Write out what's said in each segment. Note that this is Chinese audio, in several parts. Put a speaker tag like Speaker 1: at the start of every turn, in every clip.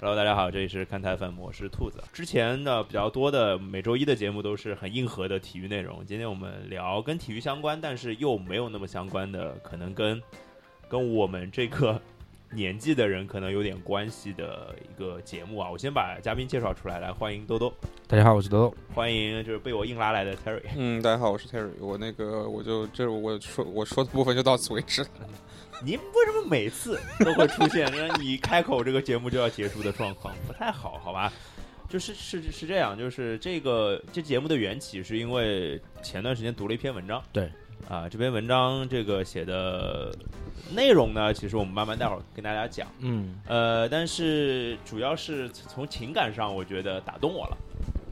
Speaker 1: Hello，大家好，这里是看台粉，我是兔子。之前的比较多的每周一的节目都是很硬核的体育内容，今天我们聊跟体育相关，但是又没有那么相关的，可能跟跟我们这个年纪的人可能有点关系的一个节目啊。我先把嘉宾介绍出来，来欢迎兜兜，
Speaker 2: 大家好，我是豆豆。
Speaker 1: 欢迎就是被我硬拉来的 Terry。
Speaker 3: 嗯，大家好，我是 Terry，我那个我就这我说我说的部分就到此为止了。
Speaker 1: 你为什么每 次都会出现让你开口这个节目就要结束的状况？不太好，好吧？就是是是这样，就是这个这节目的缘起是因为前段时间读了一篇文章，
Speaker 2: 对
Speaker 1: 啊，这篇文章这个写的内容呢，其实我们慢慢待会儿跟大家讲，
Speaker 2: 嗯，
Speaker 1: 呃，但是主要是从情感上，我觉得打动我了。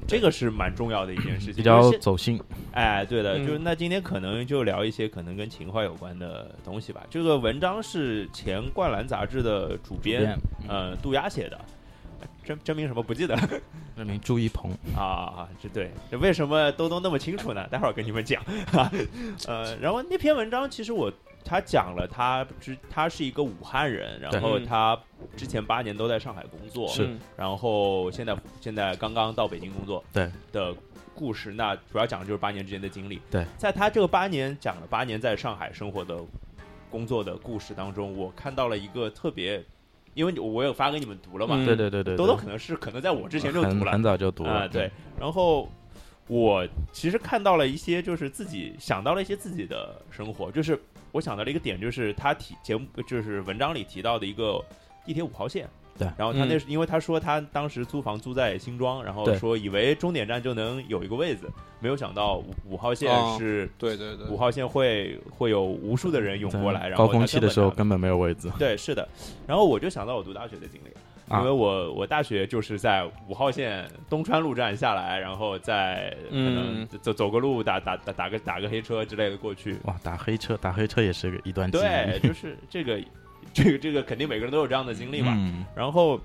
Speaker 1: 这个是蛮重要的一件事情，
Speaker 2: 比较
Speaker 1: 就是
Speaker 2: 走心。
Speaker 1: 哎，对的，
Speaker 3: 嗯
Speaker 1: 就是那今天可能就聊一些可能跟情怀有关的东西吧。这个文章是前《灌篮》杂志的主编，呃，杜鸦写的，真真名什么不记得了
Speaker 2: 那名朱一鹏，
Speaker 1: 啊？这对，这为什么兜兜那么清楚呢？待会儿跟你们讲。 呃，然后那篇文章其实我他讲了他之他是一个武汉人，然后
Speaker 3: 对
Speaker 1: 他之前八年都在上海工作，
Speaker 2: 是
Speaker 3: 嗯
Speaker 1: 然后现在现在刚刚到北京工作，
Speaker 2: 对
Speaker 1: 的故事，那主要讲的就是八年之间的经历。
Speaker 2: 对，
Speaker 1: 在他这个八年讲了八年在上海生活的工作的故事当中，我看到了一个特别，因为我有发给你们读了嘛，
Speaker 3: 嗯
Speaker 2: 对对对对，
Speaker 1: 豆豆可能是可能在我之前就
Speaker 2: 很
Speaker 1: 读了
Speaker 2: 很早就读
Speaker 1: 啊、
Speaker 2: 了。嗯
Speaker 1: 对，，然后。我其实看到了一些，就是自己想到了一些自己的生活，就是我想到了一个点，就是他提节目，就是文章里提到的一个地铁五号线。
Speaker 2: 对
Speaker 1: 然后他那
Speaker 3: 嗯
Speaker 1: 是、因为他说他当时租房租在新庄，然后
Speaker 2: 对
Speaker 1: 说以为终点站就能有一个位子，没有想到五五号线
Speaker 3: 哦
Speaker 1: 是、
Speaker 3: 对对对
Speaker 1: 五，号线会会有无数的人涌过来，然后
Speaker 2: 高
Speaker 1: 他
Speaker 2: 峰期
Speaker 1: 根
Speaker 2: 的
Speaker 1: 本
Speaker 2: 时候
Speaker 1: 拿不
Speaker 2: 根本没有位置。
Speaker 1: 对，是的。然后我就想到我读大学的经历，
Speaker 2: 啊
Speaker 1: 因为我我大学就是在五号线东川路站下来，然后再可能
Speaker 3: 嗯
Speaker 1: 走走个路，打打打打个打个黑车之类的过去。
Speaker 2: 哇，打黑车，打黑车也是个一段记
Speaker 1: 对，
Speaker 2: 忆。
Speaker 1: 就是这个这个这个肯定每个人都有这样的经历嘛。
Speaker 2: 嗯，
Speaker 1: 然后。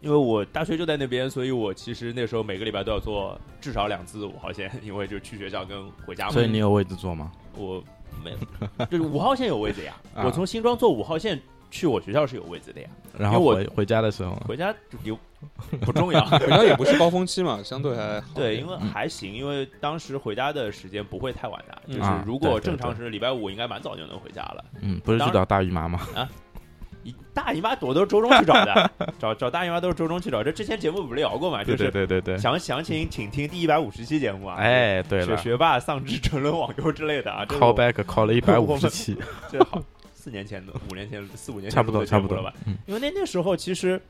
Speaker 1: 因为我大学就在那边，所以我其实那时候每个礼拜都要坐至少两次五号线， 因为就去学校跟回家嘛。
Speaker 2: 所以你有位置坐吗？
Speaker 1: 我没 有，就是五号线有位置呀。
Speaker 2: 啊
Speaker 1: 我从新庄坐五号线去我学校是有位置的呀。
Speaker 2: 然
Speaker 1: 因为
Speaker 2: 后
Speaker 1: 我
Speaker 2: 回回家的时候，
Speaker 1: 回家 有不重要，
Speaker 3: 回家也不是高峰期嘛，相对还好。
Speaker 2: 嗯
Speaker 1: 对，因为还行，因为当时回家的时间不会太晚的，
Speaker 3: 嗯
Speaker 1: 就是
Speaker 2: 啊
Speaker 1: 如果
Speaker 2: 对对
Speaker 1: 正常是礼拜五，应该蛮早就能回家了。
Speaker 2: 嗯，不是
Speaker 1: 当
Speaker 2: 去找大姨妈吗？
Speaker 1: 一大姨妈我都是周中去找 的，找找大姨妈都是周中去找。这之前节目不是聊过嘛，就
Speaker 2: 对对
Speaker 1: 是
Speaker 2: 对对对。
Speaker 1: 详详情请听第一百五十期节目啊。
Speaker 2: 哎，对
Speaker 1: 学
Speaker 2: 了
Speaker 1: 学霸丧志沉沦网游之类的啊，这是我
Speaker 2: ，call back call 了一百五 十期，
Speaker 1: 这好四年前的、五年前、四五年前
Speaker 2: 差不多
Speaker 1: 录的节
Speaker 2: 差
Speaker 1: 目
Speaker 2: 不多嗯
Speaker 1: 了吧？因为那那时候其实，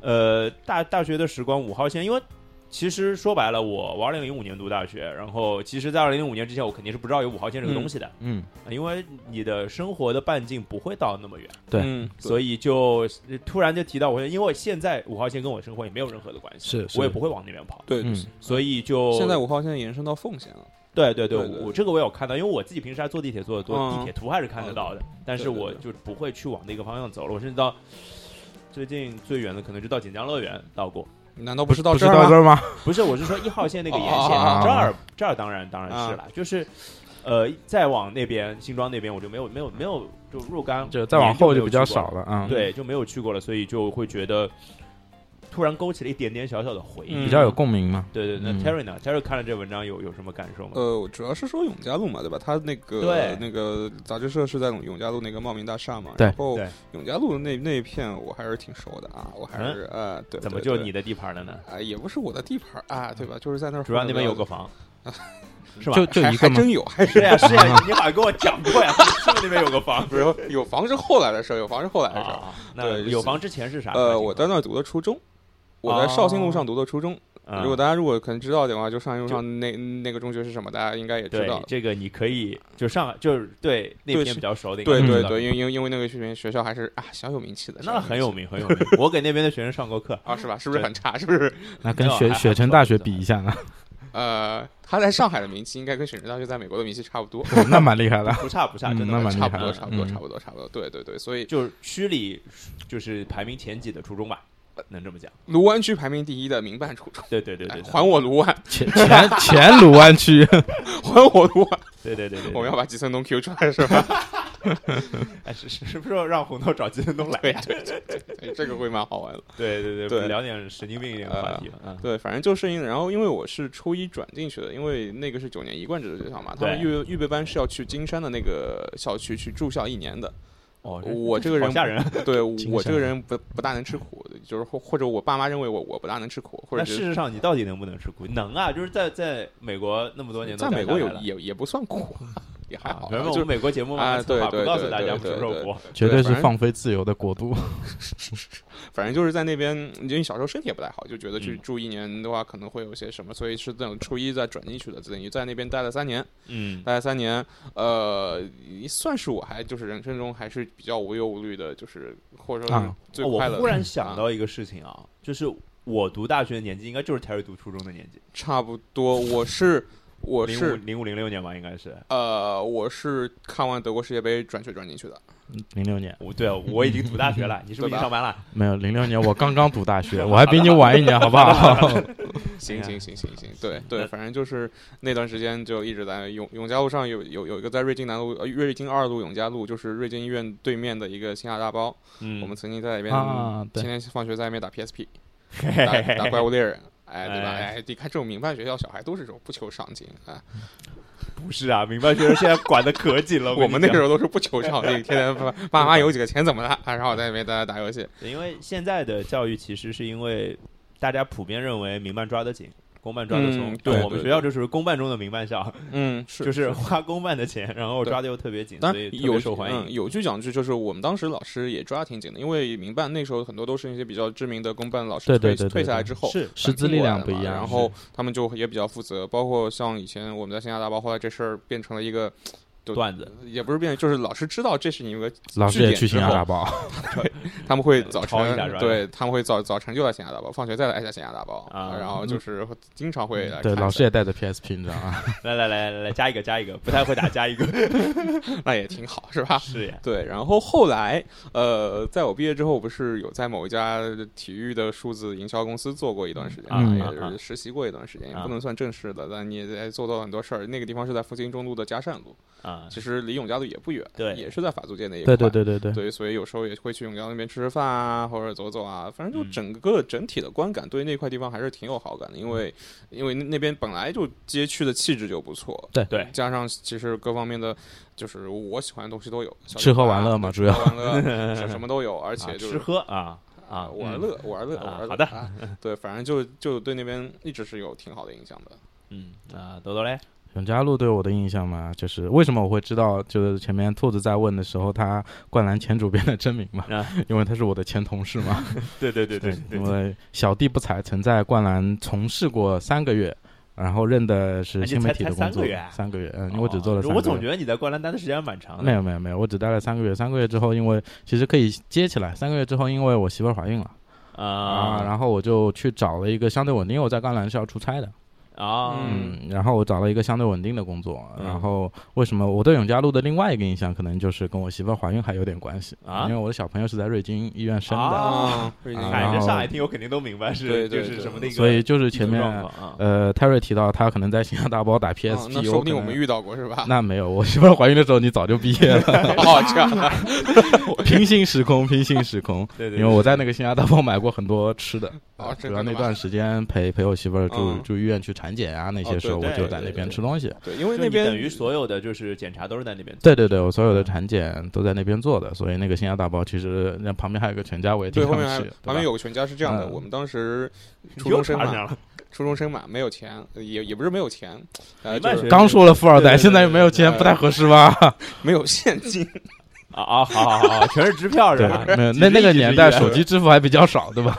Speaker 1: 呃，大大学的时光五号线，因为其实说白了，我我二零零五年读大学，然后其实，在二零零五年之前，我肯定是不知道有五号线这个东西的，
Speaker 2: 嗯，
Speaker 1: 呃因为你的生活的半径不会到那么远，
Speaker 2: 对
Speaker 3: 嗯，
Speaker 1: 所
Speaker 3: 以
Speaker 1: 以就呃突然就提到我说，因为现在五号线跟我生活也没有任何的关系，
Speaker 2: 是是
Speaker 1: 我也不会往那边跑，
Speaker 3: 对，
Speaker 2: 嗯
Speaker 1: 所以就
Speaker 3: 现在五号线延伸到奉贤了。
Speaker 1: 对对对，
Speaker 3: 对对
Speaker 1: 我这个我有看到，因为我自己平时还坐地铁坐的多，
Speaker 3: 嗯
Speaker 1: 地铁图还是看得到的，但是
Speaker 3: 对对
Speaker 1: 我就不会去往那个方向走了。我甚至到最近最远的可能就到锦江乐园到过，
Speaker 3: 难道不是到
Speaker 2: 不是
Speaker 3: 这儿
Speaker 2: 到
Speaker 3: 吗
Speaker 2: 这？儿吗？
Speaker 1: 不是，我是说一号线那个沿线，
Speaker 3: 哦哦嗯
Speaker 2: 哦哦
Speaker 1: 这儿这儿当然当然是了，就是呃再往那边新庄那边我就没有没有没有就若干，
Speaker 2: 就再往后
Speaker 1: 就
Speaker 2: 就比较
Speaker 1: 没有去过
Speaker 2: 少了啊，嗯，
Speaker 1: 对就没有去过了，所以就会觉得突然勾起了一点点小小的回忆。
Speaker 3: 嗯
Speaker 2: 比较有共鸣嘛。
Speaker 1: 对对，那
Speaker 2: 嗯
Speaker 1: Terry 呢、t e r r y 看了这文章有有什么感受吗？
Speaker 3: 呃，主要是说永嘉路嘛，对吧？他那
Speaker 1: 对
Speaker 3: 个那个杂志社是在永嘉路那个茂名大厦嘛，
Speaker 2: 对
Speaker 3: 然后
Speaker 1: 对
Speaker 3: 永嘉路那那一片我还是挺熟的啊，我还是呃，对，
Speaker 1: 怎么
Speaker 3: 对
Speaker 1: 就
Speaker 3: 对
Speaker 1: 你的地盘了呢？
Speaker 3: 啊？也不是我的地盘啊，对吧？就是在那儿，
Speaker 1: 主要那边有个房，嗯是吧？
Speaker 2: 就就
Speaker 3: 还
Speaker 2: 一个
Speaker 3: 还
Speaker 2: 吗？
Speaker 3: 真有，还
Speaker 1: 哎是呀是呀，你好像跟我讲过呀，是不是那边有个房？
Speaker 3: 不是有房是后来的事儿，有房是后来的事儿。
Speaker 1: 啊，那有房之前是啥？
Speaker 3: 呃，我在那儿读的初中，我在绍兴路上读的初中。
Speaker 1: 嗯
Speaker 3: 如果大家如果可能知道的话，就绍兴路
Speaker 1: 就
Speaker 3: 上那那个中学是什么，大家应该也知
Speaker 1: 对
Speaker 3: 道。
Speaker 1: 这个你可以就上海就是对那
Speaker 3: 对
Speaker 1: 边
Speaker 3: 是
Speaker 1: 比较熟的，
Speaker 3: 对
Speaker 1: 应该
Speaker 3: 对
Speaker 1: 知道，
Speaker 3: 对，因为因为因为那个学学校还是啊小有名气的，
Speaker 1: 那很有
Speaker 3: 气
Speaker 1: 名很有名。我给那边的学生上过课，
Speaker 3: 啊，是吧？是不是很差？是不是？
Speaker 2: 那跟
Speaker 1: 这还
Speaker 2: 雪
Speaker 1: 还
Speaker 2: 雪城
Speaker 1: 不错
Speaker 2: 大学
Speaker 1: 不错
Speaker 2: 比一下呢？
Speaker 3: 呃，他在上海的名气应该跟雪城大学在美国的名气差不多，
Speaker 2: 那蛮厉害的。
Speaker 1: 不差不差，
Speaker 2: 嗯
Speaker 1: 真
Speaker 2: 那
Speaker 1: 的
Speaker 2: 蛮厉
Speaker 3: 差
Speaker 2: 害
Speaker 3: 不
Speaker 2: 的
Speaker 3: 多，差不多，
Speaker 2: 嗯
Speaker 3: 差不多，差不多。对对对，所以
Speaker 1: 就是区里就是排名前几的初中吧，能这么讲？
Speaker 3: 卢湾区排名第一的民办初中，
Speaker 1: 对对对对
Speaker 3: 哎
Speaker 1: 对
Speaker 3: 还我卢湾，
Speaker 2: 前前前鲁湾区，
Speaker 3: 还我卢湾，
Speaker 1: 对对对对，
Speaker 3: 我们要把吉森东 Q 出来是吧？
Speaker 1: 哎，是是是不是要让红豆找金东来
Speaker 3: 对
Speaker 1: 呀？
Speaker 3: 对对对对，这个会蛮好玩的。
Speaker 1: 对对对，
Speaker 3: 对
Speaker 1: 我们聊点神经病一点的话题吧。嗯
Speaker 3: 对，反正就是因，然后因为我是初一转进去的，因为那个是九年一贯制的学校嘛，他们
Speaker 1: 对
Speaker 3: 预预备班是要去金山的那个校区去住校一年的。
Speaker 1: 哦，
Speaker 3: 我这个人
Speaker 1: 好吓人。
Speaker 3: 对
Speaker 2: 金
Speaker 3: 我这
Speaker 2: 山
Speaker 3: 个人不不大能吃苦，就是或或者我爸妈认为我我不大能吃苦，或
Speaker 1: 那
Speaker 3: 者觉
Speaker 1: 事
Speaker 3: 得
Speaker 1: 实上，你到底能不能吃苦？能啊，就是在在美国那么多年都
Speaker 3: 在美国
Speaker 1: 待
Speaker 3: 有
Speaker 1: 下来了
Speaker 3: 也也不算苦， 也还
Speaker 1: 啊
Speaker 3: 好，，
Speaker 1: 原本
Speaker 3: 就
Speaker 1: 我
Speaker 3: 是
Speaker 1: 们美国节目嘛，
Speaker 3: 啊对
Speaker 1: 策划不
Speaker 3: 对
Speaker 1: 告诉
Speaker 3: 对
Speaker 1: 大
Speaker 3: 对
Speaker 1: 家我们
Speaker 3: 对
Speaker 1: 什么时
Speaker 3: 对
Speaker 1: 候播。
Speaker 2: 绝对
Speaker 3: 对
Speaker 2: 是
Speaker 3: 反正
Speaker 2: 放飞自由的国度。
Speaker 3: 反正就是在那边，因为小时候身体也不太好，就觉得去
Speaker 1: 嗯
Speaker 3: 住一年的话可能会有些什么，所以是等初一再转进去的，等于在那边待了三年，
Speaker 1: 嗯，
Speaker 3: 待了三年，呃，算是我还就是人生中还是比较无忧无虑的，就是或者说是
Speaker 2: 啊
Speaker 3: 最
Speaker 1: 哦
Speaker 3: 快乐的。
Speaker 1: 我忽然想
Speaker 3: 啊，
Speaker 1: 到一个事情啊，就是我读大学的年纪，应该就是 Terry 读初中的年纪，
Speaker 3: 差不多，我是我
Speaker 1: 零五
Speaker 3: 是
Speaker 1: 零五零六年吧，应该是。
Speaker 3: 呃，我是看完德国世界杯转学转进去的，
Speaker 2: 零六年
Speaker 1: 我对啊，我已经读大学 了，你是不是已经
Speaker 3: 对吧
Speaker 1: 上班了？
Speaker 2: 没有，零六年我刚刚读大 学，我还比你晚一年，好不 好？
Speaker 3: 行
Speaker 1: 哎呀
Speaker 3: 行行行行，对对，
Speaker 1: 那
Speaker 3: 反正就是那段时间就一直在永永嘉路上有有有一个在瑞金南路呃瑞金二路永嘉路，就是瑞金医院对面的一个新亚大包，
Speaker 1: 嗯，
Speaker 3: 我们曾经在里面
Speaker 2: 啊对
Speaker 3: 天天放学在那边打 PSP，
Speaker 1: 嘿嘿
Speaker 3: 打
Speaker 1: 嘿嘿
Speaker 3: 打怪物猎人。哎，对吧？
Speaker 1: 哎
Speaker 3: 哎，你看这种民办学校小孩都是这种不求上进啊、哎
Speaker 1: 不是啊，民办学生现在管的可紧 了。
Speaker 3: 我们那个时
Speaker 1: 候，
Speaker 3: 候都是不求上进，天天爸爸妈有几个钱怎么了，然后在那边大家打游戏。
Speaker 1: 对因为现在的教育其实是因为大家普遍认为民办抓得紧，公办抓得松。
Speaker 3: 嗯对
Speaker 1: 我们
Speaker 3: 对
Speaker 1: 学校就是公办中的民办校，
Speaker 3: 嗯，是
Speaker 1: 就是花公办的钱，然后
Speaker 3: 对
Speaker 1: 抓的又特别紧，
Speaker 3: 当
Speaker 1: 所以
Speaker 3: 然
Speaker 1: 特别
Speaker 3: 有
Speaker 1: 受欢
Speaker 3: 嗯，
Speaker 1: 迎。
Speaker 3: 有句讲句，就是我们当时老师也抓挺紧的，因为民办那时候很多都是一些比较知名的公办老师
Speaker 2: 对
Speaker 3: 退
Speaker 2: 对对对
Speaker 3: 退下来
Speaker 2: 对
Speaker 3: 之后。
Speaker 1: 是
Speaker 2: 师资力量不 一样，
Speaker 3: 然后他们就也比较负责，包括像以前我们在新加大包，后来这事儿变成了一个，就
Speaker 1: 段子，
Speaker 3: 也不是变，就是老师知道这是你们个，
Speaker 2: 老师也去啊
Speaker 3: 据
Speaker 2: 新加
Speaker 3: 点之后
Speaker 2: 大包，
Speaker 3: 他们会早晨
Speaker 1: 抄一下是吧
Speaker 3: 对，他们会早早晨就来新加大包，放学再来一下新加大包，
Speaker 1: 啊
Speaker 3: 然后就是经常会来看一
Speaker 2: 对，
Speaker 3: 下。
Speaker 2: 老师也带着 PSP，你知道吗？
Speaker 1: 来来来来来，加一个加一个，不太会打加一 个。
Speaker 3: 那也挺好，是吧？
Speaker 1: 是呀，
Speaker 3: 对，然后后来，呃，在我毕业之后，不是有在某一家体育的数字营销公司做过一段时间，
Speaker 2: 嗯
Speaker 3: 也
Speaker 1: 啊啊
Speaker 3: 是实习过一段时间，也
Speaker 1: 啊
Speaker 3: 不能算正式的，但你也在做到很多事儿。那个地方是在复兴中路的嘉善路，
Speaker 1: 啊，
Speaker 3: 其实离永嘉路也不远，
Speaker 1: 对
Speaker 3: 也是在法租界那一块。
Speaker 2: 对对对 对对，
Speaker 3: 对，所以有时候也会去永嘉那边吃吃饭啊，或者走走啊，反正就
Speaker 1: 嗯
Speaker 3: 整个整体的观感对那块地方还是挺有好感的，因为因为那那边本来就街区的气质就不错，
Speaker 2: 对
Speaker 1: 对
Speaker 3: 加上其实各方面的就是我喜欢的东西都有，小
Speaker 2: 吃
Speaker 3: 酒
Speaker 2: 喝
Speaker 3: 吧
Speaker 2: 玩乐嘛
Speaker 3: 对
Speaker 2: 主要
Speaker 3: 吃喝玩乐什什么都有，而
Speaker 1: 啊
Speaker 3: 且就
Speaker 1: 吃
Speaker 3: 是。
Speaker 1: 喝啊啊，
Speaker 3: 玩
Speaker 1: 嗯
Speaker 3: 乐，玩乐，
Speaker 1: 啊
Speaker 3: 玩乐。
Speaker 1: 好的
Speaker 3: 啊，对，反正就就对那边一直是有挺好的影响的。
Speaker 1: 嗯啊，豆豆嘞，
Speaker 2: 永嘉路对我的印象嘛，就是为什么我会知道，就是前面兔子在问的时候，他灌篮前主编的真名嘛
Speaker 1: 啊，
Speaker 2: 因为他是我的前同事嘛。
Speaker 1: 对对对对对
Speaker 2: 因
Speaker 1: 对，
Speaker 2: 为小弟不才，曾在灌篮从事过三个月，然后认的
Speaker 1: 啊
Speaker 2: 是
Speaker 1: 你
Speaker 2: 新媒体
Speaker 1: 才
Speaker 2: 的
Speaker 1: 才
Speaker 2: 工
Speaker 1: 三
Speaker 2: 作
Speaker 1: 个月啊，
Speaker 2: 三个月，嗯，因为我只做了
Speaker 1: 哦
Speaker 2: 三个月。
Speaker 1: 我总觉得你在灌篮待的时间还蛮长的。
Speaker 2: 没有没有没有，我只待了三个月，三个月之后，因为其实可以接起来，三个月之后，因为我媳妇儿怀孕了
Speaker 1: 啊
Speaker 2: 然后我就去找了一个相对稳定，因为我在甘兰是要出差的，
Speaker 1: 啊，
Speaker 3: 嗯
Speaker 2: 嗯，然后我找了一个相对稳定的工作，
Speaker 1: 嗯
Speaker 2: 然后为什么我对永嘉路的另外一个印象，可能就是跟我媳妇儿怀孕还有点关系
Speaker 1: 啊
Speaker 2: 因为我的小朋友是在瑞金医院生的，
Speaker 1: 啊，
Speaker 3: 瑞金
Speaker 2: 啊
Speaker 1: 哎，
Speaker 2: 然
Speaker 1: 这
Speaker 2: 后
Speaker 1: 上海听友肯定都明白是
Speaker 3: 嗯对对
Speaker 1: 就
Speaker 3: 对
Speaker 1: 是什么的一个，
Speaker 2: 所以就是前
Speaker 1: 状
Speaker 2: 面
Speaker 1: 况啊，
Speaker 2: 呃 Terry 提到他可能在新亚大包打
Speaker 3: 啊
Speaker 2: PSP，、
Speaker 3: 那说不定我们遇到过是 吧？
Speaker 2: 那没有， 我媳妇儿怀孕的时候你早就毕业了，
Speaker 3: 哦，这样啊，
Speaker 2: 平行时空，平行时空。
Speaker 1: 对对，
Speaker 2: 因为
Speaker 1: 对
Speaker 2: 我在那个新亚大包买过很多吃的，
Speaker 3: 哦这
Speaker 2: 主要
Speaker 3: 个
Speaker 2: 那
Speaker 3: 嘛
Speaker 2: 段时间陪陪我媳妇儿住
Speaker 3: 嗯
Speaker 2: 住医院去产检啊，那
Speaker 3: 哦
Speaker 2: 些
Speaker 3: 对
Speaker 2: 时候我
Speaker 1: 对
Speaker 2: 就
Speaker 1: 对
Speaker 2: 在那
Speaker 1: 对
Speaker 2: 边
Speaker 1: 对
Speaker 2: 吃东西。
Speaker 3: 对，因为
Speaker 1: 就
Speaker 3: 那
Speaker 1: 你
Speaker 3: 边
Speaker 1: 等于所有的就是检查都是在那边做
Speaker 2: 对对对，我所有的产检都在那边做的，所以那个新亚大包其实那旁边还有个全家，我也挺
Speaker 3: 对，后
Speaker 2: 想
Speaker 3: 面还
Speaker 2: 去。
Speaker 3: 旁边
Speaker 2: 有
Speaker 3: 有个全家是这样的，
Speaker 2: 嗯
Speaker 3: 我们当时初
Speaker 1: 又
Speaker 3: 中生
Speaker 1: 查
Speaker 3: 嘛
Speaker 1: 上，了，
Speaker 3: 初中生嘛，没有钱，呃也也不是没有钱，呃，
Speaker 1: 民
Speaker 3: 就
Speaker 1: 办
Speaker 3: 是
Speaker 1: 学
Speaker 2: 刚说了富二
Speaker 1: 对对
Speaker 2: 代，
Speaker 1: 对
Speaker 2: 现在又没有
Speaker 3: 对
Speaker 2: 钱，
Speaker 3: 对
Speaker 2: 不太合适 吧？
Speaker 3: 没有现金，
Speaker 1: 啊啊，好好好，好全是支票是
Speaker 2: 对
Speaker 3: 啊
Speaker 1: 吧？，
Speaker 2: 没有
Speaker 1: 几
Speaker 2: 那
Speaker 1: 十
Speaker 2: 那
Speaker 1: 亿
Speaker 2: 个
Speaker 1: 几
Speaker 2: 年
Speaker 1: 十
Speaker 2: 代
Speaker 1: 亿
Speaker 2: 手机支付还比较少， 对吧？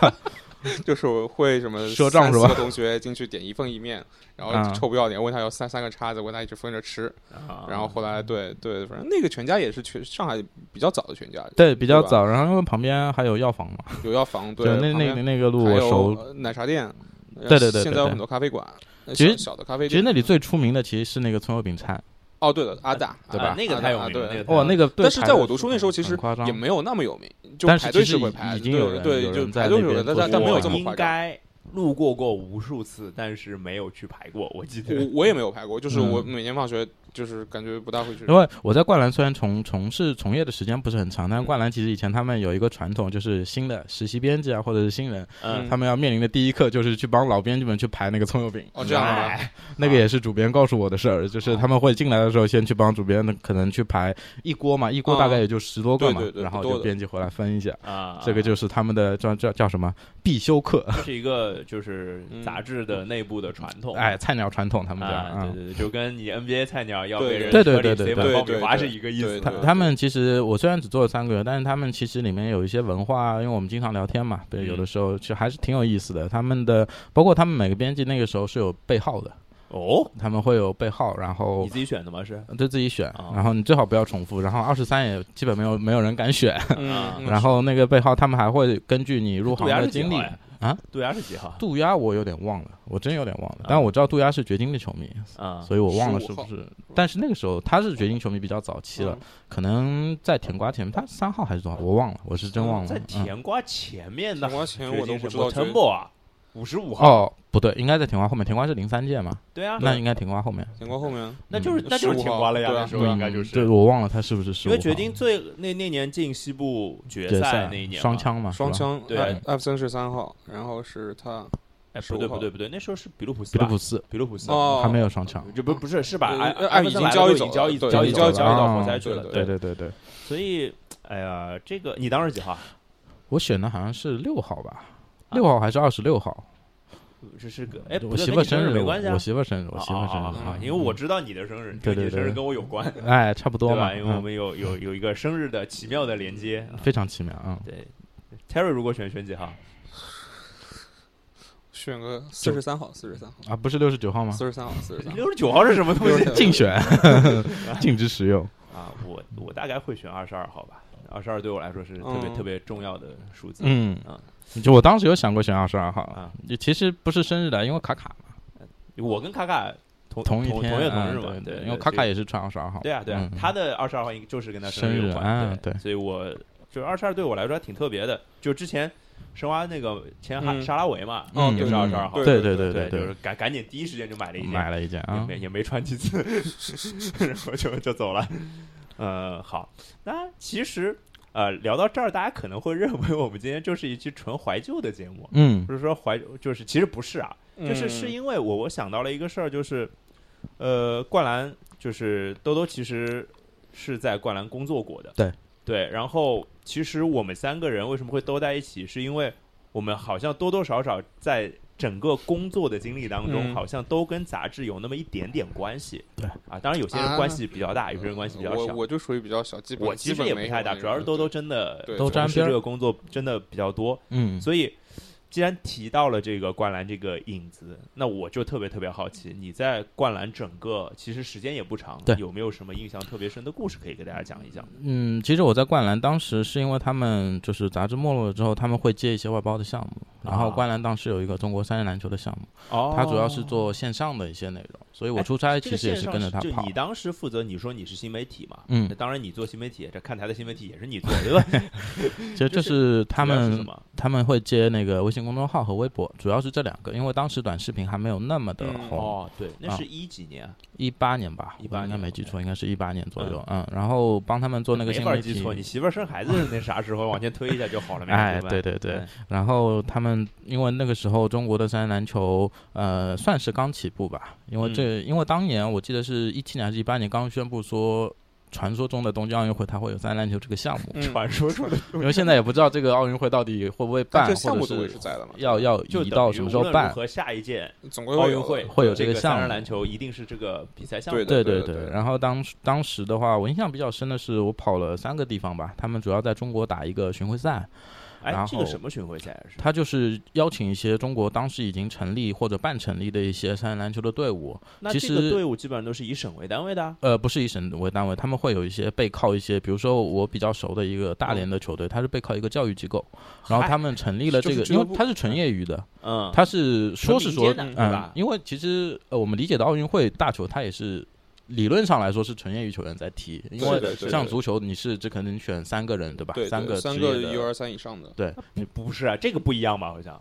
Speaker 3: 就是我会什么
Speaker 2: 赊账
Speaker 3: 三
Speaker 2: 是
Speaker 3: 四
Speaker 2: 吧
Speaker 3: 个同学进去点一份意面，然后
Speaker 2: 嗯
Speaker 3: 臭不要脸问他要三三个叉子，问他一直分着吃，
Speaker 1: 啊
Speaker 3: 然后后
Speaker 2: 嗯
Speaker 3: 来对对，反正那个全家也是全上海比较早的全家，
Speaker 2: 对，比较
Speaker 3: 吧
Speaker 2: 早。然后因为旁边还有药房嘛，
Speaker 3: 有药房，
Speaker 2: 就
Speaker 3: 对，
Speaker 2: 那
Speaker 3: 旁
Speaker 2: 那
Speaker 3: 边
Speaker 2: 那那个路
Speaker 3: 还
Speaker 2: 我
Speaker 3: 有
Speaker 2: 熟，
Speaker 3: 呃奶茶店，呃
Speaker 2: 对对对
Speaker 3: 现
Speaker 2: 对
Speaker 3: 在有
Speaker 2: 对
Speaker 3: 很多咖啡馆，呃
Speaker 2: 其实
Speaker 3: 小小的咖啡
Speaker 2: 其实
Speaker 3: 店，
Speaker 2: 那里最出名的其实是那个葱油饼菜，
Speaker 3: 哦对了，阿达
Speaker 2: 对
Speaker 1: 啊
Speaker 2: 吧
Speaker 1: 那个
Speaker 3: 啊
Speaker 1: 太有
Speaker 3: 啊
Speaker 1: 名了，那
Speaker 3: 对
Speaker 1: 个太
Speaker 2: 哇，
Speaker 1: 有
Speaker 2: 哦那个对
Speaker 3: 但是
Speaker 2: 排
Speaker 3: 在
Speaker 2: 的
Speaker 3: 我读书那时候，其实
Speaker 2: 很夸张
Speaker 3: 也没有那么有名，就
Speaker 2: 但是
Speaker 3: 排队
Speaker 2: 其实
Speaker 3: 会
Speaker 2: 已
Speaker 3: 排
Speaker 2: 已
Speaker 3: 的，
Speaker 2: 经有
Speaker 3: 对
Speaker 2: 人
Speaker 3: 对，
Speaker 2: 有
Speaker 3: 就
Speaker 2: 人在
Speaker 3: 排队
Speaker 2: 那
Speaker 3: 有人，
Speaker 2: 边
Speaker 3: 但
Speaker 2: 做
Speaker 3: 但但没有这
Speaker 1: 我
Speaker 3: 么
Speaker 1: 应
Speaker 3: 夸张。
Speaker 1: 该路过过无数次，但是没有去排过，我记得
Speaker 3: 我我也没有排过，就是
Speaker 2: 嗯
Speaker 3: 我每年放学就是感觉不大会去
Speaker 2: 因。为我在灌篮虽然从从事从业的时间不是很长，但是灌篮其实以前他们有一个传统，就是新的实习编辑啊，或者是新人，
Speaker 1: 嗯，
Speaker 2: 他们要面临的第一课就是去帮老编辑们去排那个葱油饼。哎
Speaker 3: 哦，这样啊，
Speaker 1: 哎
Speaker 3: 哦
Speaker 2: 那个也是主编告诉我的事儿，就是他们会进来的时候先去帮主编的可能去排一锅嘛，一锅大概也就十多个嘛
Speaker 3: 嗯对对，对
Speaker 2: 然后
Speaker 3: 不多
Speaker 2: 就
Speaker 3: 的
Speaker 2: 编辑回来分一下。
Speaker 1: 啊，
Speaker 2: 这个就是他们的叫叫叫什么必修课，
Speaker 1: 这是一个就是杂志的内部的传统，
Speaker 2: 哎，菜鸟传统他们讲，
Speaker 1: 啊，
Speaker 2: 嗯
Speaker 1: 对对对，就跟你 NBA 菜鸟要被人
Speaker 2: 对对
Speaker 1: 车里
Speaker 2: 对
Speaker 1: 塞
Speaker 2: 对
Speaker 1: 满
Speaker 3: 对
Speaker 1: 爆米
Speaker 3: 对
Speaker 1: 花
Speaker 3: 对
Speaker 1: 是一个意思
Speaker 3: 对
Speaker 1: 的
Speaker 2: 他
Speaker 3: 对
Speaker 2: 他们其实我虽然只做了三个月，但是他们其实里面有一些文化，因为我们经常聊天嘛，对，
Speaker 1: 嗯
Speaker 2: 有的时候其实还是挺有意思的。他们的包括他们每个编辑那个时候是有背号的，
Speaker 1: 哦，
Speaker 2: 他们会有背号，然后呃
Speaker 1: 你自己选的吗？是
Speaker 2: 就自己选
Speaker 1: 哦，
Speaker 2: 然后你最好不要重复，然后二十三也基本没有没有人敢选，
Speaker 1: 啊
Speaker 3: 嗯，
Speaker 2: 然后那个背号他们还会根据你入行
Speaker 1: 杜鸦
Speaker 2: 的
Speaker 1: 是几
Speaker 2: 经
Speaker 1: 号
Speaker 2: 历。
Speaker 1: 呀？
Speaker 2: 啊，
Speaker 1: 杜鸦是几号？
Speaker 2: 渡鸦我有点忘了，我真有点忘了，但我知道渡鸦是掘金的球迷，
Speaker 1: 啊，
Speaker 2: 所以我忘了
Speaker 3: 15
Speaker 2: 是不
Speaker 3: 号
Speaker 2: 是。但是那个时候他是掘金球迷比较早
Speaker 3: 嗯
Speaker 1: 哦
Speaker 2: 期了，可能在甜瓜前面，他三号还是多少？我忘了，我是真忘了。
Speaker 1: 在
Speaker 2: 嗯、
Speaker 1: 甜瓜前面的
Speaker 3: 甜瓜前我都不知道
Speaker 1: 陈博啊，五十五号，
Speaker 2: 哦，不对，应该在甜瓜后面。甜瓜是零三届嘛？
Speaker 1: 对啊，
Speaker 2: 那应该甜瓜后面。
Speaker 3: 田光后
Speaker 2: 啊
Speaker 3: 面
Speaker 1: 那就是
Speaker 3: 嗯
Speaker 1: 那就是
Speaker 3: 15
Speaker 1: 甜
Speaker 3: 号
Speaker 1: 瓜了呀，
Speaker 3: 对啊
Speaker 1: 那时候应该
Speaker 2: 嗯
Speaker 1: 就
Speaker 2: 对
Speaker 1: 是。
Speaker 2: 我忘了他是不是十
Speaker 1: 因为
Speaker 2: 五号。
Speaker 1: 掘金最那那年进西部决
Speaker 2: 决
Speaker 1: 赛
Speaker 2: 赛
Speaker 1: 那一年嘛，
Speaker 2: 双枪嘛，是吧
Speaker 3: 双。枪，
Speaker 1: 对
Speaker 3: 艾艾弗森是三号，然后是他
Speaker 1: 哎，不对
Speaker 3: 15号
Speaker 1: 不对不对，那时候是比卢普斯
Speaker 2: 比利
Speaker 1: 吧，
Speaker 2: 普斯
Speaker 1: 比卢普斯，
Speaker 3: 哦，
Speaker 2: 还没有双枪。
Speaker 1: 就不不是是吧？
Speaker 3: 呃
Speaker 1: 艾
Speaker 3: 呃
Speaker 1: 艾
Speaker 3: 艾弗
Speaker 1: 弗
Speaker 3: 森
Speaker 1: 森
Speaker 3: 已经交易
Speaker 1: 来
Speaker 3: 走
Speaker 1: 了交易交易
Speaker 2: 对已
Speaker 3: 了
Speaker 2: 经
Speaker 1: 交易
Speaker 2: 交
Speaker 1: 交
Speaker 2: 易
Speaker 1: 易到
Speaker 2: 了
Speaker 1: 活塞
Speaker 2: 啊
Speaker 1: 去了，
Speaker 2: 对
Speaker 3: 对
Speaker 2: 对对对，
Speaker 1: 所以，哎呀，这个你当时几号？
Speaker 2: 我选的好像是六号吧，六号还是二十六号？
Speaker 1: 这是个哎，
Speaker 2: 我
Speaker 1: 不是
Speaker 2: 媳
Speaker 1: 跟
Speaker 2: 妇
Speaker 1: 你
Speaker 2: 儿生
Speaker 1: 日
Speaker 2: 日，
Speaker 1: 没关系啊
Speaker 2: 我。媳妇儿生日，我媳妇儿生
Speaker 1: 啊
Speaker 2: 日
Speaker 1: 啊啊啊
Speaker 2: 啊，
Speaker 1: 因为我知道你的生日，这
Speaker 2: 对
Speaker 1: 个你的
Speaker 2: 对对
Speaker 1: 生日跟我有关，
Speaker 2: 哎，差不多
Speaker 1: 对
Speaker 2: 嘛
Speaker 1: 吧？，因为我
Speaker 2: 嗯，
Speaker 1: 们有有有一个生日的奇妙的连接。
Speaker 2: 非常奇妙，嗯，
Speaker 1: 对，Terry 啊如果选选几号？
Speaker 3: 选个四十三号，四十三号，
Speaker 2: 啊，不是六十九号吗？
Speaker 3: 四十三号，四十 三号。
Speaker 1: 六十九号是什么东西
Speaker 2: 竞选， 禁止使用。
Speaker 1: 啊？我我大概会选二十二号吧，二十二对我来说是特别
Speaker 3: 嗯
Speaker 1: 特别重要的数字。
Speaker 2: 嗯
Speaker 1: 啊，
Speaker 2: 就我当时有想过选二十二号
Speaker 1: 啊，
Speaker 2: 也其实不是生日的，因为卡卡嘛，
Speaker 1: 我跟卡卡同
Speaker 2: 同一
Speaker 1: 同
Speaker 2: 天，
Speaker 1: 同月同
Speaker 2: 嗯
Speaker 1: 日嘛，
Speaker 2: 对，
Speaker 1: 对，
Speaker 2: 因为
Speaker 1: 对
Speaker 2: 卡卡
Speaker 1: 所以
Speaker 2: 也是穿二十二号，
Speaker 1: 对啊，对啊，
Speaker 2: 嗯
Speaker 1: 他的二十二号应该就是跟他
Speaker 2: 生
Speaker 1: 日
Speaker 2: 日
Speaker 1: 有关，
Speaker 2: 啊对
Speaker 1: 所以我就是二十二对我来说还挺特别的，就之前申花那个前哈
Speaker 3: 嗯
Speaker 1: 沙拉维嘛，
Speaker 2: 嗯
Speaker 1: 就是
Speaker 2: 嗯
Speaker 1: 二十二号，
Speaker 2: 对
Speaker 3: 对
Speaker 2: 对
Speaker 1: 对就是
Speaker 2: 对，
Speaker 1: 赶赶紧第一时间就买了一件，
Speaker 2: 买了一件
Speaker 1: 也
Speaker 2: 啊，
Speaker 1: 没也没穿几次，然后就就走了。呃，好，那其实呃聊到这儿，大家可能会认为我们今天就是一期纯怀旧的节目，
Speaker 2: 嗯
Speaker 1: 不是说怀就是其实不是啊，就是
Speaker 3: 嗯
Speaker 1: 是因为我我想到了一个事儿，就是呃，灌篮就是兜兜其实是在灌篮工作过的，
Speaker 2: 对
Speaker 1: 对。然后其实我们三个人为什么会都在一起，是因为我们好像多多少少在整个工作的经历当中，
Speaker 3: 嗯
Speaker 1: 好像都跟杂志有那么一点点关系。
Speaker 2: 对
Speaker 1: 啊，当然有些人
Speaker 3: 啊
Speaker 1: 关系比较大，有些人关系比较
Speaker 3: 我
Speaker 1: 小。
Speaker 3: 我就属于比较小，基本
Speaker 1: 我其
Speaker 3: 基
Speaker 1: 实
Speaker 3: 本
Speaker 1: 也
Speaker 3: 没
Speaker 1: 不
Speaker 3: 有
Speaker 1: 太大，
Speaker 3: 那
Speaker 1: 主要
Speaker 3: 种
Speaker 1: 是兜兜真的
Speaker 3: 对
Speaker 2: 都
Speaker 1: 从
Speaker 2: 沾
Speaker 1: 事
Speaker 2: 边儿
Speaker 1: 这个工作真的比较多，
Speaker 2: 嗯，
Speaker 1: 所以，既然提到了这个灌篮这个影子，那我就特别特别好奇，你在灌篮整个其实时间也不长，
Speaker 2: 对
Speaker 1: 有没有什么印象特别深的故事可以给大家讲一讲？
Speaker 2: 嗯，其实我在灌篮当时是因为他们就是杂志没落了之后，他们会接一些外包的项目，然后
Speaker 1: 啊
Speaker 2: 灌篮当时有一个中国三人篮球的项目，
Speaker 1: 哦
Speaker 2: 它主要是做线上的一些内容，所以我
Speaker 1: 哎
Speaker 2: 出
Speaker 1: 这
Speaker 2: 差其
Speaker 1: 个
Speaker 2: 实也
Speaker 1: 线
Speaker 2: 是
Speaker 1: 上
Speaker 2: 跟着他
Speaker 1: 就
Speaker 2: 跑
Speaker 1: 你。当时负责，你说你是新媒体嘛？
Speaker 2: 嗯
Speaker 1: 那当然你做新媒体，这看台的新媒体也是你做的，对 吧？
Speaker 2: 其
Speaker 1: 就
Speaker 2: 实就是是他
Speaker 1: 主要是什
Speaker 2: 们
Speaker 1: 么？
Speaker 2: 他们会接那个微信公众号和微博，主要是这两个，因为当时短视频还没有那么的
Speaker 3: 嗯
Speaker 2: 红，
Speaker 1: 哦，对，那
Speaker 2: 啊
Speaker 1: 是一几年啊，
Speaker 2: 一八、年吧，
Speaker 1: 18
Speaker 2: 我应该
Speaker 1: 年
Speaker 2: 没记
Speaker 1: OK
Speaker 2: 错，应该是一八年左右，嗯，然后帮他们做那个
Speaker 1: 没
Speaker 2: 新
Speaker 1: 法
Speaker 2: 媒
Speaker 1: 记错。你
Speaker 2: 体。
Speaker 1: 媳妇儿生孩子是那啥时候？往前推一下就好了，没
Speaker 2: 哎，
Speaker 1: 啥吧
Speaker 2: 对对对，
Speaker 1: 嗯
Speaker 2: 然后他们因为那个时候中国的三人篮球，呃，算是刚起步吧，因为这、
Speaker 1: 嗯
Speaker 2: 因为当年我记得是一七年还是一八年刚宣布说，传说中的东京奥运会它会有三人篮球这个项 目，
Speaker 3: 嗯
Speaker 1: 传说出来
Speaker 2: 因为现在也不知道这个奥运会到底会不会
Speaker 3: 但
Speaker 2: 办，
Speaker 3: 这项目
Speaker 2: 或
Speaker 3: 总
Speaker 2: 者
Speaker 3: 归
Speaker 2: 是
Speaker 3: 是在的嘛，
Speaker 2: 要要
Speaker 1: 就
Speaker 2: 移到
Speaker 1: 等于
Speaker 2: 什么时
Speaker 1: 无
Speaker 2: 候
Speaker 1: 论如
Speaker 2: 办。
Speaker 1: 何下一届
Speaker 3: 总归
Speaker 1: 奥运会呃
Speaker 2: 会有
Speaker 1: 这
Speaker 2: 这个项
Speaker 1: 三人
Speaker 2: 目
Speaker 1: 篮球一定是这个比赛项目
Speaker 3: 对。
Speaker 2: 对
Speaker 3: 对
Speaker 2: 对
Speaker 3: 对。
Speaker 2: 然后当时当时的话，我印象比较深的是，我跑了三个地方吧，他们主要在中国打一个巡回赛，
Speaker 1: 哎
Speaker 2: 然，
Speaker 1: 这个
Speaker 2: 后
Speaker 1: 什么巡回赛啊是？
Speaker 2: 他就是邀请一些中国当时已经成立或者半成立的一些三人篮球的队伍，
Speaker 1: 那
Speaker 2: 其
Speaker 1: 这个
Speaker 2: 实
Speaker 1: 队伍基本上都是以省为单位的啊。
Speaker 2: 呃，不是以省为单位，他们会有一些背靠一些，比如说我比较熟的一个大连的球队，它是背靠一个教育机构，然后他们成立了这
Speaker 3: 就
Speaker 2: 个，
Speaker 3: 是俱
Speaker 2: 因
Speaker 3: 乐
Speaker 2: 为
Speaker 3: 部
Speaker 2: 它是纯业余的，
Speaker 1: 嗯，
Speaker 2: 它是
Speaker 1: 纯
Speaker 2: 说是
Speaker 1: 民
Speaker 2: 说
Speaker 1: 间的是
Speaker 2: 嗯
Speaker 1: 吧，
Speaker 2: 因为其实呃，我们理解的奥运会大球，它也是理论上来说是纯业余球员在踢，因
Speaker 3: 对
Speaker 2: 为
Speaker 3: 的对
Speaker 2: 像
Speaker 3: 的
Speaker 2: 足球你是只可能选三个人对吧？
Speaker 3: 对
Speaker 2: 三
Speaker 3: 对
Speaker 2: 个
Speaker 3: 三
Speaker 2: 职
Speaker 3: 个
Speaker 2: 业
Speaker 3: U
Speaker 2: 的。
Speaker 3: 二三以上的，
Speaker 2: 对，
Speaker 1: 不是啊，这个不一样吧？好像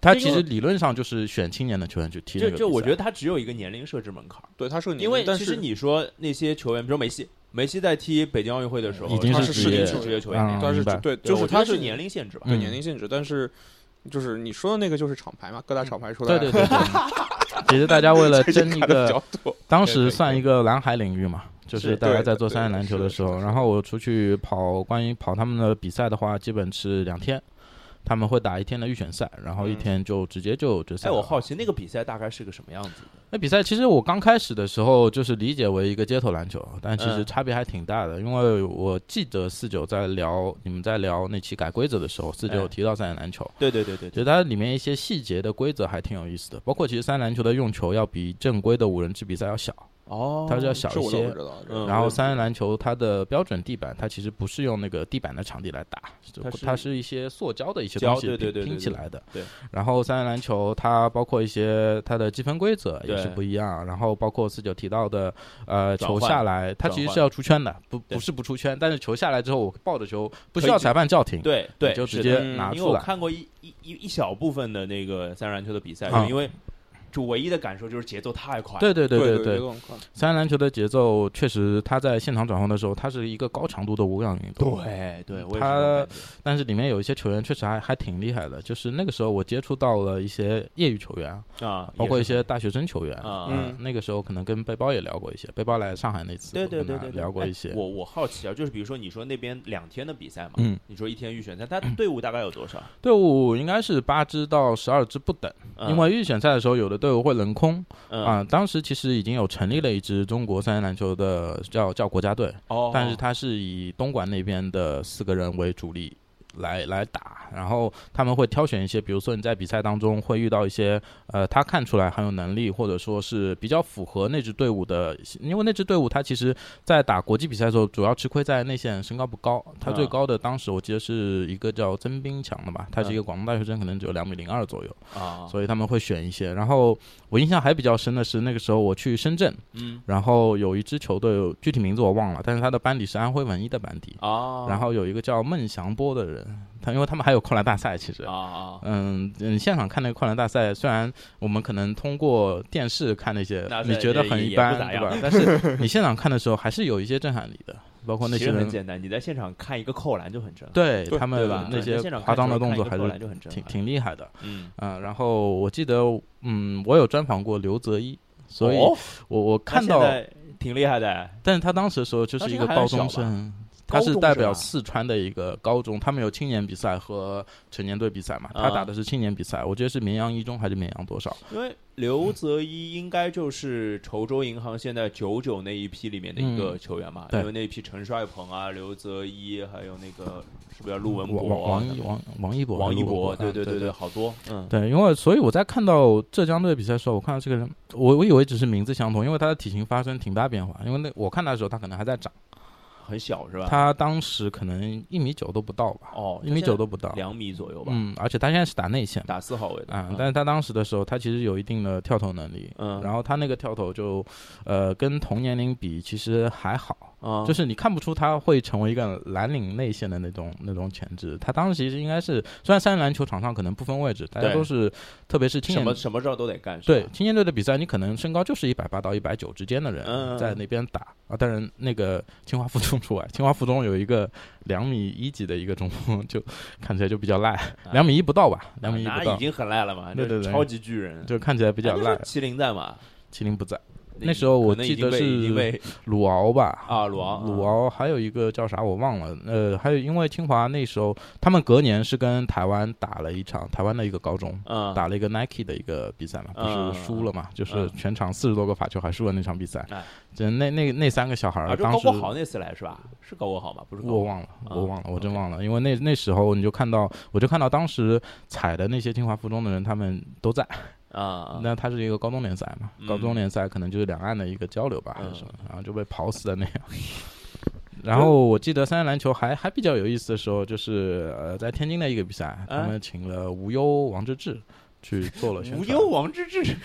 Speaker 2: 他其实理论上就是选青年的球员去踢
Speaker 1: 就
Speaker 2: 这个比赛。
Speaker 1: 就我觉得他只有一个年龄设置门槛儿，
Speaker 3: 对，他是你，
Speaker 1: 因为
Speaker 3: 嗯但
Speaker 1: 其
Speaker 3: 是
Speaker 1: 实你说那些球员，比如梅西，梅西在踢北京奥运会的时候，
Speaker 2: 已经
Speaker 1: 他
Speaker 3: 是
Speaker 1: 是
Speaker 3: 职业
Speaker 1: 是职业球员那
Speaker 2: 嗯
Speaker 1: 样，
Speaker 3: 但是
Speaker 2: 明白
Speaker 3: 对，
Speaker 1: 对
Speaker 3: 就
Speaker 1: 我
Speaker 3: 是
Speaker 1: 觉得
Speaker 3: 他
Speaker 1: 是
Speaker 3: 是
Speaker 1: 年龄限制吧。
Speaker 3: 对
Speaker 2: 嗯
Speaker 3: 年龄限制，但是就是你说的那个就是厂牌嘛，各大厂牌出
Speaker 2: 嗯
Speaker 3: 来
Speaker 2: 对 对对，对其实大家为了
Speaker 3: 这
Speaker 2: 争一
Speaker 3: 看的比
Speaker 2: 个，
Speaker 3: 较多，
Speaker 2: 当时算一个蓝海领域嘛，就是
Speaker 1: 是
Speaker 2: 大家
Speaker 3: 对
Speaker 2: 在
Speaker 3: 对
Speaker 2: 做
Speaker 3: 对
Speaker 2: 三人篮球的
Speaker 3: 是
Speaker 2: 时候，
Speaker 3: 是
Speaker 2: 然后我出去跑，关于跑他们的比赛的话，基本是两天，他们会打一天的预选赛，然后一
Speaker 3: 嗯
Speaker 2: 天就直接就决赛
Speaker 1: 哎，
Speaker 2: 了。
Speaker 1: 我好奇那个比赛大概是个什么样子的？
Speaker 2: 那比赛其实我刚开始的时候就是理解为一个街头篮球，但其实
Speaker 1: 嗯
Speaker 2: 差别还挺大的。因为我记得四九在聊你们在聊那期改规则的时候，四九有
Speaker 1: 哎
Speaker 2: 提到三人篮球，
Speaker 1: 对对对对
Speaker 2: 觉
Speaker 1: 对，
Speaker 2: 得它里面一些细节的规则还挺有意思的。包括其实三人篮球的用球要比正规的五人制比赛要小，
Speaker 1: 哦
Speaker 2: 它是要小
Speaker 3: 这
Speaker 2: 一
Speaker 3: 我都不
Speaker 2: 些
Speaker 3: 知。道。
Speaker 1: 嗯
Speaker 2: 然
Speaker 1: 我
Speaker 2: 后
Speaker 1: 也
Speaker 2: 三人篮球它的标准地板，它其实不是用那个地板的场地来打，
Speaker 1: 它是
Speaker 2: 它是一些塑胶的一些
Speaker 1: 胶
Speaker 2: 东西
Speaker 1: 对对对对
Speaker 2: 拼拼
Speaker 1: 对
Speaker 2: 起来的。
Speaker 1: 对。
Speaker 2: 然后三人篮球它包括一些它的积分规则也
Speaker 1: 对
Speaker 2: 是不一样，然后包括四九提到的呃
Speaker 1: 转
Speaker 2: 球
Speaker 1: 换
Speaker 2: 下来，它
Speaker 1: 转
Speaker 2: 其实是
Speaker 1: 换
Speaker 2: 要出圈的，不
Speaker 1: 对
Speaker 2: 不是不出圈，但是球下来之后我抱着球不需
Speaker 1: 可以
Speaker 2: 要
Speaker 1: 直
Speaker 2: 裁判叫停，
Speaker 1: 对
Speaker 2: 你
Speaker 1: 对，
Speaker 2: 就是直
Speaker 1: 的
Speaker 2: 接
Speaker 3: 嗯
Speaker 2: 拿
Speaker 1: 因为
Speaker 2: 出
Speaker 1: 我
Speaker 2: 来。
Speaker 1: 看过一一一一小部分的那个三人篮球的比赛，
Speaker 2: 啊
Speaker 1: 因为就唯一的感受就是节奏太快了。
Speaker 2: 对对对
Speaker 3: 对
Speaker 2: 对
Speaker 3: 节，奏很快
Speaker 2: 三人篮球的节奏确实，它在现场转换的时候，它是一个高强度的无氧运动。，
Speaker 1: 对对，我也是这种
Speaker 2: 他
Speaker 1: 感觉
Speaker 2: 但是里面有一些球员确实还还挺厉害的，就是那个时候我接触到了一些业余球员，
Speaker 1: 啊，
Speaker 2: 包括
Speaker 1: 也
Speaker 2: 一
Speaker 1: 是
Speaker 2: 些大学生球员。
Speaker 1: 啊
Speaker 3: 嗯
Speaker 2: 那个时候可能跟背包也聊过一些，背包来上海那次，
Speaker 1: 对对
Speaker 2: 我
Speaker 1: 对
Speaker 2: 跟他
Speaker 1: 对，对
Speaker 2: 聊过
Speaker 1: 哎
Speaker 2: 一些。
Speaker 1: 我我好奇啊，就是比如说你说那边两天的比赛嘛，
Speaker 2: 嗯，
Speaker 1: 你说一天预选赛，他队伍大概有多少？
Speaker 2: 队伍应该是八支到十二支不等，
Speaker 1: 嗯
Speaker 2: 因为预选赛的时候有的队伍会轮空
Speaker 1: 嗯
Speaker 2: 啊、当时其实已经有成立了一支中国三人篮球的叫叫国家队，
Speaker 1: 哦，
Speaker 2: 但是他是以东莞那边的四个人为主力来来打，然后他们会挑选一些，比如说你在比赛当中会遇到一些呃，他看出来很有能力，或者说是比较符合那支队伍的，因为那支队伍他其实在打国际比赛的时候，主要吃亏在内线身高不高，他最
Speaker 1: 啊
Speaker 2: 高的当时我记得是一个叫曾斌强的吧，他是一个广东大学生，可能只有两米零二左右，
Speaker 1: 啊，
Speaker 2: 所以他们会选一些。然后我印象还比较深的是那个时候我去深圳。
Speaker 1: 嗯
Speaker 2: 然后有一支球队，具体名字我忘了，但是他的班底是安徽文艺的班底。
Speaker 1: 啊，
Speaker 2: 然后有一个叫孟祥波的人，他因为他们还有扣篮大赛，其实，
Speaker 1: 啊啊，
Speaker 2: 嗯嗯，现场看那个扣篮大赛，虽然我们可能通过电视看那些
Speaker 1: 那，
Speaker 2: 你
Speaker 1: 是
Speaker 2: 觉得
Speaker 1: 也
Speaker 2: 很
Speaker 1: 也
Speaker 2: 一
Speaker 1: 不
Speaker 2: 般，
Speaker 1: 咋
Speaker 2: 对
Speaker 1: 样
Speaker 2: 吧？但 是你现场看的时候，还是有一些震撼力的，包括那
Speaker 1: 其
Speaker 2: 些
Speaker 1: 实很
Speaker 2: 人，
Speaker 1: 简单，你在现场看一个扣篮就很震撼，
Speaker 2: 对
Speaker 3: 对
Speaker 2: 他
Speaker 1: 对
Speaker 2: 们
Speaker 1: 吧？
Speaker 2: 那些
Speaker 1: 在现场看
Speaker 2: 夸张
Speaker 1: 球
Speaker 2: 的动
Speaker 1: 看一
Speaker 2: 作
Speaker 1: 个
Speaker 2: 还
Speaker 1: 扣
Speaker 2: 是
Speaker 1: 篮就很震
Speaker 2: 挺
Speaker 1: 撼，
Speaker 2: 挺厉害的。
Speaker 1: 嗯，
Speaker 2: 嗯，然后我记得，嗯，我有专访过刘泽一，所以
Speaker 1: 哦
Speaker 2: 我我
Speaker 1: 那
Speaker 2: 看
Speaker 1: 现
Speaker 2: 到
Speaker 1: 在挺厉害的，哎
Speaker 2: 但是他当时的时候就是一个高中
Speaker 1: 当时
Speaker 2: 生，
Speaker 1: 高
Speaker 2: 他
Speaker 1: 中
Speaker 2: 是
Speaker 1: 生啊
Speaker 2: 代表四川的一个高中，他们有青年比赛和成年队比赛嘛，
Speaker 1: 啊
Speaker 2: 他打的是青年比赛，我记得是绵阳一中还是绵阳多少？
Speaker 1: 因为刘泽一应该就是稠州银行现在九九那一批里面的一个球员嘛，
Speaker 2: 嗯对
Speaker 1: 因为那一批陈帅鹏啊、刘泽一，还有那个是不是叫陆文
Speaker 2: 王
Speaker 1: 博
Speaker 2: 王
Speaker 1: 啊、
Speaker 2: 王一王王一博，
Speaker 1: 王一博，
Speaker 2: 啊
Speaker 1: 对
Speaker 2: 对
Speaker 1: 对
Speaker 2: 对。
Speaker 1: 好多，嗯，
Speaker 2: 对，因为所以我在看到浙江队比赛的时候，我看到这个人，我我以为只是名字相同，因为他的体型发生挺大变化。因为那我看他的时候，他可能还在长，
Speaker 1: 很小 是吧？
Speaker 2: 他当时可能一米九都不到吧，
Speaker 1: 哦，
Speaker 2: 一米九都不到，
Speaker 1: 两米左右吧，
Speaker 2: 嗯，而且他现在是打内线嘛，
Speaker 1: 打四号位的
Speaker 2: 啊，但是他当时的时候，他其实有一定的跳投能力，
Speaker 1: 嗯
Speaker 2: 然后他那个跳投就，呃，跟同年龄比其实还好，
Speaker 1: 啊，
Speaker 2: 就是你看不出他会成为一个蓝领内线的那种那种潜质。他当时其实应该是，虽然三人篮球场上可能不分位置，大家
Speaker 1: 对
Speaker 2: 都是，特别是青
Speaker 1: 什么
Speaker 2: 年。
Speaker 1: 什么事儿都得干，是吧
Speaker 2: 对青年队的比赛，你可能身高就是一百八到一百九之间的人
Speaker 1: 嗯
Speaker 2: 在那边打啊。当然，那个清华附中除外，清 华附中有一个两米一几的一个中锋，就看起来就比较赖，两米一不到吧，两米一
Speaker 1: 啊
Speaker 2: 不
Speaker 1: 那已
Speaker 2: 到，
Speaker 1: 经啊很赖了嘛，
Speaker 2: 对对
Speaker 1: 这
Speaker 2: 对
Speaker 1: 超级巨人，
Speaker 2: 就看起来比
Speaker 1: 比
Speaker 2: 较赖。
Speaker 1: 麒麟在嘛，
Speaker 2: 麒麟不在，那时候我
Speaker 1: 可能已
Speaker 2: 记
Speaker 1: 经
Speaker 2: 得
Speaker 1: 被
Speaker 2: 是
Speaker 1: 已经被
Speaker 2: 鲁敖吧？
Speaker 1: 啊鲁昂
Speaker 2: 鲁敖还有一个叫啥我忘了。呃，还有因为清华那时候他们隔年是跟台湾打了一场，台湾的一个高中。
Speaker 1: 嗯
Speaker 2: 打了一个 Nike 的一个比赛嘛，
Speaker 1: 嗯
Speaker 2: 不是输了嘛，就是
Speaker 1: 嗯
Speaker 2: 全场四十多个罚球还输了那场比赛
Speaker 1: 哎。
Speaker 2: 就那那那三个小孩
Speaker 1: 啊，
Speaker 2: 儿
Speaker 1: 就
Speaker 2: 当
Speaker 1: 高
Speaker 2: 时
Speaker 1: 国豪那次来是吧？是高国豪吗？不是高
Speaker 2: 我
Speaker 1: 国豪
Speaker 2: 忘了，
Speaker 1: 啊
Speaker 2: 我忘了，我真
Speaker 1: OK
Speaker 2: 忘了，因为那那时候你就看到，我就看到当时踩的那些清华附中的人，他们都在。
Speaker 1: 啊，
Speaker 2: 那它是一个高中联赛嘛，高中
Speaker 1: 嗯
Speaker 2: 联赛可能就是两岸的一个交流吧，还是
Speaker 1: 嗯
Speaker 2: 什么，然后就被刨死 的那样。然后我记得三人篮球还还比较有意思的时候，就是呃，在天津的一个比赛，他
Speaker 1: 啊
Speaker 2: 们请了无忧、王治郅去做了宣
Speaker 1: 无
Speaker 2: 传
Speaker 1: 忧。王治郅，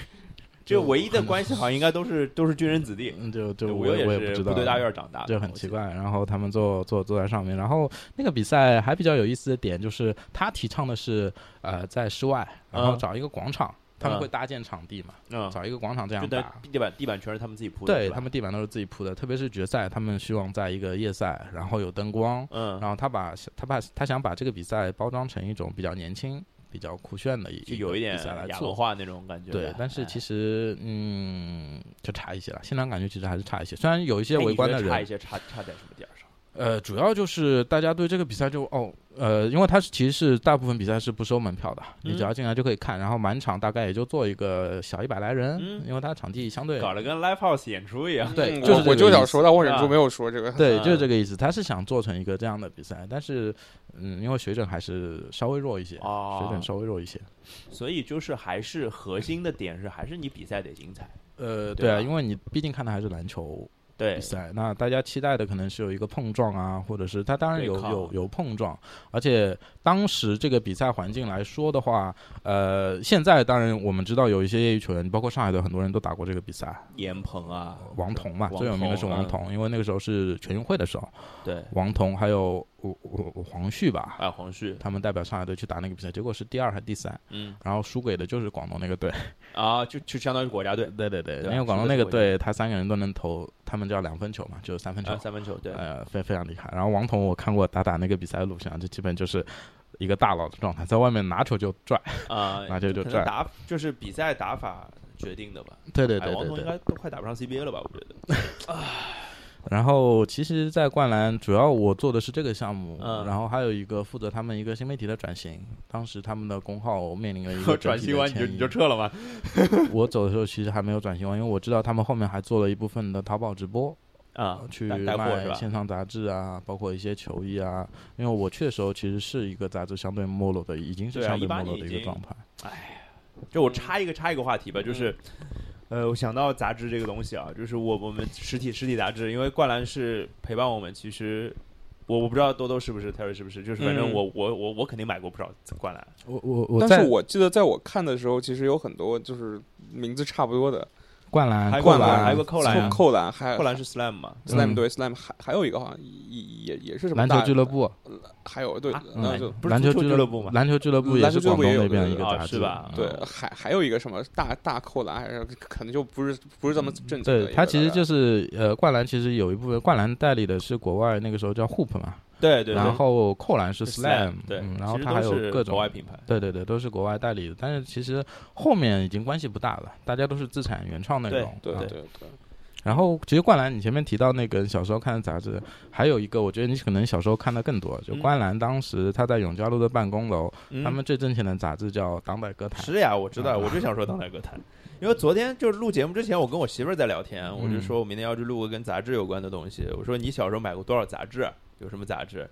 Speaker 1: 就唯一的关系好像应该都是都是军人子弟。
Speaker 2: 嗯，就
Speaker 1: 对
Speaker 2: 就
Speaker 1: 我
Speaker 2: 我也我也不
Speaker 1: 是
Speaker 2: 知
Speaker 1: 部
Speaker 2: 道，
Speaker 1: 队大院长大的，
Speaker 2: 就很奇
Speaker 1: 我
Speaker 2: 怪。然后他们坐坐坐在上面，然后那个比赛还比较有意思的点就是，他提倡的是呃在室外，然后
Speaker 1: 嗯
Speaker 2: 找一个广场，他们
Speaker 1: 嗯
Speaker 2: 会搭建场地嘛，
Speaker 1: 记得，嗯，
Speaker 2: 找一个广场
Speaker 1: 就
Speaker 2: 这样
Speaker 1: 等
Speaker 2: 打。
Speaker 1: 地板地板全是他们自己铺的，
Speaker 2: 对
Speaker 1: 是吧
Speaker 2: 他，们地板都是自己铺的，特别是决赛，他们希望在一个夜赛，然后有灯光，
Speaker 1: 嗯，
Speaker 2: 然后他把他把他想把这个比赛包装成一种比较年轻、比较酷炫的一
Speaker 1: 就有一
Speaker 2: 一个
Speaker 1: 点
Speaker 2: 比赛来
Speaker 1: 亚文
Speaker 2: 做。
Speaker 1: 化那种感觉。哎
Speaker 2: 对，但是其实嗯，就差一些了。现场感觉其实还是差一些，虽然有一
Speaker 1: 这
Speaker 2: 些围观的人
Speaker 1: 差一些差差在什么点儿上？
Speaker 2: 呃，主要就是大家对这个比赛就哦，呃，因为它是其实是大部分比赛是不收门票的，你只
Speaker 1: 嗯
Speaker 2: 要进来就可以看，然后满场大概也就坐一个小一百来人，
Speaker 1: 嗯
Speaker 2: 因为它场地相对
Speaker 1: 搞得跟 live house 演出一样。
Speaker 2: 对
Speaker 3: 嗯，
Speaker 2: 就是
Speaker 3: 我我
Speaker 2: 这
Speaker 3: 就
Speaker 2: 个意
Speaker 3: 想
Speaker 2: 思
Speaker 3: 说，但我忍
Speaker 1: 啊
Speaker 3: 住没有说这个。
Speaker 2: 对，就是
Speaker 1: 嗯
Speaker 2: 这个意思。他是想做成一个这样的比赛，但是嗯，因为水准还是稍微弱一些，水
Speaker 1: 哦
Speaker 2: 准，稍微弱一些。
Speaker 1: 所以就是还是核心的点是，还是你比赛得精彩。
Speaker 2: 呃，
Speaker 1: 对
Speaker 2: 对啊，
Speaker 1: 吧
Speaker 2: 因为你毕竟看的还是篮球
Speaker 1: 对
Speaker 2: 比，赛，那大家期待的可能是有一个碰撞啊，或者是它当然
Speaker 1: 对
Speaker 2: 有
Speaker 1: 抗
Speaker 2: 有有碰撞，而且当时这个比赛环境来说的话，呃，现在当然我们知道有一些业余球员，包括上海的很多人都打过这个比赛，
Speaker 1: 严鹏啊，
Speaker 2: 王彤嘛，
Speaker 1: 王
Speaker 2: 最有名的是
Speaker 1: 彤
Speaker 2: 王
Speaker 1: 嗯
Speaker 2: 彤，因为那个时候是全运会的时候，
Speaker 1: 对，
Speaker 2: 王彤还有我我我黄旭吧。
Speaker 1: 哎，黄旭，
Speaker 2: 他们代表上海队去打那个比赛，结果是第二还是第三，
Speaker 1: 嗯
Speaker 2: 然后输给的就是广东那个队。
Speaker 1: 啊，就就相当于国家队
Speaker 2: 对对对，
Speaker 1: 对吧
Speaker 2: 因为广
Speaker 1: 输
Speaker 2: 东
Speaker 1: 给
Speaker 2: 那个
Speaker 1: 中国队
Speaker 2: 队，他三个人都能投，他们叫两分球嘛，就是三分球
Speaker 1: 啊，。三分球，对，
Speaker 2: 呃，非非常厉害。然后王彤，我看过打打那个比赛的录像，就基本就是一个大佬的状态，在外面拿球就拽。
Speaker 1: 啊，
Speaker 2: 那这就
Speaker 1: 可能
Speaker 2: 赚
Speaker 1: 打就是比赛打法决定的吧。
Speaker 2: 对对
Speaker 1: 哎
Speaker 2: 对
Speaker 1: 王
Speaker 2: 对
Speaker 1: 彤应
Speaker 2: 对。
Speaker 1: 该都快打不上 CBA 了吧？我觉得。
Speaker 2: 然后其实，在灌篮主要我做的是这个项目，
Speaker 1: 嗯
Speaker 2: 然后还有一个负责他们一个新媒体的转型。当时他们的公号面临了一个整
Speaker 1: 转
Speaker 2: 体
Speaker 1: 型
Speaker 2: 的
Speaker 1: 完你就
Speaker 2: 迁
Speaker 1: 你
Speaker 2: 移
Speaker 1: 就撤了吗？
Speaker 2: 我走的时候其实还没有转型完，因为我知道他们后面还做了一部分的淘宝直播，
Speaker 1: 啊，
Speaker 2: 去
Speaker 1: 带带货是
Speaker 2: 卖
Speaker 1: 吧？
Speaker 2: 线上杂志啊，包括一些球衣啊。因为我去的时候其实是一个杂志相对没落的，已经是
Speaker 1: 对啊
Speaker 2: 相对
Speaker 1: 18
Speaker 2: 没落
Speaker 1: 年
Speaker 2: 的
Speaker 1: 已
Speaker 2: 一
Speaker 1: 经
Speaker 2: 个状态。
Speaker 1: 就我插一个插一个话题吧，就是，
Speaker 2: 嗯
Speaker 1: 呃，我想到杂志这个东西啊，就是我我们实体实体杂志，因为灌篮是陪伴我们，其实我我不知道多多是不是，Terry 是不是，就是反正
Speaker 3: 嗯
Speaker 1: 我、我我我肯定买过不少灌篮，
Speaker 2: 我我我
Speaker 3: 但
Speaker 2: 在
Speaker 3: 是我记得在我看的时候，其实有很多就是名字差不多的，
Speaker 2: 灌篮
Speaker 1: 还有
Speaker 2: 灌
Speaker 1: 灌
Speaker 2: 篮
Speaker 1: 篮还有个扣篮啊
Speaker 2: 嗯
Speaker 3: 扣篮还
Speaker 1: 灌篮是 slam 嘛，
Speaker 3: slam
Speaker 2: 嗯
Speaker 3: 对 slam 还还有一个好像也也也是什么
Speaker 2: 篮球
Speaker 3: 大
Speaker 2: 俱乐，部，
Speaker 3: 还有对
Speaker 1: 啊，
Speaker 3: 那就
Speaker 1: 不是
Speaker 2: 篮球
Speaker 1: 足球
Speaker 2: 俱
Speaker 1: 俱乐部吗
Speaker 2: 篮球俱乐部也
Speaker 3: 篮球
Speaker 2: 是
Speaker 3: 俱乐
Speaker 2: 广
Speaker 3: 部
Speaker 2: 东
Speaker 3: 也有
Speaker 2: 那边一
Speaker 1: 对
Speaker 2: 个
Speaker 1: 对
Speaker 2: 杂
Speaker 1: 啊
Speaker 2: 志，
Speaker 1: 是吧
Speaker 2: 嗯
Speaker 3: 对，还还有一个什么大大扣篮，还是可能就不是不是这么正经的一个。
Speaker 2: 对，它其实就是是呃，灌篮其实有一部分灌篮代理的是国外那个时候叫 Hoop 嘛，
Speaker 1: 对对对，
Speaker 2: 然后扣篮是
Speaker 1: 是 slam，
Speaker 2: Slam，
Speaker 1: 对，
Speaker 2: 嗯然后
Speaker 1: 其实
Speaker 2: 它还
Speaker 1: 都
Speaker 2: 有
Speaker 1: 是
Speaker 2: 各
Speaker 1: 国
Speaker 2: 种
Speaker 1: 外品牌，
Speaker 2: 对对对，都是国外代理的，但是其实后面已经关系不大了，大家都是自产原创内
Speaker 1: 对
Speaker 2: 容。
Speaker 3: 对
Speaker 2: 啊
Speaker 3: 对对，
Speaker 2: 然后其实灌篮，你前面提到那个小时候看的杂志，还有一个我觉得你可能小时候看的更多，就
Speaker 1: 嗯
Speaker 2: 灌篮当时他在永嘉路的办公楼，
Speaker 1: 嗯
Speaker 2: 他们最挣钱的杂志叫《当代歌坛》。
Speaker 1: 是呀，我知道，
Speaker 2: 啊
Speaker 1: 我就想说当代歌坛，因为昨天就是录节目之前，我跟我媳妇儿在聊天，我就
Speaker 2: 嗯
Speaker 1: 说我明天要去录个跟杂志有关的东西，我说你小时候买过多少杂志，有什么杂志？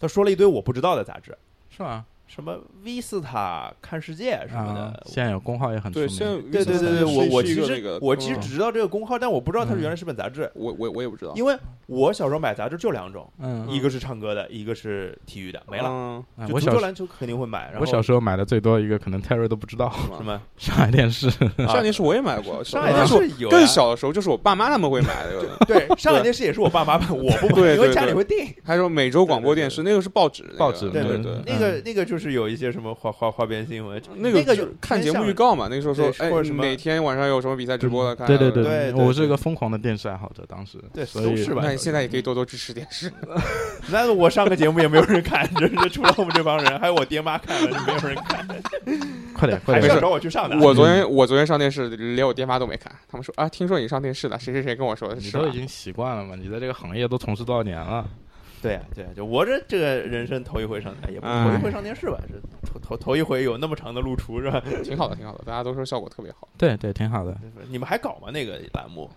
Speaker 1: 她说了一堆我不知道的杂志，
Speaker 2: 是吗？
Speaker 1: 什么《Vista》、《看世界》什么
Speaker 2: 啊
Speaker 1: 的，。
Speaker 2: 现在有公号也很出
Speaker 3: 对，现在
Speaker 2: 名。
Speaker 1: 对对对对，我我其
Speaker 3: 是一个那
Speaker 1: 实
Speaker 3: 个
Speaker 1: 我其实
Speaker 3: 嗯
Speaker 1: 只知道这个公号，但我不知道它是
Speaker 2: 嗯
Speaker 1: 原来是本杂志，
Speaker 3: 我我我也不知道，
Speaker 1: 因为我小时候买杂志就两种，
Speaker 2: 嗯，
Speaker 1: 一个是唱歌的，一个是体育的，没了。
Speaker 3: 了，
Speaker 2: 哎
Speaker 1: 就
Speaker 2: 我
Speaker 1: 足
Speaker 2: 小
Speaker 1: 球、
Speaker 2: 时
Speaker 1: 篮球肯定会买，然后
Speaker 2: 我小时候买的最多一个，可能 Terry 都不知道，
Speaker 1: 什么啊
Speaker 2: 上海电视。
Speaker 3: 上海电视我也买
Speaker 2: 啊
Speaker 3: 过，
Speaker 1: 上海
Speaker 3: 但
Speaker 1: 电
Speaker 3: 是我
Speaker 1: 视有
Speaker 3: 更
Speaker 1: 呀
Speaker 3: 小的时候就是我爸妈他们会买的，
Speaker 1: 对，上海电视也是我爸妈办，我不买，
Speaker 3: 对
Speaker 1: 因为
Speaker 3: 对
Speaker 1: 家里
Speaker 3: 对
Speaker 1: 会订。
Speaker 3: 还有每周广播电视，那个是报纸，那个
Speaker 2: 报纸嗯
Speaker 3: 对
Speaker 1: 对
Speaker 3: 对
Speaker 2: 对
Speaker 3: 对。
Speaker 1: 那个那个就是有一些什么花花花边新闻，
Speaker 3: 那
Speaker 1: 个
Speaker 3: 个
Speaker 1: 就
Speaker 3: 就看
Speaker 1: 偏
Speaker 3: 节目
Speaker 1: 向
Speaker 3: 预告嘛，那个时候说
Speaker 1: 对，
Speaker 3: 哎
Speaker 1: 或者什，么
Speaker 3: 哪天晚上有什么比赛直播了，看。
Speaker 2: 对对
Speaker 1: 对对对
Speaker 2: 我是一个疯狂的电视爱好者，当时。
Speaker 1: 对
Speaker 2: 所
Speaker 1: 都
Speaker 2: 以
Speaker 1: 是吧
Speaker 3: 那你现在也可以多多支持电 视。
Speaker 1: 那个我上个节目也没有人看， 就是除了我们这帮人，还有我爹妈看了，没有人看，
Speaker 2: 快 点快
Speaker 1: 还是
Speaker 2: 点
Speaker 1: 要，找我去
Speaker 2: 嗯
Speaker 1: 上的。
Speaker 3: 我昨天我昨天上电视，连我爹妈都没看。他们说啊，听说你上电视了，谁谁谁跟我说的，
Speaker 2: 你
Speaker 3: 是
Speaker 2: 都
Speaker 3: 吧
Speaker 2: 已？经习惯了嘛？你在这个行业都从事多少年了？
Speaker 1: 对啊对啊，就我这这个人生头一回上，哎也不是
Speaker 3: 哎
Speaker 1: 头一回上电视吧，是头头头一回有那么长的露出是吧？
Speaker 3: 挺好的，挺好的，大家都说效果特别好。
Speaker 2: 对对，挺好的。
Speaker 1: 你们还搞吗那个栏目？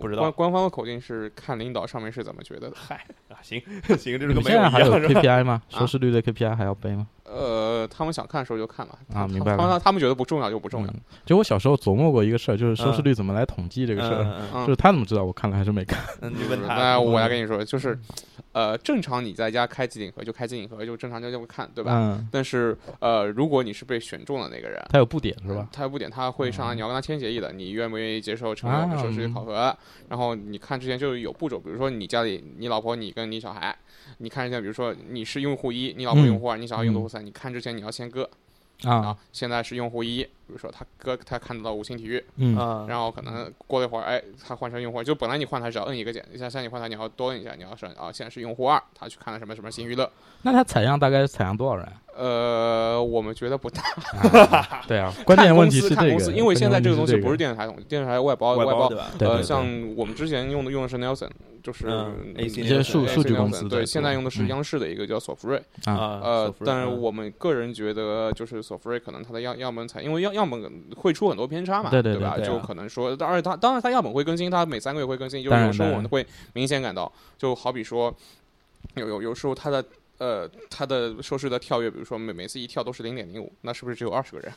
Speaker 1: 不知道
Speaker 3: 官官方的口径是看领导上面是怎么觉得的。
Speaker 1: 嗨啊，行 行，这
Speaker 2: 你
Speaker 1: 个
Speaker 2: 们
Speaker 1: 没
Speaker 2: 现在
Speaker 1: 一
Speaker 2: 还有
Speaker 1: 样是吧？
Speaker 2: KPI 吗？
Speaker 3: 啊
Speaker 2: 收视率的 KPI 还要背吗？
Speaker 3: 呃，他们想看的时候就看吧。
Speaker 2: 啊
Speaker 3: 他
Speaker 2: 明白了
Speaker 3: 他们他们觉得不重要就不重要。
Speaker 2: 嗯就我小时候琢磨过一个事儿，就是收视率怎么来统计这
Speaker 1: 嗯
Speaker 2: 个事儿，
Speaker 1: 嗯嗯
Speaker 3: 嗯
Speaker 2: 就是他怎么知道我看了还是没看？
Speaker 1: 嗯，你问
Speaker 3: 那
Speaker 1: 他，
Speaker 3: 我来跟你说，就是，
Speaker 2: 嗯
Speaker 3: 呃，正常你在家开机顶盒就开机顶盒，就正常就这么看，对吧？
Speaker 2: 嗯，
Speaker 3: 但是呃，如果你是被选中的那个人，
Speaker 2: 他有不点是吧？
Speaker 3: 他有不点，他会上来，
Speaker 2: 嗯
Speaker 3: 你要跟他签协议的，你愿不愿意接受成为我们
Speaker 2: 啊
Speaker 3: 收视率
Speaker 2: 嗯
Speaker 3: 考核？然后你看之前就是有步骤，比如说你家里你老婆你跟你小孩，你看之前，比如说你是用户一，你老婆
Speaker 2: 嗯
Speaker 3: 用户二，你小孩用户
Speaker 2: 嗯
Speaker 3: 三，你看之前你要先割
Speaker 2: 啊
Speaker 3: 啊，，现在是用户一，比如说他割他看到了五星体育，
Speaker 2: 嗯
Speaker 1: 啊，
Speaker 3: 然后可能过了一会儿，哎，他换成用户二，就本来你换他只要摁一个键，现在你换他你要多摁一下，你要是啊，现在是用户二，他去看了什么什么新娱乐，
Speaker 2: 那他采样大概是采样多少人？
Speaker 3: 呃，我们觉得不大。
Speaker 2: 啊对啊，关键问题是
Speaker 3: 看公司看
Speaker 2: 这
Speaker 3: 公
Speaker 2: 个
Speaker 3: 司，因为现在
Speaker 2: 关
Speaker 3: 这
Speaker 2: 键
Speaker 3: 个东
Speaker 2: 问
Speaker 3: 西
Speaker 2: 题
Speaker 3: 不是电视台统计，电视台外包
Speaker 1: 外
Speaker 3: 包
Speaker 1: 对。吧？
Speaker 2: 对对
Speaker 3: 呃，
Speaker 2: 对
Speaker 3: 像我们之前用的用的是 Nelson，就是
Speaker 1: 嗯
Speaker 3: 嗯
Speaker 1: AC
Speaker 2: 一些数
Speaker 3: AC
Speaker 2: 数据
Speaker 3: Nelson，
Speaker 2: 公司在
Speaker 3: 对，
Speaker 2: 做
Speaker 3: 现在用的是
Speaker 2: 嗯
Speaker 3: 央视的一个叫索福瑞，
Speaker 2: 啊，
Speaker 1: 啊
Speaker 3: 呃，但是
Speaker 1: 嗯
Speaker 3: 我们个人觉得就是索福瑞可能它的样样本采，因为样样本会出很多偏差嘛，
Speaker 2: 对对
Speaker 3: 对
Speaker 2: 对
Speaker 3: 吧？
Speaker 1: 对啊
Speaker 3: 就可能说，当然它当然它样本会更新，它每三个月会更新，就
Speaker 2: 当
Speaker 3: 是
Speaker 2: 然
Speaker 3: 有时候
Speaker 2: 当然
Speaker 3: 我们会明显感到，就好比说有有有时候它的。呃，它的收视的跳跃，比如说每每次一跳都是零点零五，那是不是只有二十个人？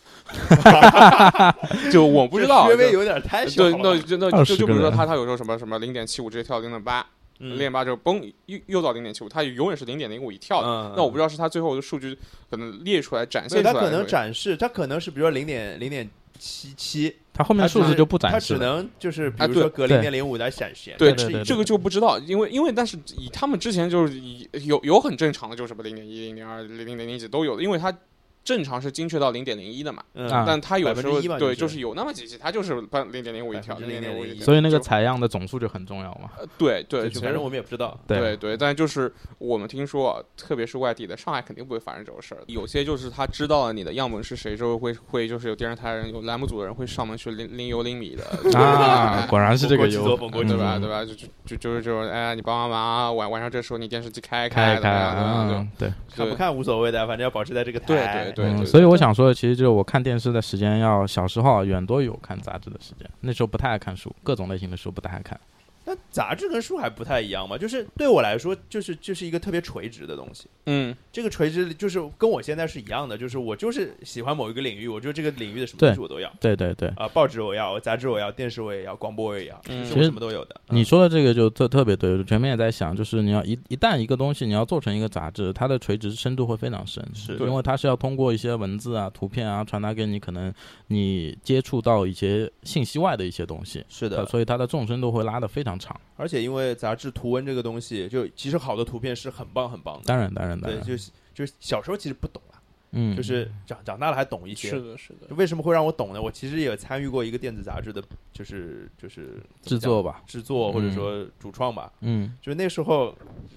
Speaker 3: 啊 就我不知道，啊
Speaker 1: 略
Speaker 3: 就
Speaker 1: 微有点太小
Speaker 3: 对，那
Speaker 1: 了，
Speaker 3: 就那
Speaker 2: 20
Speaker 3: 就就比如
Speaker 2: 个
Speaker 3: 说
Speaker 2: 人嗯
Speaker 3: 他他有时候什么什么零点七五直接跳零点八，
Speaker 1: 嗯
Speaker 3: 零点八就嘣又又到零点七五，他永远是零点零五一跳的。
Speaker 1: 嗯
Speaker 3: 那我不知道是他最后的数据可能列出来展
Speaker 1: 所
Speaker 3: 现
Speaker 1: 以
Speaker 3: 出来
Speaker 1: 他
Speaker 3: 的，
Speaker 1: 可能展示，他可能是比如说零点零点七七，
Speaker 2: 他后面数字就不展
Speaker 1: 他
Speaker 2: 示
Speaker 1: 只
Speaker 2: 了。
Speaker 1: 能就是比
Speaker 3: 啊
Speaker 1: 如说
Speaker 3: 对
Speaker 1: 隔零
Speaker 2: 对
Speaker 1: 点零五来显示，
Speaker 3: 对
Speaker 2: 对对
Speaker 3: 这这个就不知道，因为因为但是以他们之前就是以有有很正常的，就是什么零点一、零点二、零零零几都有的，因为它正常是精确到零点零一的嘛，
Speaker 2: 啊
Speaker 1: 嗯，
Speaker 3: 但它有时候
Speaker 1: 1%吧
Speaker 3: 对
Speaker 1: 就
Speaker 3: 就是是有那么几期，它就是办零点零五一条，零点五一
Speaker 1: 0.01
Speaker 3: 条，
Speaker 2: 所以那个
Speaker 3: 就
Speaker 2: 采样的总数就很重要嘛。
Speaker 3: 呃对对，
Speaker 1: 就
Speaker 3: 其
Speaker 1: 反
Speaker 3: 实
Speaker 1: 正我们也不知道，
Speaker 3: 对对，但就是我们听说，啊特别是外地的，上海肯定不会发生这种事儿。有些就是他知道了你的样本是谁之后，会会就是有电视台人、有栏目组的人会上门去拎拎油拎米的
Speaker 2: 啊，果然是这个
Speaker 1: 国际作
Speaker 2: 油
Speaker 1: 风，国际
Speaker 3: 对吧？
Speaker 2: 嗯
Speaker 3: 对？吧？就就就就是这种，哎，你帮帮忙啊！晚晚上这时候你电视机开
Speaker 2: 开开
Speaker 3: 开的，
Speaker 2: 啊，对，
Speaker 1: 看
Speaker 3: 对
Speaker 1: 不
Speaker 3: 对
Speaker 1: 看无所谓的，反正要保持在这个台，
Speaker 3: 对对对
Speaker 2: 嗯，
Speaker 3: 对
Speaker 2: 所以我想说的，其实就是我看电视的时间要小时候啊远多于我看杂志的时间。那时候不太爱看书，各种类型的书不太爱看。
Speaker 1: 那杂志跟书还不太一样嘛，就是对我来说，就是就是一个特别垂直的东西。
Speaker 3: 嗯，
Speaker 1: 这个垂直就是跟我现在是一样的，就是我就是喜欢某一个领域，我就这个领域的什么
Speaker 2: 对
Speaker 1: 东西我都要
Speaker 2: 对对对，
Speaker 1: 啊，报纸我要，杂志我要，电视我也要，广播我也要，
Speaker 3: 嗯
Speaker 1: 就是
Speaker 2: 其
Speaker 1: 我
Speaker 2: 实
Speaker 1: 什么都有的。
Speaker 2: 你说的这个就特特别对，全面也在想，就是你要一一旦一个东西你要做成一个杂志，它的垂直深度会非常深，
Speaker 1: 是
Speaker 2: 因为它是要通过一些文字啊、图片啊传达给你可能你接触到一些信息外的一些东西，
Speaker 1: 是
Speaker 2: 呃所以它的纵深度会拉得非常长。
Speaker 1: 而且因为杂志图文这个东西，就其实好的图片是很棒很棒的。
Speaker 2: 当然，当然，当
Speaker 1: 对，
Speaker 2: 然，
Speaker 1: 就是就是小时候其实不懂啊，
Speaker 2: 嗯，
Speaker 1: 就是长长大了还懂一些。
Speaker 3: 的，是的
Speaker 1: 就为什么会让我懂呢？我其实也参与过一个电子杂志的，就是就是怎
Speaker 2: 制
Speaker 1: 么讲
Speaker 2: 作吧，
Speaker 1: 制作或者
Speaker 2: 嗯
Speaker 1: 说主创吧。
Speaker 2: 嗯，
Speaker 1: 就是那时候，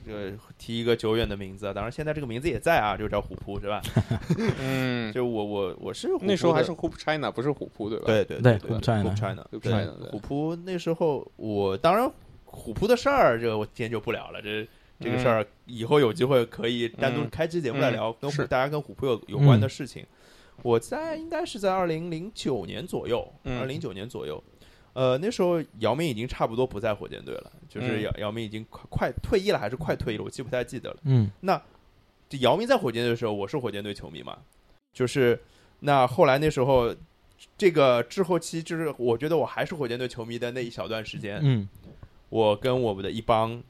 Speaker 1: 呃，提一个久远的名字啊，当然现在这个名字也在啊，就叫虎扑是吧？
Speaker 3: 嗯，
Speaker 1: 就我我我是虎扑的
Speaker 3: 那时候还是 Hoop China，不是虎扑，对吧？
Speaker 1: 对对对
Speaker 2: 对虎扑 China
Speaker 1: 虎 China
Speaker 3: 虎扑
Speaker 1: 对
Speaker 3: China，对
Speaker 1: 虎扑那时候我当然虎扑的事儿，这个我研究不了了，这这个事儿以后有机会可以单独
Speaker 3: 嗯
Speaker 1: 开期节目来聊跟虎
Speaker 3: 是
Speaker 1: 大家跟虎扑有有关的事情。我在应该是在二零零九年左右，二
Speaker 3: 嗯
Speaker 1: 零九年左右。呃，那时候姚明已经差不多不在火箭队了，就是
Speaker 3: 嗯
Speaker 1: 姚姚明已经快快退役了，还是快退役了，我记不太记得了。
Speaker 2: 嗯，
Speaker 1: 就姚明在火箭队的时候，我是火箭队球迷嘛，就是那后来那时候，这个滞后期就是我觉得我还是火箭队球迷的那一小段时间，
Speaker 2: 嗯，
Speaker 1: 我跟我们的一帮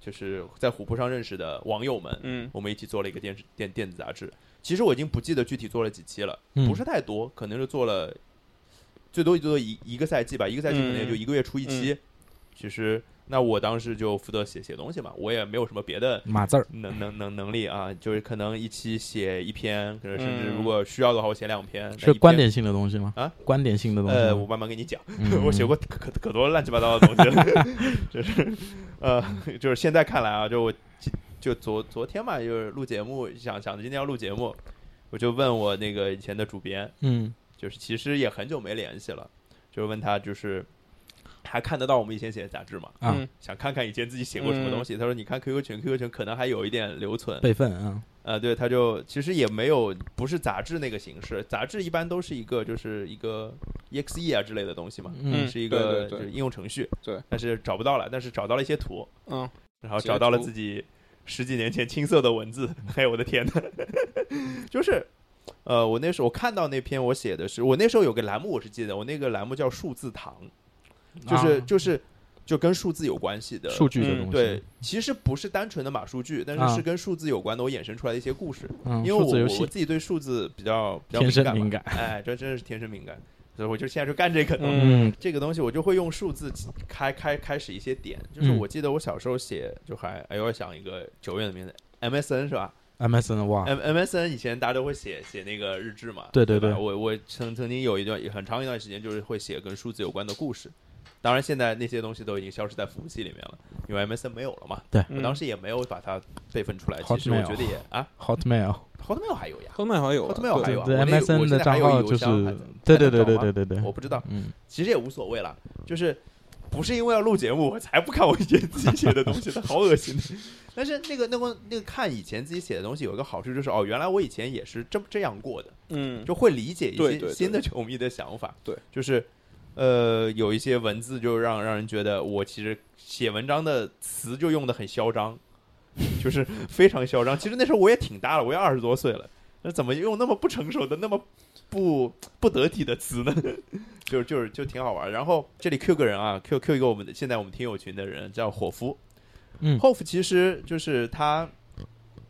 Speaker 1: 就是在虎扑上认识的网友们，
Speaker 3: 嗯，
Speaker 1: 我们一起做了一个电视电电子杂志。其实我已经不记得具体做了几期了，
Speaker 2: 嗯
Speaker 1: 不是太多，可能是做了最多最多一一个赛季吧，一个赛季可能也
Speaker 2: 嗯
Speaker 1: 就一个月出一期。其实那我当时就负责写写东西嘛，我也没有什么别的
Speaker 2: 码字儿，
Speaker 1: 能能能能力啊，就是可能一期写一篇，可能甚至
Speaker 3: 嗯
Speaker 1: 如果需要的话，我写两篇。那一
Speaker 2: 是
Speaker 1: 篇
Speaker 2: 观。点性的东西吗？
Speaker 1: 啊，
Speaker 2: 观点性的东西吗。
Speaker 1: 呃，我慢慢跟你讲，
Speaker 2: 嗯
Speaker 1: 我写过可可可多乱七八糟的东西了， 就是呃，就是现在看来啊，就我今就昨昨天嘛，就是录节目，想想着今天要录节目，我就问我那个以前的主编，
Speaker 2: 嗯
Speaker 1: 就是其实也很久没联系了，就问他就是还看得到我们以前写的杂志吗？
Speaker 2: 啊
Speaker 3: 嗯
Speaker 1: 想看看以前自己写过什么东西。他说：“你看 QQ 群，QQ 群可能还有一点留存，
Speaker 2: 备份啊，
Speaker 1: 呃，对，他就其实也没有不是杂志那个形式，杂志一般都是一个就是一个 EXE 啊之类的东西嘛，
Speaker 2: 嗯
Speaker 1: 是一个
Speaker 3: 对对对
Speaker 1: 就是应用程序，
Speaker 3: 对
Speaker 1: 但是找不到了，但是找到了一些图，
Speaker 3: 嗯
Speaker 1: 然后
Speaker 3: 截
Speaker 1: 找到了
Speaker 3: 图
Speaker 1: 自己十几年前青涩的文字， 嘿，我的天呐，就是。呃，我那时候我看到那篇，我写的是我那时候有个栏目，我是记得，我那个栏目叫数字堂，就是、
Speaker 2: 啊
Speaker 1: 就是就跟数字有关系的
Speaker 2: 数据这
Speaker 3: 嗯
Speaker 2: 东西，
Speaker 1: 呃对，其实不是单纯的码数据，但
Speaker 2: 啊
Speaker 1: 是是跟数字有关的，我衍生出来的一些故事。
Speaker 2: 嗯，
Speaker 1: 因为
Speaker 2: 数字
Speaker 1: 我
Speaker 2: 游
Speaker 1: 我我
Speaker 2: 戏
Speaker 1: 自己对数字比较比较
Speaker 2: 天生
Speaker 1: 感嘛
Speaker 2: 敏感，
Speaker 1: 哎，这真的是天生敏感，所以我就现在就干这个的。
Speaker 3: 嗯
Speaker 2: 嗯
Speaker 1: 这个东西我就会用数字开开开始一些点，就是
Speaker 2: 嗯
Speaker 1: 我记得我小时候写就还哎呦我想一个久远的名字，MSN 是吧
Speaker 2: ，MSN 哇，
Speaker 1: ？M MSN 以前大家都会写写那个日志嘛，
Speaker 2: 啊对
Speaker 1: 对
Speaker 2: 对
Speaker 1: 吧
Speaker 2: 对
Speaker 1: 我我曾曾经有一段很长一段时间就是会写跟数字有关的故事，当然现在那些东西都已经消失在服务器里面了，因为 MSN 没有了嘛，
Speaker 3: 嗯
Speaker 1: 我当时也没有把它备份出来，其实我
Speaker 2: Hotmail
Speaker 1: 觉得也啊
Speaker 2: Hotmail，
Speaker 1: ，Hotmail 还有呀，
Speaker 3: 后面还有啊，
Speaker 1: Hotmail 还
Speaker 3: 对
Speaker 1: 有啊
Speaker 2: 对
Speaker 1: 我那个我
Speaker 2: MSN
Speaker 1: 现在
Speaker 2: 的
Speaker 1: 还
Speaker 2: 账
Speaker 1: 有
Speaker 2: 号
Speaker 1: 邮
Speaker 2: 就
Speaker 1: 箱还
Speaker 2: 是
Speaker 1: 在，
Speaker 2: 对
Speaker 1: 还
Speaker 2: 对
Speaker 1: 在
Speaker 2: 对对
Speaker 1: 找吗
Speaker 2: 对对对，
Speaker 1: 我不知道，
Speaker 2: 嗯，
Speaker 1: 其实也无所谓啦，就是不是因为要录节目，我才不看我以前自己写的东西的，好恶心的。 但是那个那个那个看以前自己写的东西有一个好处就是哦，原来我以前也是这这样过的，
Speaker 3: 嗯，
Speaker 1: 就会理解一些
Speaker 3: 对对对
Speaker 1: 新的球迷的想法。
Speaker 3: 对
Speaker 1: 就是呃，有一些文字就让让人觉得我其实写文章的词就用的很嚣张，就是非常嚣张。其实那时候我也挺大了，我也二十多岁了，那怎么用那么不成熟的、那么不不得体的词呢？ 就就是就挺好玩儿。然后这里 Q 个人啊，Q Q 一个我们的现在我们听友群的人叫火夫，
Speaker 2: 嗯
Speaker 1: 霍夫其实就是他，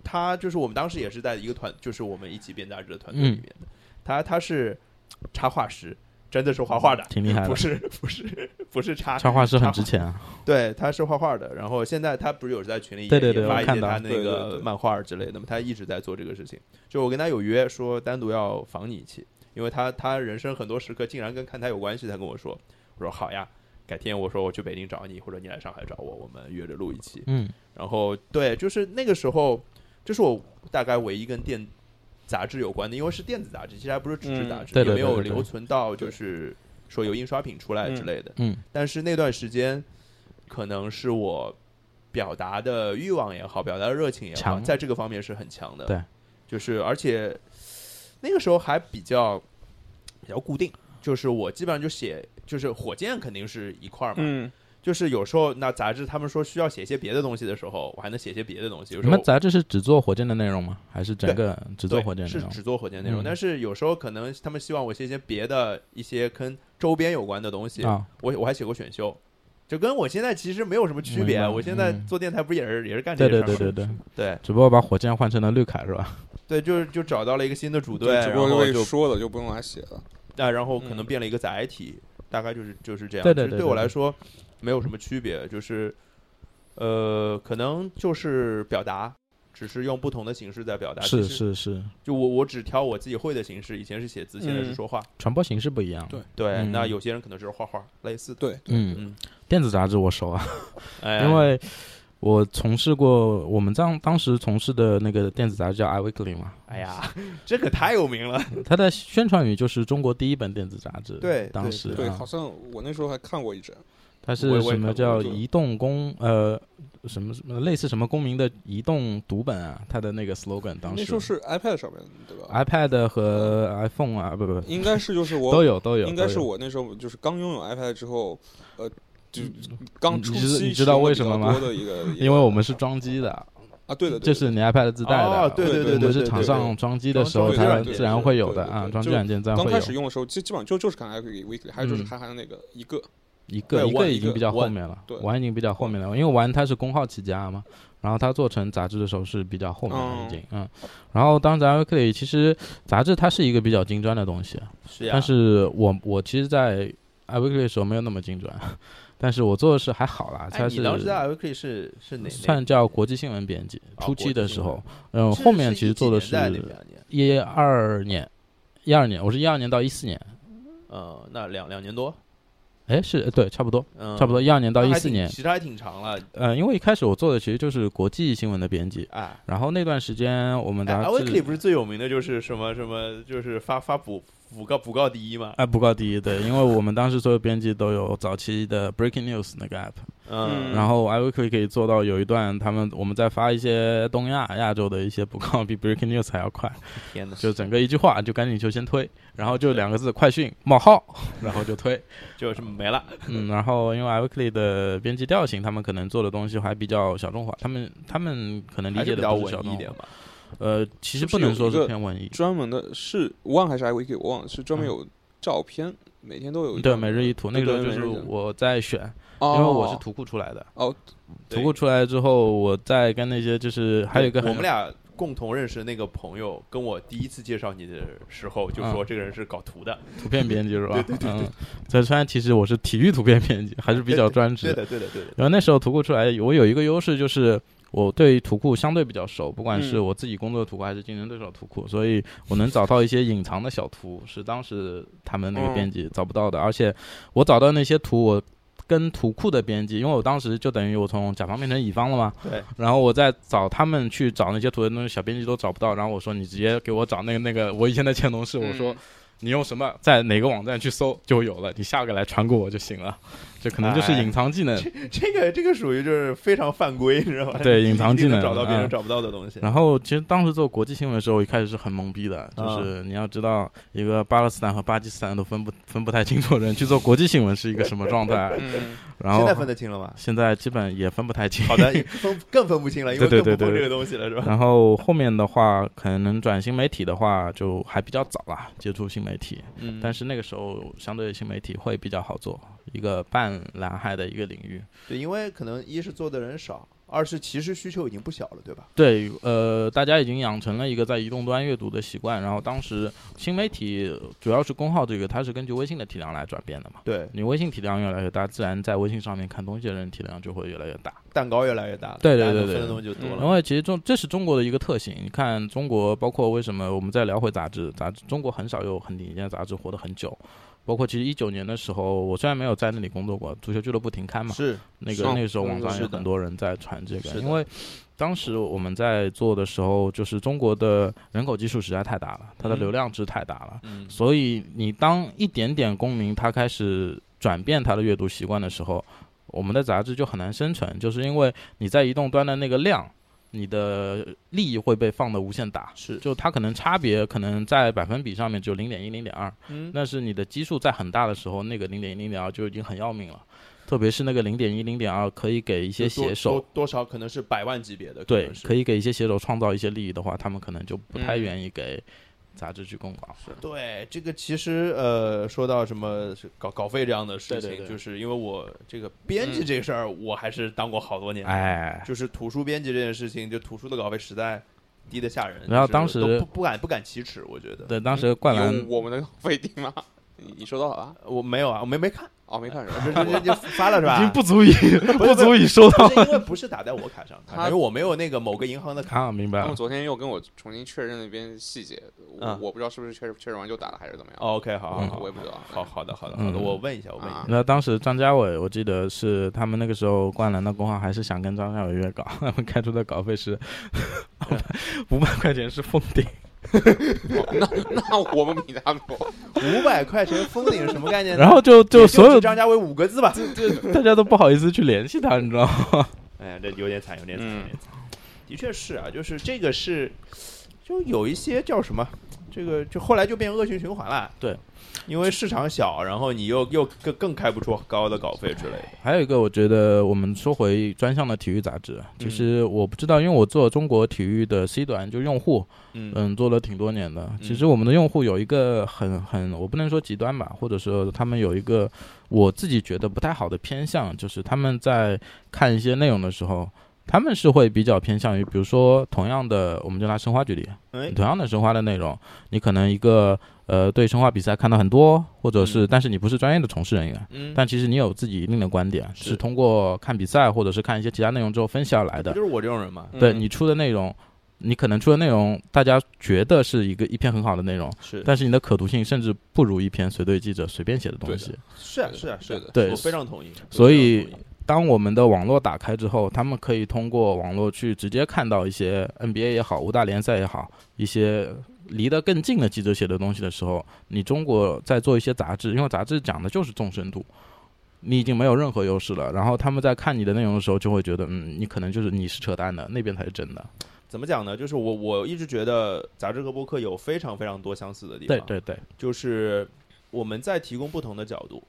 Speaker 1: 他就是我们当时也是在一个团，就是我们一起编杂志的
Speaker 2: 嗯
Speaker 1: 团队里面的。他他是插画师，真的是画画的，
Speaker 2: 挺厉害的
Speaker 1: 不是 不是不是插
Speaker 2: 插画师很值钱啊，
Speaker 1: 对，他是画画的。然后现在他不是有时在群里也
Speaker 2: 对对对
Speaker 1: 也发一些
Speaker 2: 我看到
Speaker 1: 他那
Speaker 3: 对对
Speaker 1: 个
Speaker 3: 对
Speaker 1: 漫画之类的嘛，他一直在做这个事情。就我跟他有约，说单独要访你一期，因为他他人生很多时刻竟然跟看台有关系。他跟我说，我说好呀，改天我说我去北京找你，或者你来上海找我，我们约着录一期。
Speaker 2: 嗯
Speaker 1: 然后对，就是那个时候，这是我大概唯一跟电杂志有关的，因为是电子杂志，其实还不是纸质杂志，
Speaker 2: 嗯对
Speaker 1: 也
Speaker 2: 对
Speaker 1: 没有
Speaker 2: 对对对
Speaker 1: 留存到就是说有印刷品出来之类的。
Speaker 2: 嗯
Speaker 1: 但是那段时间，可能是我表达的欲望也好，表达的热情也好，
Speaker 2: 强
Speaker 1: 在这个方面是很强的。
Speaker 2: 对，
Speaker 1: 就是而且那个时候还比较比较固定，就是我基本上就写，就是火箭肯定是一块儿嘛，
Speaker 3: 嗯，
Speaker 1: 就是有时候那杂志他们说需要写些别的东西的时候，我还能写些别的东西。有时
Speaker 2: 你
Speaker 1: 候
Speaker 2: 们杂志是只做火箭的内容吗？还是
Speaker 1: 对
Speaker 2: 整个只做
Speaker 1: 对
Speaker 2: 火箭内
Speaker 1: 是
Speaker 2: 容？
Speaker 1: 只做火箭内容，
Speaker 2: 嗯
Speaker 1: 但是有时候可能他们希望我写一些别的一些跟周边有关的东西。
Speaker 2: 啊，
Speaker 1: 我我还写过选秀，就跟我现在其实没有什么区别。
Speaker 2: 明白
Speaker 1: 我现在
Speaker 2: 嗯
Speaker 1: 做电台不是也是、也是干这
Speaker 2: 对
Speaker 1: 些
Speaker 2: 对
Speaker 1: 事儿
Speaker 2: 对
Speaker 1: 吗？
Speaker 2: 对对，
Speaker 1: 对
Speaker 2: 只不过把火箭换成了绿卡是吧？
Speaker 1: 对，就是就找到了一个新的组队，
Speaker 3: 对，只
Speaker 1: 然
Speaker 3: 不过
Speaker 1: 后
Speaker 3: 是
Speaker 1: 就
Speaker 3: 为说的就不用来写了。
Speaker 1: 啊，然后可能
Speaker 3: 嗯
Speaker 1: 变了一个载体，大概就是就是这样。
Speaker 2: 对对
Speaker 1: 其实
Speaker 2: 对
Speaker 1: 对我
Speaker 2: 对
Speaker 1: 来说没有什么区别，就是呃，可能就是表达，只是用不同的形式在表达。
Speaker 2: 是
Speaker 1: 其实，
Speaker 2: 是是，
Speaker 1: 就我我只挑我自己会的形式，以前是写字，现在是
Speaker 3: 嗯
Speaker 1: 说话。
Speaker 2: 传播形式不一样。
Speaker 3: 对
Speaker 1: 对，
Speaker 2: 嗯
Speaker 1: 那有些人可能就是画画，类似的。
Speaker 3: 对，
Speaker 2: 嗯，
Speaker 1: 嗯，
Speaker 2: 电子杂志我熟啊，
Speaker 1: 哎，
Speaker 2: 因为我从事过我们当当时从事的那个电子杂志叫 iWeekly 嘛，
Speaker 1: 哎呀， 这可太有名了。
Speaker 2: 它的宣传语就是中国第一本电子杂志。
Speaker 1: 对
Speaker 2: 当
Speaker 1: 对
Speaker 2: 时
Speaker 3: 对，
Speaker 2: 啊
Speaker 3: 好像我那时候还看过一阵。
Speaker 2: 它
Speaker 1: 我
Speaker 2: 是
Speaker 1: 也我也
Speaker 2: 什么
Speaker 1: 看过
Speaker 2: 叫
Speaker 3: 这个
Speaker 2: 移动公呃什么什么类似什么公民的移动读本啊，它的那个 slogan 当
Speaker 3: 那时候
Speaker 2: 时。
Speaker 3: 是 iPad 上面的，对吧？
Speaker 2: iPad 和 iPhone 啊，不不，
Speaker 3: 应该是就是我
Speaker 2: 都有都有，
Speaker 3: 应该是
Speaker 2: 都有
Speaker 3: 我那时候就是刚拥有 iPad 之后，呃，就刚
Speaker 2: 嗯
Speaker 3: 初
Speaker 2: 你知
Speaker 3: 期
Speaker 2: 你知道
Speaker 3: 使用得
Speaker 2: 为什么
Speaker 3: 比
Speaker 2: 吗
Speaker 3: 较多的一个，一 个
Speaker 2: 因为我们是装机的，
Speaker 3: 啊，对的，
Speaker 2: 这
Speaker 3: 对的
Speaker 2: 是你 iPad 自带的，
Speaker 1: 哦对
Speaker 3: 对对
Speaker 2: 我们
Speaker 1: 对
Speaker 2: 是
Speaker 1: 对
Speaker 2: 厂
Speaker 1: 对
Speaker 2: 商装机的时候，
Speaker 1: 装
Speaker 2: 它
Speaker 1: 对对对
Speaker 2: 自然会有的
Speaker 3: 对对
Speaker 2: 啊，
Speaker 3: 对
Speaker 2: 装
Speaker 3: 就
Speaker 2: 机软件自然
Speaker 3: 刚
Speaker 2: 会
Speaker 3: 开始
Speaker 2: 有。
Speaker 3: 用的时候，基基本上就就是看 iPad Weekly，还有就是
Speaker 2: 嗯
Speaker 3: 还还有那个一个，
Speaker 2: 一个
Speaker 1: 对
Speaker 2: 一个
Speaker 1: 玩
Speaker 2: 已
Speaker 3: 一
Speaker 2: 经
Speaker 3: 个
Speaker 2: 比较后
Speaker 1: 玩
Speaker 2: 面了
Speaker 3: 对，
Speaker 2: 玩已经比较后面了，因为玩它是工号起家嘛，然后它做成杂志的时候是比较后面了
Speaker 3: 嗯
Speaker 2: 已经，嗯，然后当时 iWeekly 其实杂志它是一个比较精专的东西，
Speaker 1: 是呀，
Speaker 2: 但是我我其实，在 iWeekly 的时候没有那么精专， 但是我做的是还好啦，
Speaker 1: 哎，
Speaker 2: 它
Speaker 1: 你
Speaker 2: 是
Speaker 1: 当时在 iWeekly 是是哪
Speaker 2: 算叫国际新闻编辑，
Speaker 1: 哦
Speaker 2: 初
Speaker 1: 国
Speaker 2: 期
Speaker 1: 际
Speaker 2: 的
Speaker 1: 新
Speaker 2: 时
Speaker 1: 闻
Speaker 2: 候，嗯，
Speaker 1: 哪
Speaker 2: 后面其实做的
Speaker 1: 是一几年代
Speaker 2: 是
Speaker 1: 那两年，
Speaker 2: 一二年，一二年，我是一二年到一四年，
Speaker 1: 嗯，那两两年多，
Speaker 2: 哎，是呃对，差不多，
Speaker 1: 嗯，
Speaker 2: 差不多一二年到
Speaker 1: 那
Speaker 2: 一
Speaker 1: 还
Speaker 2: 四
Speaker 1: 挺
Speaker 2: 年，
Speaker 1: 其实还挺长了，
Speaker 2: 呃，因为一开始我做的其实就是国际新闻的编辑，
Speaker 1: 哎。
Speaker 2: 然后那段时间我们
Speaker 1: 哎
Speaker 2: 杂
Speaker 1: i w e e k l y
Speaker 2: 志
Speaker 1: 不是最有名的就是什么什么，就是发发补补告补告第一嘛，
Speaker 2: 啊，不告第一，对，因为我们当时所有编辑都有早期的 Breaking News 那个 app，
Speaker 1: 嗯，
Speaker 2: 然后 iWeekly 可以做到有一段他们我们在发一些东亚亚洲的一些补告，比 Breaking News 还要快，
Speaker 1: 天哪，
Speaker 2: 就整个一句话就赶紧就先推，然后就两个字快讯冒号， 然后就推，
Speaker 1: 就是没了，
Speaker 2: 嗯，然后因为 iWeekly 的编辑调性，他们可能做的东西还比较小众化，他们他们可能理
Speaker 1: 还是
Speaker 2: 解
Speaker 1: 比
Speaker 2: 的
Speaker 1: 较
Speaker 2: 不
Speaker 1: 稳
Speaker 2: 是小
Speaker 1: 一
Speaker 2: 众
Speaker 1: 点
Speaker 2: 化，
Speaker 1: 吧。
Speaker 2: 呃，其实
Speaker 3: 是不
Speaker 2: 不
Speaker 3: 是有
Speaker 2: 能说
Speaker 3: 一
Speaker 2: 是
Speaker 3: 个
Speaker 2: 偏文艺，
Speaker 3: 专门的是我忘还是 iWiki，我忘了，是专门
Speaker 2: 嗯
Speaker 3: 有照片，每天都有一
Speaker 2: 对，
Speaker 3: 张
Speaker 2: 每日一图，那个时候
Speaker 3: 对
Speaker 2: 就
Speaker 3: 每
Speaker 2: 是
Speaker 3: 日一图
Speaker 2: 我在选，
Speaker 3: 哦，
Speaker 2: 因为我是图库出来的。
Speaker 3: 哦，
Speaker 2: 图库出来之后，我再跟那些就是还有一个
Speaker 1: 我
Speaker 2: 很
Speaker 1: 们俩共同认识的那个朋友，跟我第一次介绍你的时候
Speaker 2: 嗯
Speaker 1: 就说这个人是搞图的，
Speaker 2: 图片编辑是吧？嗯，所以虽然其实我是体育图片编辑，还是比较专职
Speaker 1: 对
Speaker 2: 的。
Speaker 1: 的，对的，对的，
Speaker 2: 然后那时候图库出来，我有一个优势就是我对图库相对比较熟，不管是
Speaker 3: 嗯
Speaker 2: 我自己工作的图库还是竞争对手的图库，所以我能找到一些隐藏的小图，是当时他们
Speaker 3: 嗯
Speaker 2: 那个编辑找不到的。而且我找到那些图，我跟图库的编辑，因为我当时就等于我从甲方变成乙方了嘛，
Speaker 1: 对。
Speaker 2: 然后我再找他们去找那些图的那些小编辑都找不到，然后我说你直接给我找那个那个我以前的前同事，我说
Speaker 3: 嗯。
Speaker 2: 你用什么在哪个网站去搜就有了，你下个来传给我就行了。 这可能就是
Speaker 1: 哎
Speaker 2: 隐藏技能。
Speaker 1: 这个这个属于就是非常犯规， 你知道吧？
Speaker 2: 对隐藏技能
Speaker 1: 一定能找到别人
Speaker 2: 嗯
Speaker 1: 找不到的东西。
Speaker 2: 然后其实当时做国际新闻的时候，我一开始是很懵逼的，就是你要知道一个巴勒斯坦和巴基斯坦都分不分不太清楚的人去做国际新闻是一个什么状态
Speaker 3: 嗯，
Speaker 2: 然
Speaker 1: 现
Speaker 2: 后
Speaker 1: 在分得清了 吗？
Speaker 2: 现在基本也分不太清。
Speaker 1: 好的，也分更分不清了，因为
Speaker 2: 对
Speaker 1: 更
Speaker 2: 对
Speaker 1: 不
Speaker 2: 对
Speaker 1: 碰
Speaker 2: 对
Speaker 1: 这个东西了，是吧？
Speaker 2: 然后后面的话，可能转型媒体的话，就还比较早啦，接触新媒体。
Speaker 1: 嗯
Speaker 2: 但是那个时候，相对新媒体会比较好做，一个半蓝海的一个领域。
Speaker 1: 对，因为可能一是做的人少，二是其实需求已经不小了，对吧？
Speaker 2: 对，呃，大家已经养成了一个在移动端阅读的习惯。然后当时新媒体主要是公号这个，它是根据微信的体量来转变的嘛。
Speaker 1: 对，
Speaker 2: 你微信体量越来越大，自然在微信上面看东西的人体量就会越来越大。
Speaker 1: 蛋糕越来越大，
Speaker 2: 对对
Speaker 1: 大家
Speaker 2: 对
Speaker 1: 能
Speaker 2: 对
Speaker 1: 分的
Speaker 2: 对
Speaker 1: 东西就多
Speaker 3: 嗯
Speaker 1: 了
Speaker 2: 因。为其实中这是中国的一个特性。你看中国，包括为什么我们再聊回杂志，杂志中国很少有很顶尖的杂志活得很久。包括其实一九年的时候，我虽然没有在那里工作过，足球俱乐部停刊嘛，
Speaker 1: 是
Speaker 2: 那
Speaker 3: 是
Speaker 2: 个那个时候网
Speaker 3: 嗯
Speaker 2: 上
Speaker 1: 是
Speaker 2: 有
Speaker 1: 的
Speaker 2: 很多人在传这
Speaker 1: 是的
Speaker 2: 个，因为当时我们在做的时候，就是中国的人口基数实在太大了，它的
Speaker 1: 嗯
Speaker 2: 流量值太大了，
Speaker 1: 嗯
Speaker 2: 所以你当一点点公民他开始转变他的阅读习惯的时候，我们的杂志就很难生存，就是因为你在移动端的那个量，你的利益会被放的无限大。
Speaker 1: 是
Speaker 2: 就它可能差别可能在百分比上面只有零点一、零点二，
Speaker 1: 嗯
Speaker 2: 但是你的基数在很大的时候，那个零点一、零点二就已经很要命了。特别是那个零点一、零点二，可以给一些
Speaker 1: 就多
Speaker 2: 写手
Speaker 1: 多，多少可能是百万级别的，
Speaker 2: 对，可
Speaker 1: 以。
Speaker 2: 以给一些写手创造一些利益的话，他们可能就不太
Speaker 3: 嗯
Speaker 2: 愿意给杂志去供稿。
Speaker 1: 对这个其实呃，说到什么是稿稿费这样的事情，
Speaker 2: 对对对
Speaker 1: 就是因为我这个编辑
Speaker 3: 嗯
Speaker 1: 这个事儿，我还是当过好多年的，
Speaker 2: 哎，
Speaker 1: 就是图书编辑这件事情，就图书的稿费实在低的吓人，
Speaker 2: 然后
Speaker 1: 就是
Speaker 2: 当时
Speaker 1: 都不不敢不敢启齿，我觉得
Speaker 2: 对，当时灌篮
Speaker 3: 有我们的 费迪吗？你你收到了啊？
Speaker 1: 我没有啊，我没没看，
Speaker 3: 哦，没看是吧？
Speaker 1: 这这
Speaker 2: 啊
Speaker 1: 这这发了是吧？
Speaker 2: 足以
Speaker 1: 不足
Speaker 2: 以收
Speaker 1: 不是因为不是打在我卡上，
Speaker 3: 他
Speaker 1: 因为我没有那个某个银行的卡。
Speaker 2: 啊，明白
Speaker 3: 他们
Speaker 2: 了。
Speaker 3: 昨天又跟我重新确认了一遍细节，我
Speaker 1: 嗯
Speaker 3: 我不知道是不是确认确认完就打了还是怎么样，
Speaker 1: 哦
Speaker 3: 啊
Speaker 1: OK，好好
Speaker 2: 嗯
Speaker 1: 好，
Speaker 3: 我也不知道。
Speaker 1: 好好的好的好的，
Speaker 2: 嗯
Speaker 1: 我问一下，我问一下
Speaker 3: 啊。
Speaker 2: 那当时张家伟，我记得是他们那个时候灌篮的工号还是想跟张家伟约稿， 他们开出的稿 费是五百块钱是封顶，
Speaker 3: 哦那那我们比他们多，
Speaker 1: 五百块钱封顶是什么概念呢？
Speaker 2: 嗯然后就
Speaker 1: 也
Speaker 2: 就所
Speaker 1: 是
Speaker 2: 有
Speaker 1: 张家伟五个字吧。
Speaker 2: 大家都不好意思去联系他，你知道吗？
Speaker 1: 哎呀，这有点惨，有点惨，
Speaker 3: 嗯
Speaker 1: 有点惨。的确是啊，就是这个是，就有一些叫什么，这个就后来就变恶性循环了。
Speaker 2: 对，
Speaker 1: 因为市场小，然后你又又更更开不出高的稿费之类的。
Speaker 2: 还有一个，我觉得我们说回专项的体育杂志，
Speaker 1: 嗯
Speaker 2: 啊其实我不知道，因为我做中国体育的 C 端，就用户，
Speaker 1: 嗯
Speaker 2: 嗯，做了挺多年的。其实我们的用户有一个很很，我不能说极端吧，或者说他们有一个我自己觉得不太好的偏向，就是他们在看一些内容的时候，他们是会比较偏向于，比如说同样的，我们就拿申花举例，
Speaker 1: 哎，
Speaker 2: 同样的申花的内容，你可能一个呃对申花比赛看到很多，或者是、但是你不是专业的从事人员，
Speaker 1: 嗯，
Speaker 2: 但其实你有自己一定的观点，
Speaker 1: 是
Speaker 2: 是通过看比赛或者是看一些其他内容之后分析而来
Speaker 1: 不
Speaker 2: 的。
Speaker 1: 就是我这种人嘛。
Speaker 2: 对
Speaker 3: 嗯
Speaker 2: 你出的内容，你可能出的内容，大家觉得是一个一篇很好的内容，
Speaker 1: 是
Speaker 2: 但是你的可读性甚至不如一篇随队记者随便写的东西。
Speaker 1: 是啊是啊是啊
Speaker 3: 对的，
Speaker 2: 对
Speaker 1: 我非常同意。
Speaker 2: 所
Speaker 1: 我
Speaker 2: 以
Speaker 1: 非常同意
Speaker 2: 当我们的网络打开之后，他们可以通过网络去直接看到一些 NBA 也好，五大联赛也好，一些离得更近的记者写的东西的时候，你中国在做一些杂志，因为杂志讲的就是纵深度，你已经没有任何优势了。然后他们在看你的内容的时候，就会觉得，嗯，你可能就是你是扯淡的，那边才是真的。
Speaker 1: 怎么讲呢？就是我我一直觉得杂志和播客有非常非常多相似的地方。
Speaker 2: 对对对，
Speaker 1: 就是我们在提供不同的角度。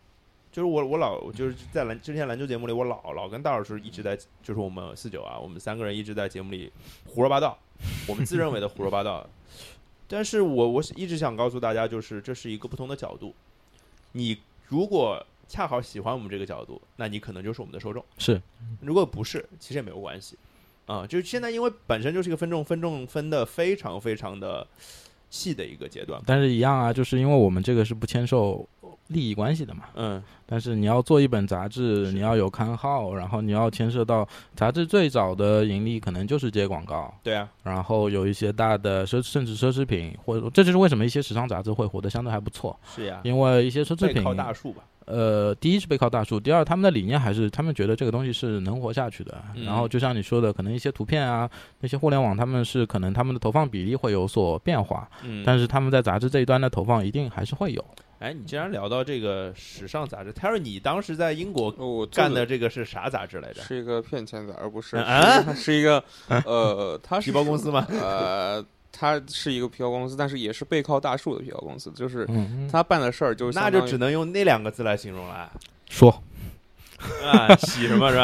Speaker 1: 就是我我老就是在篮之前篮球节目里，我老老跟大老师一直在，就是我们四九啊，我们三个人一直在节目里胡说八道，我们自认为的胡说八道。 但是我我一直想告诉大家，就是这是一个不同的角度。你如果恰好喜欢我们这个角度，那你可能就是我们的受众；
Speaker 2: 是
Speaker 1: 如果不是，其实也没有关系啊。就是现在，因为本身就是一个分众分众分的非常非常的细的一个阶段。
Speaker 2: 但是一样啊，就是因为我们这个是不牵涉利益关系的嘛。
Speaker 1: 嗯，
Speaker 2: 但是你要做一本杂志，你要有刊号，然后你要牵涉到杂志最早的盈利可能就是接广告，
Speaker 1: 对啊，
Speaker 2: 然后有一些大的奢甚至奢侈品，或者这就是为什么一些时尚杂志会活得相对还不错，
Speaker 1: 是呀、
Speaker 2: 因为一些奢侈
Speaker 1: 背
Speaker 2: 品，
Speaker 1: 靠大树吧。
Speaker 2: 呃，第一是背靠大树，第二他们的理念还是他们觉得这个东西是能活下去的。
Speaker 1: 嗯
Speaker 2: 然后就像你说的，可能一些图片啊，那些互联网他们是可能他们的投放比例会有所变化，
Speaker 1: 嗯，
Speaker 2: 但是他们在杂志这一端的投放一定还是会有。
Speaker 1: 哎，你既然聊到这个时尚杂志，Terry，你当时在英国
Speaker 3: 我做
Speaker 1: 干的这个是啥杂志来着？
Speaker 3: 是一个骗钱的，而不
Speaker 2: 嗯
Speaker 3: 是
Speaker 1: 啊
Speaker 3: 是一个是一个呃，它是
Speaker 1: 皮包公司吗？
Speaker 3: 呃，它是一个皮包公司，但是也是背靠大树的皮包公司，就是
Speaker 2: 嗯，
Speaker 3: 他办的事儿就是
Speaker 1: 那
Speaker 3: 相
Speaker 1: 就
Speaker 3: 当于
Speaker 1: 只能用那两个字来形容了啊
Speaker 2: 说
Speaker 1: 啊，洗什么是吧？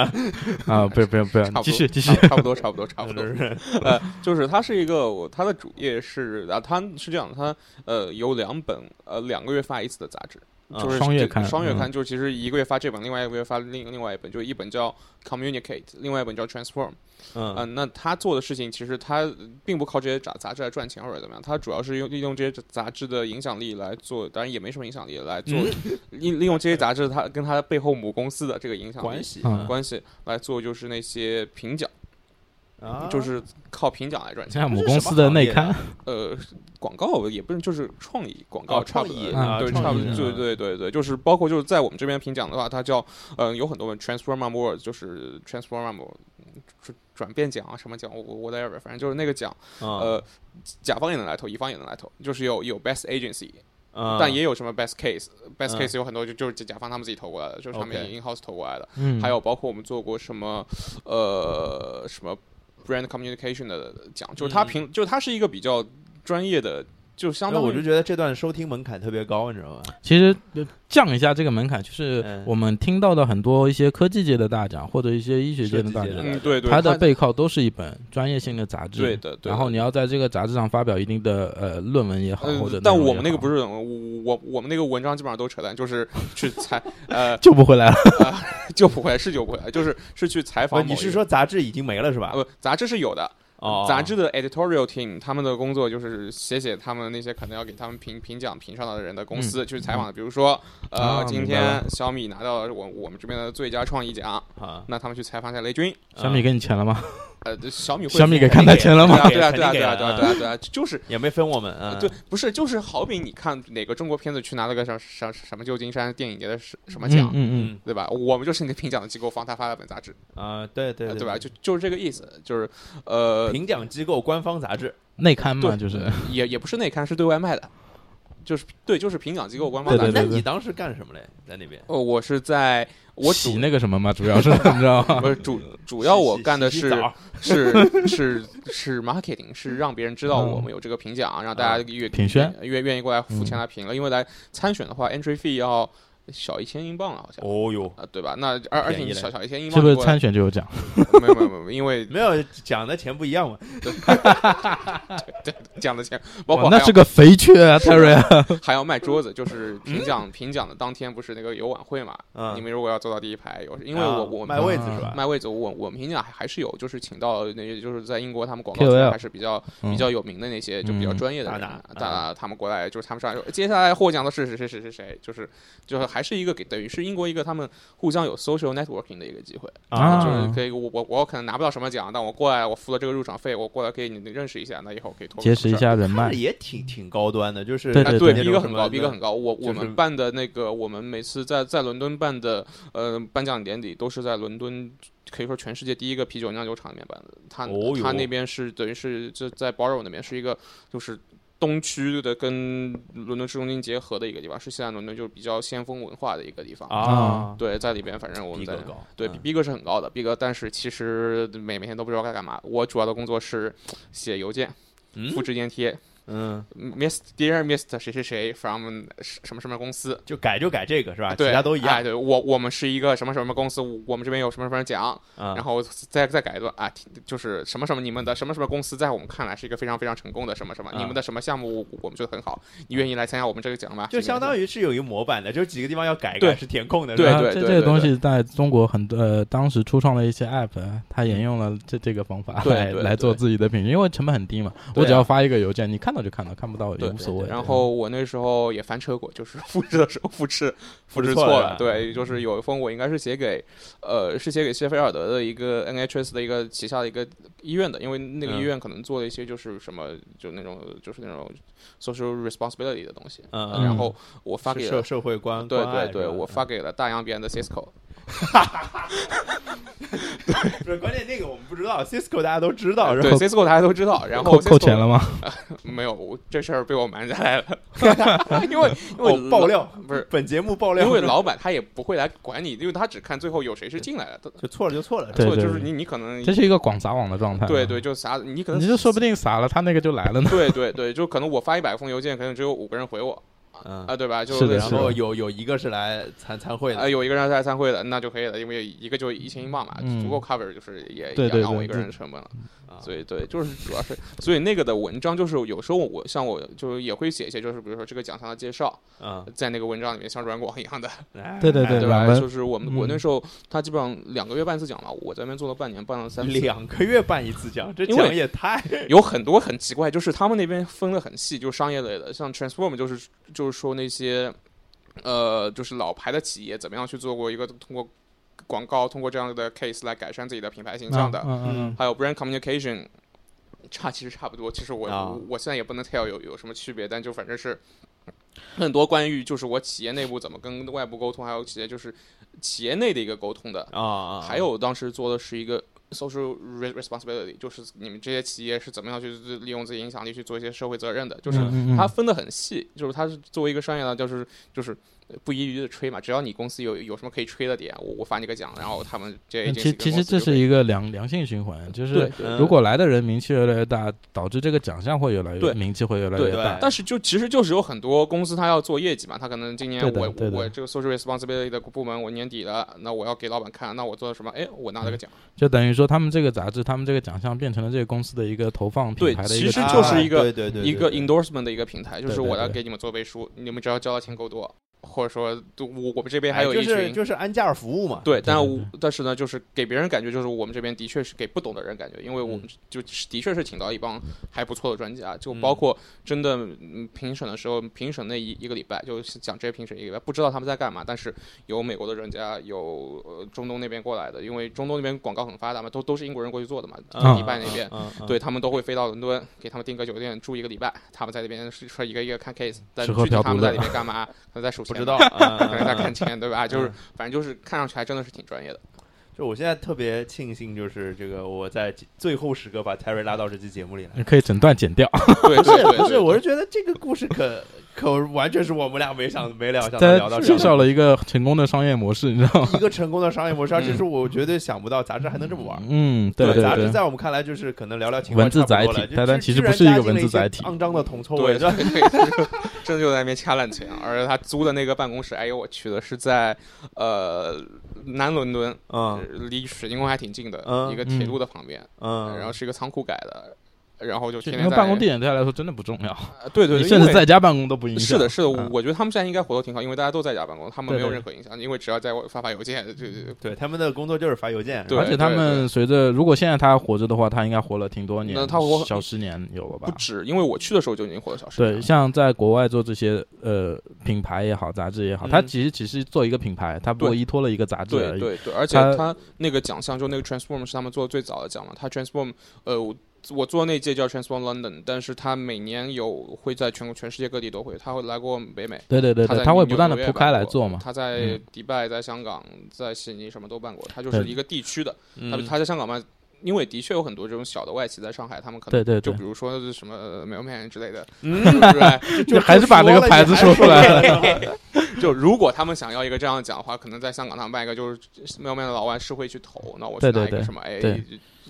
Speaker 2: 啊，不要不要不要
Speaker 3: 差不，多
Speaker 2: 继续继续。
Speaker 3: 差不多差不多 差不多，
Speaker 1: 是
Speaker 3: 呃，就是它是一个我它的主业是啊，它是这样的，它呃有两本呃两个月发一次的杂志，
Speaker 1: 啊
Speaker 3: 就是
Speaker 2: 双月
Speaker 3: 这
Speaker 2: 刊
Speaker 3: 双月
Speaker 2: 嗯
Speaker 3: 刊就是其实一个月发这本，另外一个月发另另外一本，就一本叫 Communicate，另外一本叫 Transform。嗯、
Speaker 1: 嗯
Speaker 3: 那他做的事情其实他并不靠这些杂杂志来赚钱或者怎么样，他主要是用利用这些杂志的影响力来做，当然也没什么影响力来做，
Speaker 2: 嗯
Speaker 3: 利、利用这些杂志它跟它背后母公司的这个影响
Speaker 1: 关
Speaker 3: 力
Speaker 1: 系
Speaker 2: 嗯
Speaker 3: 关系来做，就是那些评奖，
Speaker 1: 啊，
Speaker 3: 就是靠评奖来赚
Speaker 2: 现
Speaker 3: 钱。
Speaker 2: 在母公司的内
Speaker 1: 这
Speaker 2: 刊，
Speaker 3: 呃，广告也不是，就是创意广告
Speaker 1: 哦
Speaker 3: 差不多，
Speaker 1: 创意
Speaker 3: 嗯
Speaker 2: 啊
Speaker 3: 对，
Speaker 2: 创
Speaker 3: 差不
Speaker 2: 意
Speaker 3: 多，
Speaker 2: 嗯
Speaker 3: 对对对对，就是包括就是在我们这边评奖的话，它叫嗯、呃有很多本 transformable，就是 transformable 嗯转转变奖啊，什么奖，我我 whatever，反正就是那个奖，
Speaker 1: 呃
Speaker 3: 呃，甲方也能来投，乙方也能来投，就是有有 best agency，、
Speaker 1: 嗯，
Speaker 3: 但也有什么 best case，best
Speaker 1: 嗯
Speaker 3: case 有很多就就是甲方他们自己投过来的，就是他们
Speaker 1: OK
Speaker 3: in house 投过来的，
Speaker 2: 嗯，
Speaker 3: 还有包括我们做过什么呃什么 brand communication 的奖，就是它
Speaker 1: 嗯
Speaker 3: 评，就是它是一个比较专业的，就相
Speaker 1: 那
Speaker 3: 当
Speaker 1: 我就
Speaker 3: 于
Speaker 1: 觉得这段收听门槛特别高，你知道吗？
Speaker 2: 其实呃降一下这个门槛，就是
Speaker 1: 嗯
Speaker 2: 我们听到的很多一些科技界的大奖或者一些医学界的大
Speaker 1: 设计界
Speaker 2: 奖
Speaker 1: 的，
Speaker 3: 嗯，对对，
Speaker 2: 它
Speaker 3: 它
Speaker 2: 的背靠都是一本专业性的杂志。
Speaker 3: 对的，对的。
Speaker 2: 然后你要在这个杂志上发表一定的呃论文也好，或者
Speaker 3: 呃，但我们那个
Speaker 2: 是
Speaker 3: 不是我我我们那个文章基本上都扯淡，就是去采 呃
Speaker 2: 救不回来了。
Speaker 3: 救不回来是救不回来，就是是去采
Speaker 1: 哦，
Speaker 3: 访某一个。
Speaker 1: 你是说杂志已经没了是吧
Speaker 3: 啊？不杂志是有的，
Speaker 1: 哦，
Speaker 3: 杂志的 editorial team 他们的工作就是写写他们那些可能要给他们评评奖评上的人的公司、去采访，比如说呃、
Speaker 2: 啊
Speaker 3: 今
Speaker 2: 明白了
Speaker 3: 天小米拿到了我我们这边的最佳创意奖，
Speaker 1: 啊，
Speaker 3: 那他们去采访一下雷军，
Speaker 2: 小米给你钱了吗？
Speaker 3: 呃这小米会
Speaker 2: 小米给
Speaker 1: 肯
Speaker 2: 看
Speaker 1: 定
Speaker 2: 他
Speaker 1: 给
Speaker 2: 钱了吗？
Speaker 1: 肯定
Speaker 3: 对啊
Speaker 1: 给
Speaker 3: 对啊
Speaker 1: 肯定
Speaker 3: 对啊
Speaker 1: 给
Speaker 3: 对啊对啊对啊，就是。
Speaker 1: 也没分我们啊，
Speaker 3: 对，不是，就是好比你看哪个中国片子去拿了个什什什么旧金山电影节的什什么奖
Speaker 2: 嗯，嗯嗯，
Speaker 1: 嗯
Speaker 3: 对吧？我们就是那个评奖的机构方，他发了本杂志，
Speaker 1: 啊，对对
Speaker 3: 呃对吧？就就是这个意思，就是呃，
Speaker 1: 评奖机构官方杂志，
Speaker 2: 内刊嘛，
Speaker 3: 对
Speaker 2: 就是
Speaker 3: 也也不是内刊，是对外卖的，就是对，就是评奖机构官方
Speaker 2: 对
Speaker 3: 杂
Speaker 2: 对
Speaker 3: 志。
Speaker 1: 那
Speaker 2: 对
Speaker 1: 你当时干什么嘞？在那边
Speaker 3: 哦，我是在我主
Speaker 2: 洗那个什么嘛，主 要是你知道吗？
Speaker 3: 不是主主要我
Speaker 1: 洗
Speaker 3: 干的
Speaker 1: 洗
Speaker 3: 是
Speaker 1: 澡
Speaker 3: 是是是 marketing，是让别人知道我们有这个评奖，让大家愿
Speaker 2: 嗯啊评选嗯
Speaker 3: 愿愿意过来付钱来评了，因为来参选的话，entry fee 要小一千英镑了，好像。
Speaker 1: 哦哟，
Speaker 3: 啊，对吧？那而而且
Speaker 1: 便宜
Speaker 3: 你
Speaker 1: 嘞
Speaker 3: 小小一千英
Speaker 2: 是
Speaker 3: 镑
Speaker 2: 不
Speaker 3: 过
Speaker 2: 是
Speaker 3: 来，
Speaker 2: 参选就有奖？
Speaker 3: 没有没有没有，因为
Speaker 1: 没有讲的钱不一样嘛，
Speaker 3: 这样的钱，包括
Speaker 2: 哇，
Speaker 3: 还
Speaker 2: 那
Speaker 3: 要
Speaker 2: 是个肥缺啊，Terry 啊。
Speaker 3: 还要卖桌子，就是 评奖评奖的当天不是那个有晚会嘛？
Speaker 1: 嗯
Speaker 3: 你们如果要坐到第一排，有因为
Speaker 1: 啊
Speaker 3: 我我
Speaker 1: 卖位子是吧？
Speaker 3: 卖位子，我我们评价还还是有，就是请到那些就是在英国他们广
Speaker 2: KOL
Speaker 3: 告圈还是比较
Speaker 2: 嗯
Speaker 3: 比较有名的那些，就比较
Speaker 2: 嗯
Speaker 3: 专业的人，
Speaker 1: 大拿
Speaker 3: 大拿他们过来，就是他们上来说，接下来获奖的是谁谁谁谁谁，就是就是还是一个给等于是英国一个他们互相有 social networking 的一个机会，
Speaker 2: 啊
Speaker 3: 就是可以我我我可能拿不到什么奖，但我过来我付了这个入场费，我过来给你认识一下，那以后可以托个
Speaker 2: 结
Speaker 3: 什
Speaker 2: 识
Speaker 3: 么
Speaker 2: 一
Speaker 3: 事儿。
Speaker 2: 下人
Speaker 1: 看
Speaker 2: 脉
Speaker 1: 着，也挺挺高端的，就是
Speaker 2: 对
Speaker 3: 啊，
Speaker 2: 对
Speaker 3: 对，
Speaker 2: 对
Speaker 3: 逼格很高，逼格
Speaker 1: 高。
Speaker 3: 很高。我
Speaker 1: 就
Speaker 3: 我
Speaker 1: 是
Speaker 3: 们办的那个，我们每次在在伦敦办的，呃，颁奖典礼都是在伦敦，可以说全世界第一个啤酒酿酒厂里面办的。他
Speaker 1: 哦哟
Speaker 3: 他那边是等于是就在 Barrow 那边是一个，就是东区的跟伦敦市中心结合的一个地方，是现在伦敦就是比较先锋文化的一个地方。
Speaker 1: 啊，
Speaker 3: 对，在里边反正我们
Speaker 1: 逼
Speaker 3: 在
Speaker 1: 格高，嗯
Speaker 3: 对，逼逼格是很高的，逼格。但是其实每每天都不知道该干嘛。我主要的工作是写邮件、
Speaker 1: 嗯
Speaker 3: 复制粘贴
Speaker 1: 嗯，
Speaker 3: ，Miss Dear Mr 谁谁谁 from 什么什么公司，
Speaker 1: 就改就改这个是吧？
Speaker 3: 对，
Speaker 1: 啊其他都一
Speaker 3: 哎
Speaker 1: 样。
Speaker 3: 对我我们是一个什么什么公司，我们这边有什么什么奖，然
Speaker 1: 嗯，
Speaker 3: 后再再改一段啊，就是什么什么你们的什么什么公司，在我们看来是一个非常非常成功的什么什么，
Speaker 1: 嗯
Speaker 3: 你们的什么项目我我们觉得很好，你愿意来参加我们这个奖吗？
Speaker 1: 就相当
Speaker 3: 于
Speaker 1: 于是有一个模板的，就几个地方要改一改
Speaker 3: 对
Speaker 1: 是填空的，
Speaker 3: 对
Speaker 1: 是吧
Speaker 2: 啊
Speaker 3: 对
Speaker 2: 这
Speaker 3: 对
Speaker 2: 这个
Speaker 3: 对
Speaker 2: 东西在中国很多呃，当时初创的一些 app，它呃沿用了这这个方法
Speaker 3: 嗯对
Speaker 2: 来
Speaker 3: 对
Speaker 2: 来做
Speaker 3: 对
Speaker 2: 自己的品牌，因为成本很低嘛。
Speaker 3: 对
Speaker 2: 我只
Speaker 3: 啊
Speaker 2: 要发一个邮件，你看到就看到，看不到也
Speaker 3: 对
Speaker 2: 无所谓。嗯
Speaker 3: 然后我那时候也翻车过，就是复制的时候复制复
Speaker 1: 制
Speaker 3: 制
Speaker 1: 错
Speaker 3: 错
Speaker 1: 了嗯
Speaker 3: 了，对，就是有一封我应该是写给，呃，是写给谢菲尔德的一个 NHS 的一个旗下的一个医院的，因为那个
Speaker 1: 嗯
Speaker 3: 医院可能做了一些就是什么就那种就是那种 social responsibility 的东西，
Speaker 1: 嗯，
Speaker 2: 嗯
Speaker 1: 嗯
Speaker 3: 然后我发
Speaker 1: 是
Speaker 3: 给
Speaker 1: 社社会观，
Speaker 3: 对
Speaker 1: 关爱
Speaker 3: 对对，
Speaker 1: 是吧
Speaker 3: 我发给了大洋彼岸的 Cisco，
Speaker 1: 不是关键那个我们不知道，Cisco 大家都知道是
Speaker 3: 哎对
Speaker 1: 吧？
Speaker 3: Cisco 大家都知道，然后
Speaker 2: 扣扣
Speaker 3: Cisco-
Speaker 2: 钱了吗？
Speaker 3: 没有？我这事儿被我瞒下来了， 因为因为
Speaker 1: 哦，爆料
Speaker 3: 不是，
Speaker 1: 本节目爆 料，
Speaker 3: 因为老板他也不会来管你，因为他只看最后有谁是进来的，他
Speaker 1: 就错了就错了，
Speaker 2: 对
Speaker 3: 所以就是你你可能
Speaker 2: 这是一个广撒网的状态。啊
Speaker 3: 对对，，就啥你可能
Speaker 2: 你就说不定撒了，他那个就来了呢。
Speaker 3: 对对对，就可能我发一百封邮件，可能只有五个人回我
Speaker 1: 嗯
Speaker 3: 啊，对吧？就是
Speaker 2: 的
Speaker 3: 类
Speaker 1: 然
Speaker 3: 似
Speaker 2: 是的
Speaker 1: 后有有一个是来参参会
Speaker 3: 啊，
Speaker 1: 的，
Speaker 3: 有一个人在参会的，那就可以了，因为一个就一千英镑嘛，
Speaker 2: 嗯
Speaker 3: 足够 cover，就是也
Speaker 2: 对
Speaker 3: 也
Speaker 2: 对
Speaker 3: 让我
Speaker 2: 对
Speaker 3: 一个
Speaker 2: 对
Speaker 3: 人的成本了。
Speaker 1: 啊
Speaker 3: 所以对，就是主要是，所以那个的文章就是有时候我像我就是也会写一些，就是比如说这个奖项的介绍，
Speaker 1: 嗯，
Speaker 3: 在那个文章里面像软广一样的，
Speaker 1: 哎
Speaker 2: 对对对
Speaker 1: 哎
Speaker 3: 对
Speaker 2: 两
Speaker 3: 吧？
Speaker 2: 个
Speaker 3: 就是我们
Speaker 2: 嗯
Speaker 3: 我那时候他基本上两个月办一次奖嘛，我在那边做了半年，办了 三次。
Speaker 1: 两个月办一次奖，这
Speaker 3: 因为
Speaker 1: 奖也太
Speaker 3: 有很多很奇怪，就是他们那边分的很细，就商业类的，像 Transform 就是就是说那些，呃，就是老牌的企业怎么样去做过一个通过广告，通过这样的 case 来改善自己的品牌形象的，
Speaker 2: 嗯嗯嗯
Speaker 3: 还有 brand communication，差其实差不多。其实我、
Speaker 1: 啊
Speaker 3: 我我现在也不能 tell 有有什么区别，但就反正是很多关于就是我企业内部怎么跟外部沟通，还有企业就是企业内的一个沟通的。
Speaker 1: 啊啊，
Speaker 3: 还有当时做的是一个 social re- responsibility，就是你们这些企业是怎么样去利用自己影响力去做一些社会责任的，就是
Speaker 2: 嗯嗯嗯
Speaker 3: 它分得很细，就是它是作为一个商业呢，就是就是。不遗余力的吹嘛，只要你公司有有什么可以吹的点，我我发你个奖，然后他们这
Speaker 2: 嗯
Speaker 3: agency
Speaker 2: 其
Speaker 3: 跟
Speaker 2: 其
Speaker 3: 公
Speaker 2: 实
Speaker 3: 司
Speaker 2: 这
Speaker 3: 就是会
Speaker 2: 一个良良性循环，就是
Speaker 3: 对
Speaker 1: 嗯
Speaker 2: 如果来的人名气越来越大，导致这个奖项会越来越
Speaker 3: 对
Speaker 2: 名气会越来
Speaker 3: 对
Speaker 2: 越大。
Speaker 3: 但是就其实就是有很多公司它要做业绩嘛，它可能今年
Speaker 2: 对的
Speaker 3: 我
Speaker 2: 对的
Speaker 3: 我这个 social responsibility 的部门我年底了，那我要给老板看，那我做了什么？哎，我拿了个奖。
Speaker 2: 就等于说他们这个杂志，他们这个奖项变成了这个公司的一个投放品
Speaker 3: 对
Speaker 2: 牌的一
Speaker 3: 其
Speaker 2: 个
Speaker 3: 实
Speaker 2: 指
Speaker 3: 就
Speaker 2: 标
Speaker 3: 是一个
Speaker 1: 啊对对对对
Speaker 3: 一个
Speaker 1: 对
Speaker 3: endorsement 的一个平台，就是
Speaker 2: 对对
Speaker 3: 我来
Speaker 2: 对
Speaker 3: 给你们做背书，你们只要交的钱够多，或者说就我我们这边还
Speaker 1: 哎
Speaker 3: 有
Speaker 1: 就
Speaker 3: 一
Speaker 1: 是
Speaker 3: 群。
Speaker 1: 就是安价服务嘛，
Speaker 3: 对，但
Speaker 2: 对
Speaker 3: 我但是呢，就是给别人感觉，就是我们这边的确是给不懂的人感觉，因为我们
Speaker 1: 嗯
Speaker 3: 就是的确是请到一帮还不错的专家，就包括真的嗯评审的时候，评审那一一个礼拜，就是讲这些评审一个礼拜，不知道他们在干嘛，但是有美国的专家，有呃中东那边过来的，因为中东那边广告很发达嘛，都都是英国人过去做的嘛，
Speaker 1: 嗯，
Speaker 3: 迪拜那边，
Speaker 1: 嗯，嗯，
Speaker 3: 对他们都会飞到伦敦，给他们订个酒店住一个礼拜，他们在那边是说一个一个看 case，但
Speaker 2: 吃
Speaker 3: 具
Speaker 2: 喝
Speaker 3: 体
Speaker 2: 嫖
Speaker 3: 他
Speaker 2: 赌
Speaker 3: 们在
Speaker 2: 乐
Speaker 3: 里面干嘛，可 能在数
Speaker 1: 不
Speaker 3: 钱，
Speaker 1: 知 道，，嗯
Speaker 3: 可能在。
Speaker 1: 嗯
Speaker 3: 看
Speaker 1: 嗯
Speaker 3: 钱，对吧？就是
Speaker 1: 嗯
Speaker 3: 反正就是看上去还真的是挺 专业的。
Speaker 1: 就我现在特别庆幸，就是这个我在最后时刻把 Terry 拉到这期节目里来。
Speaker 2: 你呃可以整段剪掉。
Speaker 3: 对
Speaker 1: 不
Speaker 3: 对
Speaker 1: 是
Speaker 3: 对，
Speaker 1: 不是，
Speaker 3: 对
Speaker 1: 我是觉得这个故事可可完全是我们俩没想没料想到
Speaker 2: 大
Speaker 1: 聊到
Speaker 2: 家
Speaker 1: 这
Speaker 2: 介
Speaker 1: 样的
Speaker 2: 绍了一个成功的商业模式，你知道吗？
Speaker 1: 一个成功的商业模式，而且
Speaker 3: 嗯
Speaker 1: 是我绝对想不到杂志还能这么玩。
Speaker 2: 嗯，对
Speaker 1: 杂志
Speaker 2: 对对。
Speaker 1: 在我们看来就是可能聊聊情怀
Speaker 2: 文字
Speaker 1: 差
Speaker 2: 载体
Speaker 1: 不多了就
Speaker 2: 但但
Speaker 1: 居
Speaker 2: 其实
Speaker 1: 居然
Speaker 2: 不是一个
Speaker 1: 加进了
Speaker 2: 文字载体
Speaker 1: 些肮脏的铜臭味，
Speaker 3: 对，
Speaker 1: 对吧？
Speaker 3: 对对对 真的就在那边掐烂钱，而且他租的那个办公室，哎呦我去的是在呃南伦敦，呃
Speaker 1: 嗯
Speaker 3: 离水晶宫还挺近的
Speaker 1: 嗯
Speaker 3: 一个铁路的旁边，
Speaker 1: 嗯，
Speaker 3: 然后是一个仓库改的，然后就
Speaker 2: 就
Speaker 3: 天
Speaker 2: 因
Speaker 3: 天
Speaker 2: 为
Speaker 3: 在
Speaker 2: 办公地点对他来说真的不重要，
Speaker 3: 呃对对
Speaker 2: 你
Speaker 3: 对，
Speaker 2: 甚
Speaker 3: 因
Speaker 2: 至
Speaker 3: 为
Speaker 2: 在家办公都不影响。
Speaker 3: 是的，是的，
Speaker 2: 啊
Speaker 3: 我觉得他们现在应该活动挺好，因为大家都在家办公，他们
Speaker 2: 对
Speaker 3: 没有
Speaker 2: 对
Speaker 3: 任何影响，因为只要在外发发邮件，就就
Speaker 1: 对他们的工作就是发邮件，
Speaker 3: 对
Speaker 2: 而且他们随着，如果现在他活着的话，他应该活了挺多年，
Speaker 3: 那他活
Speaker 2: 小十年有了吧
Speaker 3: 不？止，因为我去的时候就已经活了小时了
Speaker 2: 对，像在国外做这些呃品牌也好，杂志也好，
Speaker 1: 嗯
Speaker 2: 他其实只是做一个品牌，他不
Speaker 3: 对
Speaker 2: 依托了一个杂志而
Speaker 3: 对
Speaker 2: 已。
Speaker 3: 对对，而且
Speaker 2: 他
Speaker 3: 他那个奖项就那个 Transform 是他们做的最早的奖嘛，他 Transform 呃我。我做那届叫 Transform London，但是他每年有会在全国全世界各地都会，他会来过北美，
Speaker 2: 对对对
Speaker 3: 他
Speaker 2: 对，
Speaker 3: 在
Speaker 2: 他会
Speaker 3: 纽
Speaker 2: 不断的
Speaker 3: 约
Speaker 2: 铺开
Speaker 3: 办
Speaker 2: 来
Speaker 3: 过
Speaker 2: 做嘛。
Speaker 3: 他在
Speaker 2: 嗯
Speaker 3: 迪拜、在香港、在悉尼什么都办过，他就是
Speaker 2: 对
Speaker 3: 一个地区的，
Speaker 1: 嗯
Speaker 3: 他他在香港嘛，因为的确有很多这种小的外企在上海，他们可能
Speaker 2: 对对
Speaker 3: 就
Speaker 2: 对
Speaker 3: 比，如说什么呃 mailman 之类的，
Speaker 1: 嗯，
Speaker 3: 对，
Speaker 2: 你还是把那个牌子说出 来。
Speaker 3: 就如果他们想要一个这样讲的话，可能在香港他们办一个就是 mailman 的老外是会去投，那我去
Speaker 2: 对对
Speaker 3: 拿一个
Speaker 2: 对
Speaker 3: 什么哎
Speaker 2: 对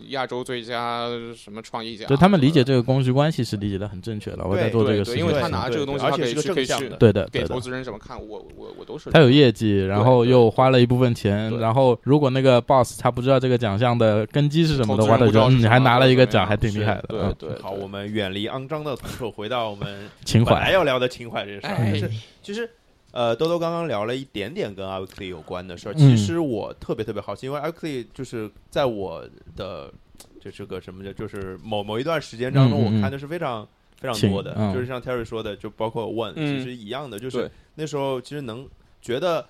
Speaker 3: 亚洲最佳什么创意奖，
Speaker 2: 就他们理解
Speaker 3: 对
Speaker 2: 这个供需关系是理解的很正确的，我在做这
Speaker 3: 对
Speaker 2: 个事
Speaker 3: 对，
Speaker 2: 情
Speaker 3: 因
Speaker 2: 的
Speaker 3: 为
Speaker 2: 时
Speaker 3: 他
Speaker 2: 候，
Speaker 3: 拿
Speaker 1: 对
Speaker 3: 这个东西，
Speaker 1: 而
Speaker 3: 他
Speaker 1: 且
Speaker 3: 可以
Speaker 1: 是个
Speaker 3: 去可以
Speaker 1: 正向
Speaker 3: 去
Speaker 1: 的
Speaker 2: 对的，对的
Speaker 3: 给投。资人怎么看，我我我都是
Speaker 2: 他有业绩，然后又花了一部分钱
Speaker 3: 对，
Speaker 2: 然后如果那个 boss 他不知道这个奖项的根基是什么的话，他
Speaker 3: 投资人不知
Speaker 2: 就
Speaker 3: 道是
Speaker 2: 嗯你
Speaker 3: 什么
Speaker 2: 还拿了一个奖，
Speaker 3: 或
Speaker 2: 还
Speaker 3: 者
Speaker 2: 挺厉害的，
Speaker 3: 对
Speaker 2: 嗯
Speaker 3: 对，对
Speaker 1: 好，我们远离肮脏的同手，回到我们
Speaker 2: 情
Speaker 1: 本来
Speaker 2: 怀。嗯
Speaker 1: 要聊的情怀这事儿，
Speaker 3: 哎
Speaker 1: 就是其实。呃，豆豆刚刚聊了一点点跟 a l e x 有关的事儿，
Speaker 2: 嗯
Speaker 1: 其实我特别特别好奇，因为 a l e x 就是在我的就这个什么的，就是某某一段时间当中，
Speaker 2: 嗯嗯
Speaker 1: 我
Speaker 2: 嗯
Speaker 1: 看的是非常非常
Speaker 2: 请
Speaker 1: 多的，
Speaker 2: 嗯
Speaker 1: 就是像 Terry 说的，就包括 One，、
Speaker 3: 嗯
Speaker 1: 其实一样的，就是
Speaker 3: 对
Speaker 1: 那时候其实能觉得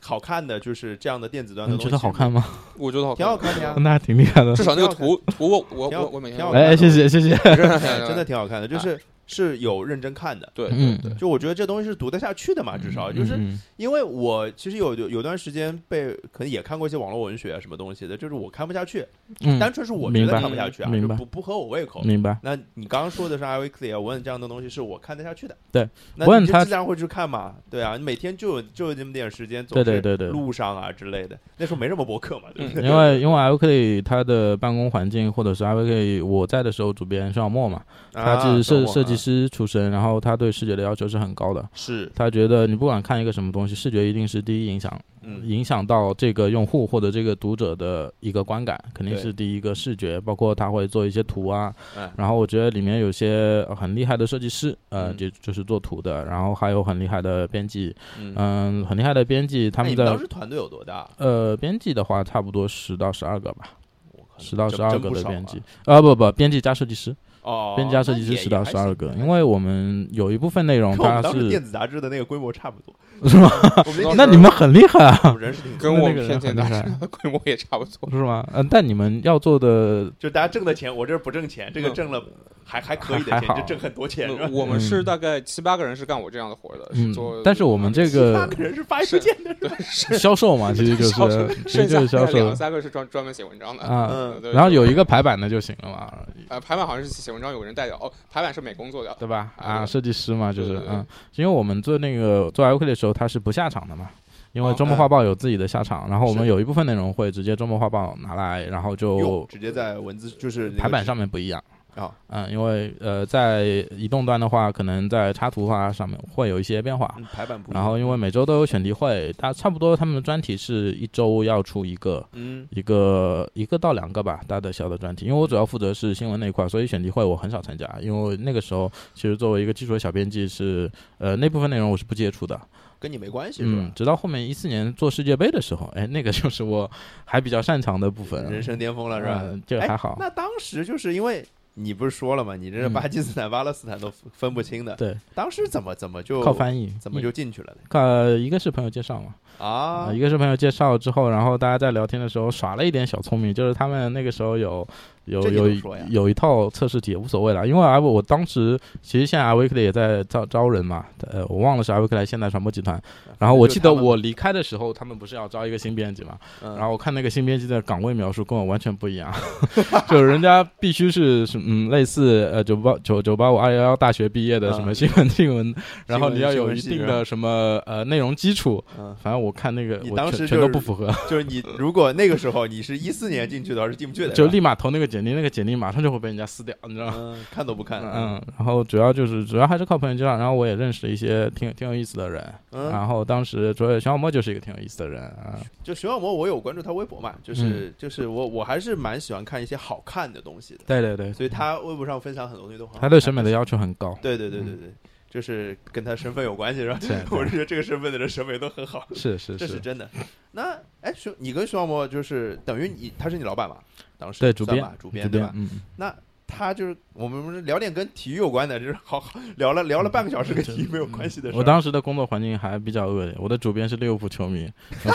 Speaker 1: 好看的，就是这样的电子端的
Speaker 2: 你
Speaker 1: 东西，
Speaker 2: 觉得好看吗？
Speaker 3: 我觉得好
Speaker 1: 挺好看的 呀
Speaker 2: 那还挺厉害的。
Speaker 3: 至少那个
Speaker 1: 挺
Speaker 3: 图图我我
Speaker 1: 挺好
Speaker 3: 我我每天
Speaker 1: 挺好看
Speaker 2: 哎，
Speaker 1: 的
Speaker 2: 哎谢谢谢谢。
Speaker 3: 真的
Speaker 1: 哎真的挺好看的，
Speaker 2: 啊
Speaker 1: 就是是有认真看的。
Speaker 3: 对对
Speaker 2: 嗯
Speaker 3: 对，
Speaker 1: 就我觉得这东西是读得下去的嘛，至少就是
Speaker 2: 嗯
Speaker 1: 因为我其实有有有段时间被可能也看过一些网络文学啊什么东西的，就是我看不下去，
Speaker 2: 嗯，
Speaker 1: 单纯是我觉
Speaker 2: 明
Speaker 1: 得
Speaker 2: 白
Speaker 1: 看不下去啊，
Speaker 2: 明
Speaker 1: 就
Speaker 2: 白
Speaker 1: 不不合我胃口。
Speaker 2: 明白。
Speaker 1: 那你刚刚说的是 I V C 啊，我问这样的东西是我看得下去的，
Speaker 2: 对，
Speaker 1: 那
Speaker 2: 问
Speaker 1: 你就
Speaker 2: 他
Speaker 1: 自然会去看嘛，对啊，你每天就有就有这么点时间，
Speaker 2: 对对
Speaker 1: 总是
Speaker 2: 对对嗯
Speaker 1: 路上啊之类的，那时候没什么博客嘛，对不对？
Speaker 2: 因为因为 IVK 它的办公环境，或者是 IVK 我在的时候，主编邵墨嘛，他
Speaker 1: 啊
Speaker 2: 是设
Speaker 1: 懂我
Speaker 2: 设计
Speaker 1: 啊
Speaker 2: 师出身，然后他对视觉的要求是很高的。
Speaker 1: 是，
Speaker 2: 他觉得你不管看一个什么东西，视觉一定是第一影响，
Speaker 1: 嗯，
Speaker 2: 影响到这个用户或者这个读者的一个观感，肯定
Speaker 1: 对
Speaker 2: 是第一个视觉，包括他会做一些图啊
Speaker 1: 哎。
Speaker 2: 然后我觉得里面有些很厉害的设计师，呃，
Speaker 1: 嗯
Speaker 2: 就就是做图的，然后还有很厉害的编辑，
Speaker 1: 嗯
Speaker 2: 嗯，很厉害的编辑，他
Speaker 1: 那哎你
Speaker 2: 们
Speaker 1: 们当
Speaker 2: 的
Speaker 1: 时团队有多大？啊
Speaker 2: 呃编辑的话，差不多十到十二个吧，
Speaker 1: 我靠
Speaker 2: 十到
Speaker 1: 真
Speaker 2: 十二
Speaker 1: 真
Speaker 2: 个
Speaker 1: 不
Speaker 2: 的
Speaker 1: 少
Speaker 2: 编
Speaker 1: 啊
Speaker 2: 辑，啊不不，编辑加设计师，
Speaker 1: 哦，
Speaker 2: 编辑加设
Speaker 1: 那
Speaker 2: 计师
Speaker 1: 也
Speaker 2: 十到
Speaker 1: 也还
Speaker 2: 十二
Speaker 1: 行
Speaker 2: 个，
Speaker 1: 还
Speaker 2: 因
Speaker 1: 行
Speaker 2: 为我们有一部分内容
Speaker 1: 跟我们
Speaker 2: 它
Speaker 1: 当时电
Speaker 2: 是
Speaker 1: 子杂志的那个规模差不多，
Speaker 2: 是吗？ 哦
Speaker 1: 我们
Speaker 2: 那你们很厉 害啊，
Speaker 1: 我们人是挺多的，
Speaker 3: 跟我
Speaker 2: 那个人
Speaker 3: 们骗钱
Speaker 2: 很
Speaker 3: 大
Speaker 2: 厉害
Speaker 3: 的 规模也差不多。
Speaker 2: 是吗？嗯，但你们要做的
Speaker 1: 就大家挣的钱，我这儿不挣钱，这
Speaker 3: 嗯
Speaker 1: 个挣了还还可以的
Speaker 2: 还
Speaker 1: 钱，
Speaker 2: 好
Speaker 1: 就挣很多钱。是吧
Speaker 3: 那我们是大概七八个人是干我这样的活的，是
Speaker 2: 嗯
Speaker 3: 做，，
Speaker 2: 但是我们这
Speaker 1: 八
Speaker 2: 个
Speaker 1: 个人是发一不见的，
Speaker 3: 对是
Speaker 2: 销售嘛，其实就
Speaker 3: 销售
Speaker 2: 是其实
Speaker 3: 剩
Speaker 2: 就
Speaker 3: 下
Speaker 2: 是销售
Speaker 3: 两三个是专专门写文章的。
Speaker 2: 啊。
Speaker 1: 嗯，
Speaker 3: 对
Speaker 2: 然后有一个排版的就行了嘛，
Speaker 3: 呃，排版好像是写文章有个人代表，哦，排版是美工 做的，
Speaker 2: 对吧？
Speaker 3: 啊
Speaker 2: 啊，设计师嘛，就是
Speaker 3: 对对对
Speaker 2: 嗯，因为我们做那个做 L K 的时候，他是不下场的嘛。因为周末画报有自己的下场，然后我们
Speaker 1: 是
Speaker 2: 有一部分内容会直接周末画报拿来，然后
Speaker 1: 哟
Speaker 2: 就
Speaker 1: 直接在文字就是那个
Speaker 2: 排版上面不一样
Speaker 1: 啊。
Speaker 2: 嗯，因为呃，在移动端的话，可能在插图画上面会有一些变化，
Speaker 1: 嗯排版不一样，
Speaker 2: 然后因为每周都有选题会，大差不多他们的专题是一周要出一个，
Speaker 1: 嗯
Speaker 2: 一个一个到两个吧，大的小的专题。因为我主要负责是新闻那一块，所以选题会我很少参加。因为那个时候其实作为一个技术的小编辑是，呃那部分内容我是不接触的。
Speaker 1: 跟你没关系是
Speaker 2: 嗯
Speaker 1: 吧，？
Speaker 2: 直到后面一四年做世界杯的时候，哎，那个就是我还比较擅长的部分。
Speaker 1: 人生巅峰了是
Speaker 2: 嗯
Speaker 1: 吧？
Speaker 2: 这
Speaker 1: 哎
Speaker 2: 还好
Speaker 1: 那当时就是因为。你不是说了吗？你这是
Speaker 2: 嗯
Speaker 1: 巴基斯坦、巴勒斯坦都分分不清的。
Speaker 2: 对，
Speaker 1: 当时怎么怎么就
Speaker 2: 靠翻译，嗯
Speaker 1: 怎么就进去了呢？
Speaker 2: 呃一个是朋友介绍嘛，
Speaker 1: 啊
Speaker 2: 啊，一，个是朋友介绍之后，然后大家在聊天的时候耍了一点小聪明，就是他们那个时候有有
Speaker 1: 这你
Speaker 2: 有
Speaker 1: 能说呀
Speaker 2: 有一套测试题，无所谓了，因为 I 我当时其实现在 I Weekly 也在招招人嘛，呃，我忘了是 I Weekly 现代传播集团，
Speaker 1: 嗯
Speaker 2: 然后我记得我离开的时候，他们不是要招一个新编辑嘛，
Speaker 1: 嗯，
Speaker 2: 然后我看那个新编辑的岗位描述跟我完全不一样， 就是人家必须是什么嗯类似呃九八九九八五二幺幺大学毕业的什么
Speaker 1: 嗯
Speaker 2: 新闻新闻，然后
Speaker 1: 新闻
Speaker 2: 你要
Speaker 1: 新
Speaker 2: 有
Speaker 1: 闻
Speaker 2: 一
Speaker 1: 系
Speaker 2: 定
Speaker 1: 是吧
Speaker 2: 的什么呃内容基础。
Speaker 1: 嗯，
Speaker 2: 反正我看那个，
Speaker 1: 你
Speaker 2: 我
Speaker 1: 当
Speaker 2: 全
Speaker 1: 时
Speaker 2: 全
Speaker 1: 就
Speaker 2: 都
Speaker 1: 是
Speaker 2: 不符合，
Speaker 1: 就是你如果那个时候你是一四年进去的话是进不去的，
Speaker 2: 就是
Speaker 1: 吧
Speaker 2: 立马投那个简历，那个简历马上就会被人家撕掉，你知道吗？
Speaker 1: 嗯，看都不看，
Speaker 2: 嗯，然后主要就是主要还是靠朋友介绍，然后我也认识了一些挺挺有意思的人，
Speaker 1: 嗯，
Speaker 2: 然后当时主要小小莫就是一个挺有意思的人啊，
Speaker 1: 就徐小魔，我有关注他微博嘛，
Speaker 2: 嗯
Speaker 1: 就是、就是我我还是蛮喜欢看一些好看的东西的，
Speaker 2: 对对对，
Speaker 1: 所以他微博上分享很多东西都很好看
Speaker 2: 他对审美的，嗯要求很高，
Speaker 1: 对对对对对，就是跟他身份有关系是吧？
Speaker 2: 是
Speaker 1: 我是觉得这个身份的人审美都很好，
Speaker 2: 是是
Speaker 1: 这是真的。那哎，徐你跟徐小魔就是等于你他是你老板嘛？当时
Speaker 2: 对主
Speaker 1: 算
Speaker 2: 编
Speaker 1: 吧主
Speaker 2: 编
Speaker 1: 编对吧？
Speaker 2: 嗯，
Speaker 1: 那。他就是我们我们聊点跟体育有关的，就是好好聊了聊了半个小时跟体育没有关系的事儿。
Speaker 2: 嗯我当时的工作环境还比较恶劣，我的主编是利物浦球迷，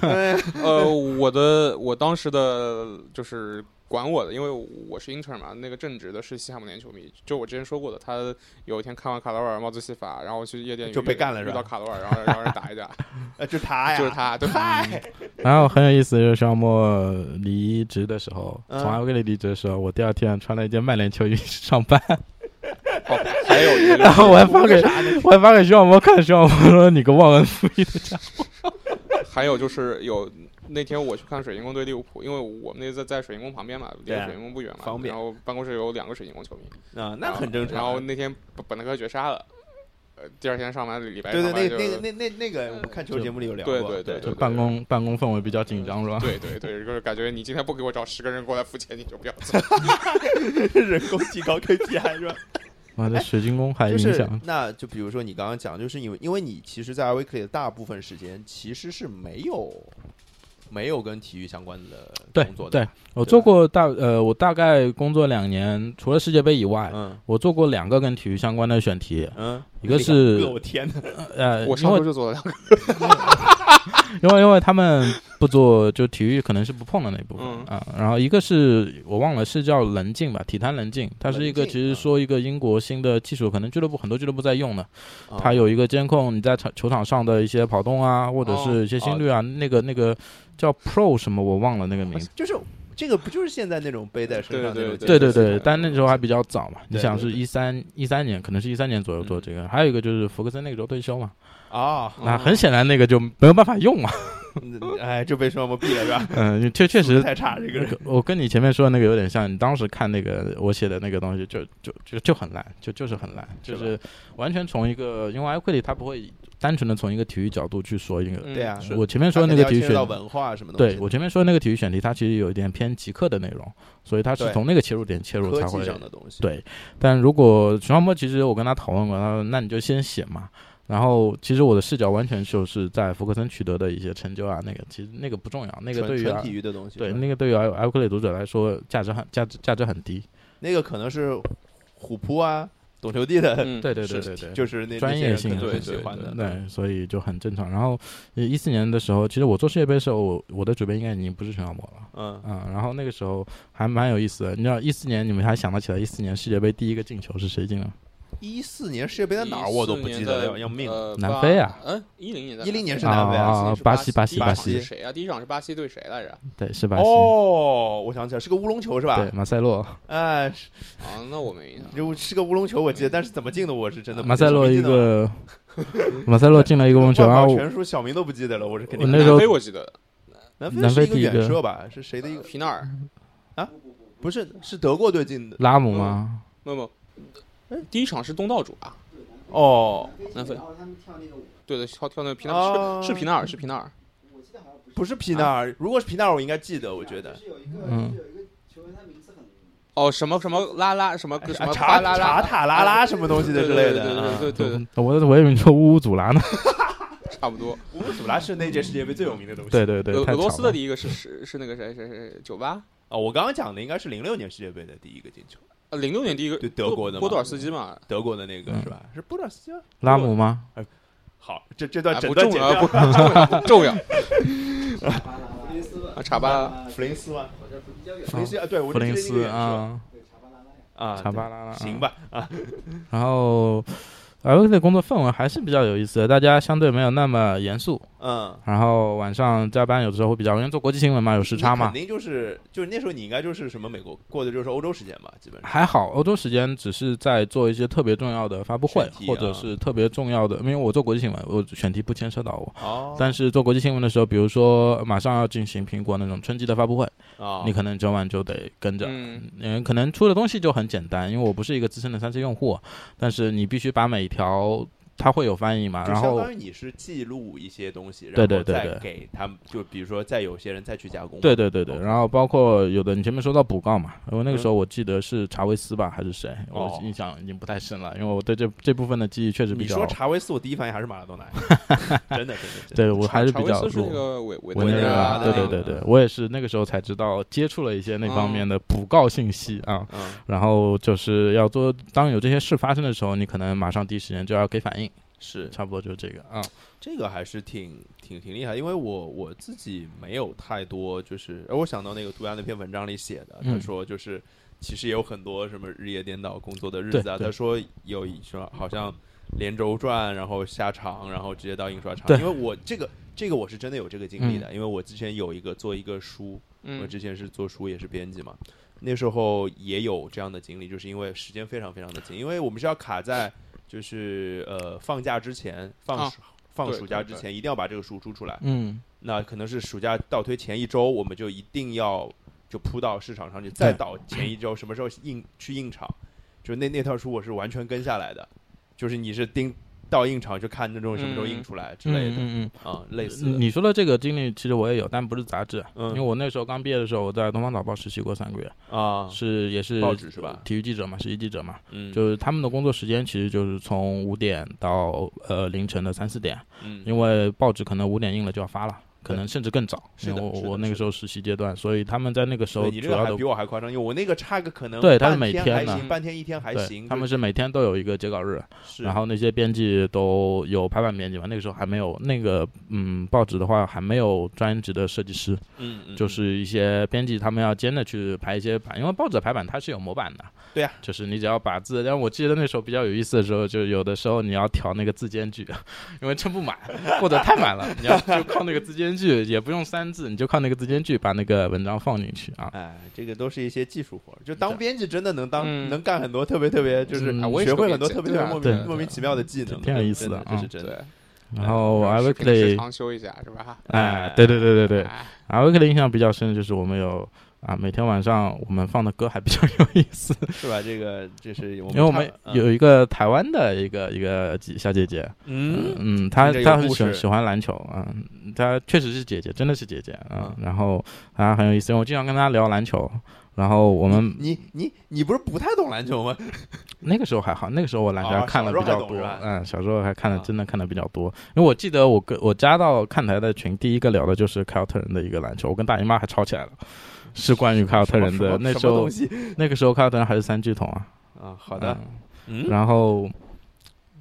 Speaker 3: 哎呃，我的我当时的就是管我的，因为我是 Inter 嘛，那个正直的是西汉姆联球迷，就我之前说过的，他有一天看完卡罗尔帽子戏法，然后去夜店
Speaker 1: 就被干了是
Speaker 3: 遇
Speaker 1: 吧
Speaker 3: 到卡罗尔，然后然后人 打一架，
Speaker 1: 呃，就他呀，
Speaker 3: 就是他，对，
Speaker 2: 然后很有意思，就是肖莫离职的时候，
Speaker 1: 嗯
Speaker 2: 从阿圭里离职的时候，我第二天穿了一件曼联球衣去上班，
Speaker 3: 哦，还有 一个就
Speaker 2: 然
Speaker 3: 是
Speaker 2: 后我还发给我还发给肖莫看，肖莫说你个忘恩负义的家伙。
Speaker 3: 还有就是有那天我去看水晶宫对利物浦，因为我们那次在在水晶宫旁边嘛，离
Speaker 1: 对啊
Speaker 3: 水晶宫不远嘛，
Speaker 1: 方便
Speaker 3: 然后办公室有两个水晶宫球迷，
Speaker 1: 啊，那很正常。
Speaker 3: 然后那天本本特克绝杀了，呃，第二天上班礼拜
Speaker 1: 对对，
Speaker 3: 上班
Speaker 1: 那
Speaker 3: 就
Speaker 1: 那个那那那个，我们看球节目里有聊过，
Speaker 3: 对对对
Speaker 1: 对
Speaker 2: 就办公办公氛围比较紧张是吧？
Speaker 3: 对对对，就是感觉你今天不给我找十个人过来付钱，你就 不要走。
Speaker 1: 对， 人工提高 KPI 是吧？
Speaker 2: 哇，这水晶 宫还
Speaker 1: 就
Speaker 2: 影
Speaker 1: 是
Speaker 2: 响，
Speaker 1: 那就比如说你刚刚讲，就是因为因为你其实，在 Weekly 的大部分时间其实是没有没有跟体育相关的
Speaker 2: 对
Speaker 1: 工作的，
Speaker 2: 对，我做过大呃，我大概工作两年，除了世界杯以外，
Speaker 1: 嗯
Speaker 2: 我做过两个跟体育相关的选题，
Speaker 1: 嗯，
Speaker 2: 哎一个是
Speaker 1: 哥，我天 哪，
Speaker 2: 呃，
Speaker 3: 我
Speaker 2: 因
Speaker 3: 上
Speaker 2: 为
Speaker 3: 周就做了两个，
Speaker 2: 因为因为他们不做就体育可能是不碰的那一部分
Speaker 3: 嗯
Speaker 2: 啊、然后一个是我忘了是叫棱镜吧，体坛棱镜，啊它是一个
Speaker 1: 棱镜
Speaker 2: 其实说一个英国新的技术，可能俱乐部很多俱乐部在用的，
Speaker 1: 啊
Speaker 2: 它有一个监控你在场球场上的一些跑动啊，或者
Speaker 1: 哦
Speaker 2: 是一些心率啊，那个那个叫 Pro 什么我忘了那个名字。
Speaker 1: 就是这个不就是现在那种背在身上那种
Speaker 3: 对
Speaker 1: 对
Speaker 2: 对对对
Speaker 3: 对，
Speaker 2: 但那时候还比较早嘛，你
Speaker 1: 对
Speaker 2: 想
Speaker 1: 对
Speaker 2: 是
Speaker 1: 对嗯
Speaker 2: 一三一三年，可能是一三年左右做这个。还有一个就是福克森那个时候退休嘛，
Speaker 1: 啊，
Speaker 2: 那很显然那个就没有办法 用嘛。
Speaker 1: 嗯哎，就被双目毙了是 吧？
Speaker 2: 嗯，确确实
Speaker 1: 太差这个
Speaker 2: 那
Speaker 1: 人，
Speaker 2: 个我跟你前面说的那个有点像，你当时看那个我写的那个东西就，就就就很烂，就就是很烂，
Speaker 1: 是
Speaker 2: 就
Speaker 1: 吧
Speaker 2: 是完全从一个，因为艾奎里他不会单纯的从一个体育角度去说一个。
Speaker 3: 嗯
Speaker 1: 对啊，
Speaker 2: 呃我前面 说的那个
Speaker 1: 他肯
Speaker 2: 体
Speaker 1: 定要牵涉
Speaker 2: 育选
Speaker 1: 到，文化什么东西
Speaker 2: 对
Speaker 1: 的，
Speaker 2: 我前面说的那个体育选题，它其实有一点偏极客的内容，所以它是
Speaker 1: 对
Speaker 2: 从那个切入点切入才
Speaker 1: 科技
Speaker 2: 会
Speaker 1: 上的东西，
Speaker 2: 对，但如果徐浩波，其实我跟他讨论过，他说那你就先写嘛。然后其实我的视角完全就是在福克森取得的一些成就啊，那个其实那个不重要，那个
Speaker 1: 纯
Speaker 2: 对于、
Speaker 1: 纯
Speaker 2: 啊、
Speaker 1: 体育的东西，
Speaker 2: 对
Speaker 1: 是吧
Speaker 2: 那个对于艾艾克类读者来说价值很价值价值很低。
Speaker 1: 那个可能是虎扑啊、懂球帝的，
Speaker 3: 嗯
Speaker 2: 对对对
Speaker 1: 是
Speaker 2: 对对，
Speaker 1: 就是那
Speaker 2: 专业性
Speaker 1: 那些人可能
Speaker 2: 对
Speaker 1: 很
Speaker 2: 对
Speaker 1: 喜欢
Speaker 2: 对
Speaker 1: 的，
Speaker 2: 对，所以就很正常。然后呃一四年的时候，其实我做世界杯的时候，我我的主编应该已经不是陈小魔了。
Speaker 1: 嗯，
Speaker 2: 啊、然后那个时候还蛮有意思的，你知道一四年你们还想得起来一四年世界杯第一个进球是谁进的？
Speaker 1: 一四年世界杯在哪儿我都不记得了，要要命了。
Speaker 3: 呃，
Speaker 2: 南非啊
Speaker 3: 巴，嗯，一零年在哪儿，
Speaker 1: 10年是
Speaker 2: 啊
Speaker 1: 南非啊
Speaker 2: 啊
Speaker 3: 10
Speaker 2: 啊
Speaker 3: 年是
Speaker 2: 巴
Speaker 3: 西，
Speaker 2: 巴西
Speaker 3: 第一
Speaker 2: 巴
Speaker 3: 场是
Speaker 2: 西，
Speaker 3: 谁啊？第一场是巴西对谁来着？
Speaker 2: 对是巴西，
Speaker 1: 哦，我想起来是个乌龙球是吧？
Speaker 2: 对马塞洛，
Speaker 1: 哎，是
Speaker 3: 啊，那我没印象。
Speaker 1: 就是个乌龙球，我记得，但是怎么进的我是真的不记得
Speaker 2: 马塞洛
Speaker 1: 谁
Speaker 2: 一
Speaker 1: 进的了
Speaker 2: 个马塞洛进 了一个
Speaker 1: 万
Speaker 2: 红球，然
Speaker 1: 宝
Speaker 2: 后
Speaker 1: 全书小名都不记得了，我是肯定不
Speaker 2: 我那
Speaker 1: 记得。
Speaker 2: 时候
Speaker 3: 南非我记得
Speaker 1: 南非是一
Speaker 2: 南非第一个
Speaker 1: 远射吧？是谁的一个？
Speaker 3: 皮纳尔，
Speaker 1: 不是，是德国队进的。
Speaker 2: 拉姆吗？
Speaker 3: 没有没有，第一场是东道主啊，
Speaker 1: 哎哦，
Speaker 3: 南非。对对，跳跳那个皮纳
Speaker 1: 啊
Speaker 3: 尔是是皮纳尔是皮纳尔，
Speaker 1: 不是皮纳尔，如果是皮纳尔，我应该记得，我觉得。
Speaker 2: 嗯，
Speaker 3: 哦什么什么拉拉什么什么巴
Speaker 1: 哎查
Speaker 3: 拉
Speaker 1: 查
Speaker 3: 拉
Speaker 1: 塔拉拉什么东西的之类的。
Speaker 3: 对对对对
Speaker 1: 嗯
Speaker 3: 对对，
Speaker 2: 我我以为你说乌乌 祖拉呢。
Speaker 3: 对差不多。
Speaker 1: 乌姆祖拉是那届世界杯最有名的东西。
Speaker 2: 对对对，
Speaker 3: 俄
Speaker 2: 太
Speaker 3: 俄罗
Speaker 2: 巧
Speaker 3: 斯的
Speaker 2: 了
Speaker 3: 第一个是是是那个谁谁谁九八
Speaker 1: 哦，我刚刚讲的应该是零六年世界杯的第一个进球，
Speaker 3: 呃零六年第一个
Speaker 1: 对德国的嘛
Speaker 3: 波多尔斯基嘛，
Speaker 1: 德国的那个
Speaker 2: 嗯
Speaker 1: 是吧？是布尔斯基吗。
Speaker 2: 拉姆吗？
Speaker 1: 好，这这段
Speaker 3: 哎
Speaker 1: 整
Speaker 3: 不
Speaker 1: 段
Speaker 3: 重
Speaker 1: 剪
Speaker 3: 要
Speaker 1: 掉
Speaker 3: 啊。不不重要啊查巴 拉
Speaker 1: 弗林斯吗？弗林斯啊，对，我
Speaker 2: 嗯弗
Speaker 1: 就记得
Speaker 2: 林
Speaker 1: 那个
Speaker 2: 斯
Speaker 1: 远射
Speaker 2: 啊，
Speaker 1: 啊，
Speaker 2: 查巴拉拉。嗯
Speaker 1: 对，行。吧啊，
Speaker 2: 然后。L K 的工作氛围还是比较有意思的，大家相对没有那么严肃，
Speaker 1: 嗯，
Speaker 2: 然后晚上加班有的时候会比较，因为做国际新闻嘛，有时差
Speaker 1: 你
Speaker 2: 嘛
Speaker 1: 肯，定就是就是那时候你应该就是什么美国过的就是欧洲时间吧，基本上
Speaker 2: 还好，欧洲时间只是在做一些特别重要的发布会
Speaker 1: 选，题啊
Speaker 2: 或者是特别重要的，因为我做国际新闻，我选题不牵涉到我。
Speaker 1: 哦
Speaker 2: 啊但是做国际新闻的时候，比如说马上要进行苹果那种春季的发布会，
Speaker 1: 啊，
Speaker 2: 你可能整晚就得跟着。
Speaker 3: 嗯
Speaker 2: 嗯，可能出的东西就很简单，因为我不是一个资深的三 C 用户，但是你必须把每一条它会有翻译嘛，
Speaker 1: 就
Speaker 2: 然
Speaker 1: 相
Speaker 2: 后
Speaker 1: 当于你是记录一些东西，然
Speaker 2: 对
Speaker 1: 后
Speaker 2: 对对
Speaker 1: 再
Speaker 2: 对
Speaker 1: 给他们，就比如说再有些人再去加工，
Speaker 2: 对对对对，
Speaker 1: 哦嗯
Speaker 2: 然后包括有的你前面说到补告嘛，因为那个时候我记得是查韦斯吧还是谁，
Speaker 1: 哦
Speaker 2: 我印象已经不太深了，因为我对这这部分的记忆确实比
Speaker 1: 你
Speaker 2: 较
Speaker 1: 说。查韦斯，我第一反应还是马拉多 纳，真的真的真的。
Speaker 2: 对我还是
Speaker 3: 查
Speaker 2: 比
Speaker 3: 查
Speaker 2: 较
Speaker 3: 韦啊斯是
Speaker 2: 弱
Speaker 3: 那。个委委
Speaker 2: 维
Speaker 1: 内
Speaker 2: 内
Speaker 1: 瑞
Speaker 2: 瑞
Speaker 1: 拉
Speaker 2: 拉，
Speaker 1: 的
Speaker 2: 对
Speaker 1: 那
Speaker 2: 对
Speaker 1: 个
Speaker 2: 对对，我也是那个时候才知道接触了一些那方面的补告信息啊，
Speaker 1: 嗯，
Speaker 2: 然后就是要做，当有这些事发生的时候，你可能马上第一时间就要给反应，
Speaker 1: 是
Speaker 2: 差不多就这个啊。
Speaker 1: 这个还是挺挺挺厉害，因为我我自己没有太多，就是哎，我想到那个涂鸦那篇文章里写的，他
Speaker 2: 嗯
Speaker 1: 说就是其实也有很多什么日夜颠倒工作的日
Speaker 2: 对
Speaker 1: 子啊，
Speaker 2: 对
Speaker 1: 他说有一说好像连轴转，然后下场，然后直接到印刷厂，
Speaker 2: 对嗯
Speaker 1: 因为我这个这个我是真的有这个经历的，因为我之前有一个做一个书，我
Speaker 3: 嗯
Speaker 1: 之前是做书也是编辑嘛，那时候也有这样的经历，就是因为时间非常非常的紧，因为我们是要卡在就是呃放假之前放
Speaker 3: 啊
Speaker 1: 暑、放
Speaker 3: 对
Speaker 1: 暑假
Speaker 3: 对
Speaker 1: 之
Speaker 3: 对
Speaker 1: 前一定要把这个书出出来，
Speaker 2: 嗯，
Speaker 1: 那可能是暑假倒推前一周，我们就一定要就扑到市场上去，再倒前一周什么时候印去印厂，就那那套书我是完全跟下来的，就是你是盯到印厂去看那种什么时候印
Speaker 3: 嗯
Speaker 1: 出来之
Speaker 2: 嗯
Speaker 1: 类的
Speaker 2: 嗯嗯
Speaker 1: 啊、类似
Speaker 2: 嗯，
Speaker 1: 的，
Speaker 2: 你说的这个经历其实我也有，但不是杂志，啊因为
Speaker 1: 嗯
Speaker 2: 我那时候刚毕业的时候，我在东方早报实习过三个月，
Speaker 1: 啊，
Speaker 2: 是也是
Speaker 1: 报纸是吧
Speaker 2: 体育记者嘛，实习记者嘛，
Speaker 1: 嗯，
Speaker 2: 就是他们的工作时间其实就是从五点到呃凌晨的三四点，
Speaker 1: 嗯
Speaker 2: 因为报纸可能五点印了就要发了。可
Speaker 1: 对
Speaker 2: 能甚至更早，
Speaker 1: 是
Speaker 2: 因为
Speaker 1: 的
Speaker 2: 我
Speaker 1: 是的
Speaker 2: 我那
Speaker 1: 是
Speaker 2: 个
Speaker 1: 的
Speaker 2: 时候实习阶段，所以他们在那个时
Speaker 1: 对
Speaker 2: 候
Speaker 1: 你
Speaker 2: 主
Speaker 1: 这个
Speaker 2: 要
Speaker 1: 还
Speaker 2: 的
Speaker 1: 比我还夸张，因为我那个差个可能
Speaker 2: 对他是
Speaker 1: 半
Speaker 2: 每
Speaker 1: 天
Speaker 2: 天
Speaker 1: 还
Speaker 2: 呢
Speaker 1: 行，半天一天还
Speaker 2: 对
Speaker 1: 行，，
Speaker 2: 他们是每天都有一个截稿日，
Speaker 1: 是
Speaker 2: 然后那些编辑都有排版编辑嘛，那个时候还没有那个嗯报纸的话还没有专职的设计师，
Speaker 1: 嗯嗯
Speaker 2: 就是一些编辑他们要兼着去排一些版，因为报纸的排版它是有模板的。
Speaker 1: 对呀
Speaker 2: 就是你只要把字，但我记得那时候比较有意思的时候，就有的时候你要调那个字间距，因为撑不满或者太满了，你要就靠那个字间距，也不用删字，你就靠那个字间距把那个文章放进去啊。
Speaker 1: 哎，这个都是一些技术活儿，就当
Speaker 2: 对
Speaker 1: 编辑真的能当
Speaker 3: 嗯
Speaker 1: 能干很多特别特别，就是哎
Speaker 2: 嗯啊我
Speaker 3: 也
Speaker 1: 学
Speaker 3: 是个
Speaker 1: 会很多
Speaker 3: 编辑
Speaker 1: 特别特别
Speaker 3: 对啊
Speaker 1: 莫
Speaker 2: 对
Speaker 1: 名
Speaker 2: 啊
Speaker 1: 莫名其妙的技能，
Speaker 2: 挺有意思的
Speaker 1: 真这是
Speaker 2: 啊
Speaker 1: 真
Speaker 3: 对
Speaker 1: 的。，
Speaker 2: 然
Speaker 1: 哦
Speaker 2: 后
Speaker 1: 嗯
Speaker 3: 然后是平时
Speaker 2: iWorkday
Speaker 3: 常修一下是吧？
Speaker 2: 哎，对对对对对
Speaker 3: 哎，
Speaker 2: ，iWorkday 印象比较深的就是我们有啊，每天晚上我们放的歌还比较有意思，
Speaker 1: 是吧？这个这是我们
Speaker 2: 因为我
Speaker 1: 差
Speaker 2: 们
Speaker 1: 嗯
Speaker 2: 有一个台湾的一个一个姐小姐姐，
Speaker 1: 嗯
Speaker 2: 嗯，她
Speaker 1: 听着有
Speaker 2: 她很
Speaker 1: 故
Speaker 2: 喜欢
Speaker 1: 事
Speaker 2: 喜欢篮球啊、嗯，她确实是姐姐，真的是姐姐啊、
Speaker 1: 嗯
Speaker 2: 然后她很有意思，因为我经常跟她聊篮球。然后我们
Speaker 1: 你你你不是不太懂篮球吗？
Speaker 2: 那个时候还好，那个时候我篮球
Speaker 1: 哦
Speaker 2: 还看的
Speaker 1: 小时候
Speaker 2: 比
Speaker 1: 还
Speaker 2: 较
Speaker 1: 懂
Speaker 2: 多
Speaker 1: 是吧，
Speaker 2: 嗯，小时候还看的
Speaker 1: 啊
Speaker 2: 真的看的比较多。因为我记得我跟我加到看台的群，第一个聊的就是凯尔特人的一个篮球，我跟大姨妈还吵起来了，是关于凯啊尔特人
Speaker 1: 什么
Speaker 2: 的。那
Speaker 1: 什么
Speaker 2: 时候
Speaker 1: 东西
Speaker 2: 那个时候凯尔特人还是三巨头啊，
Speaker 1: 啊，好的，
Speaker 2: 嗯
Speaker 1: 嗯
Speaker 2: 然后，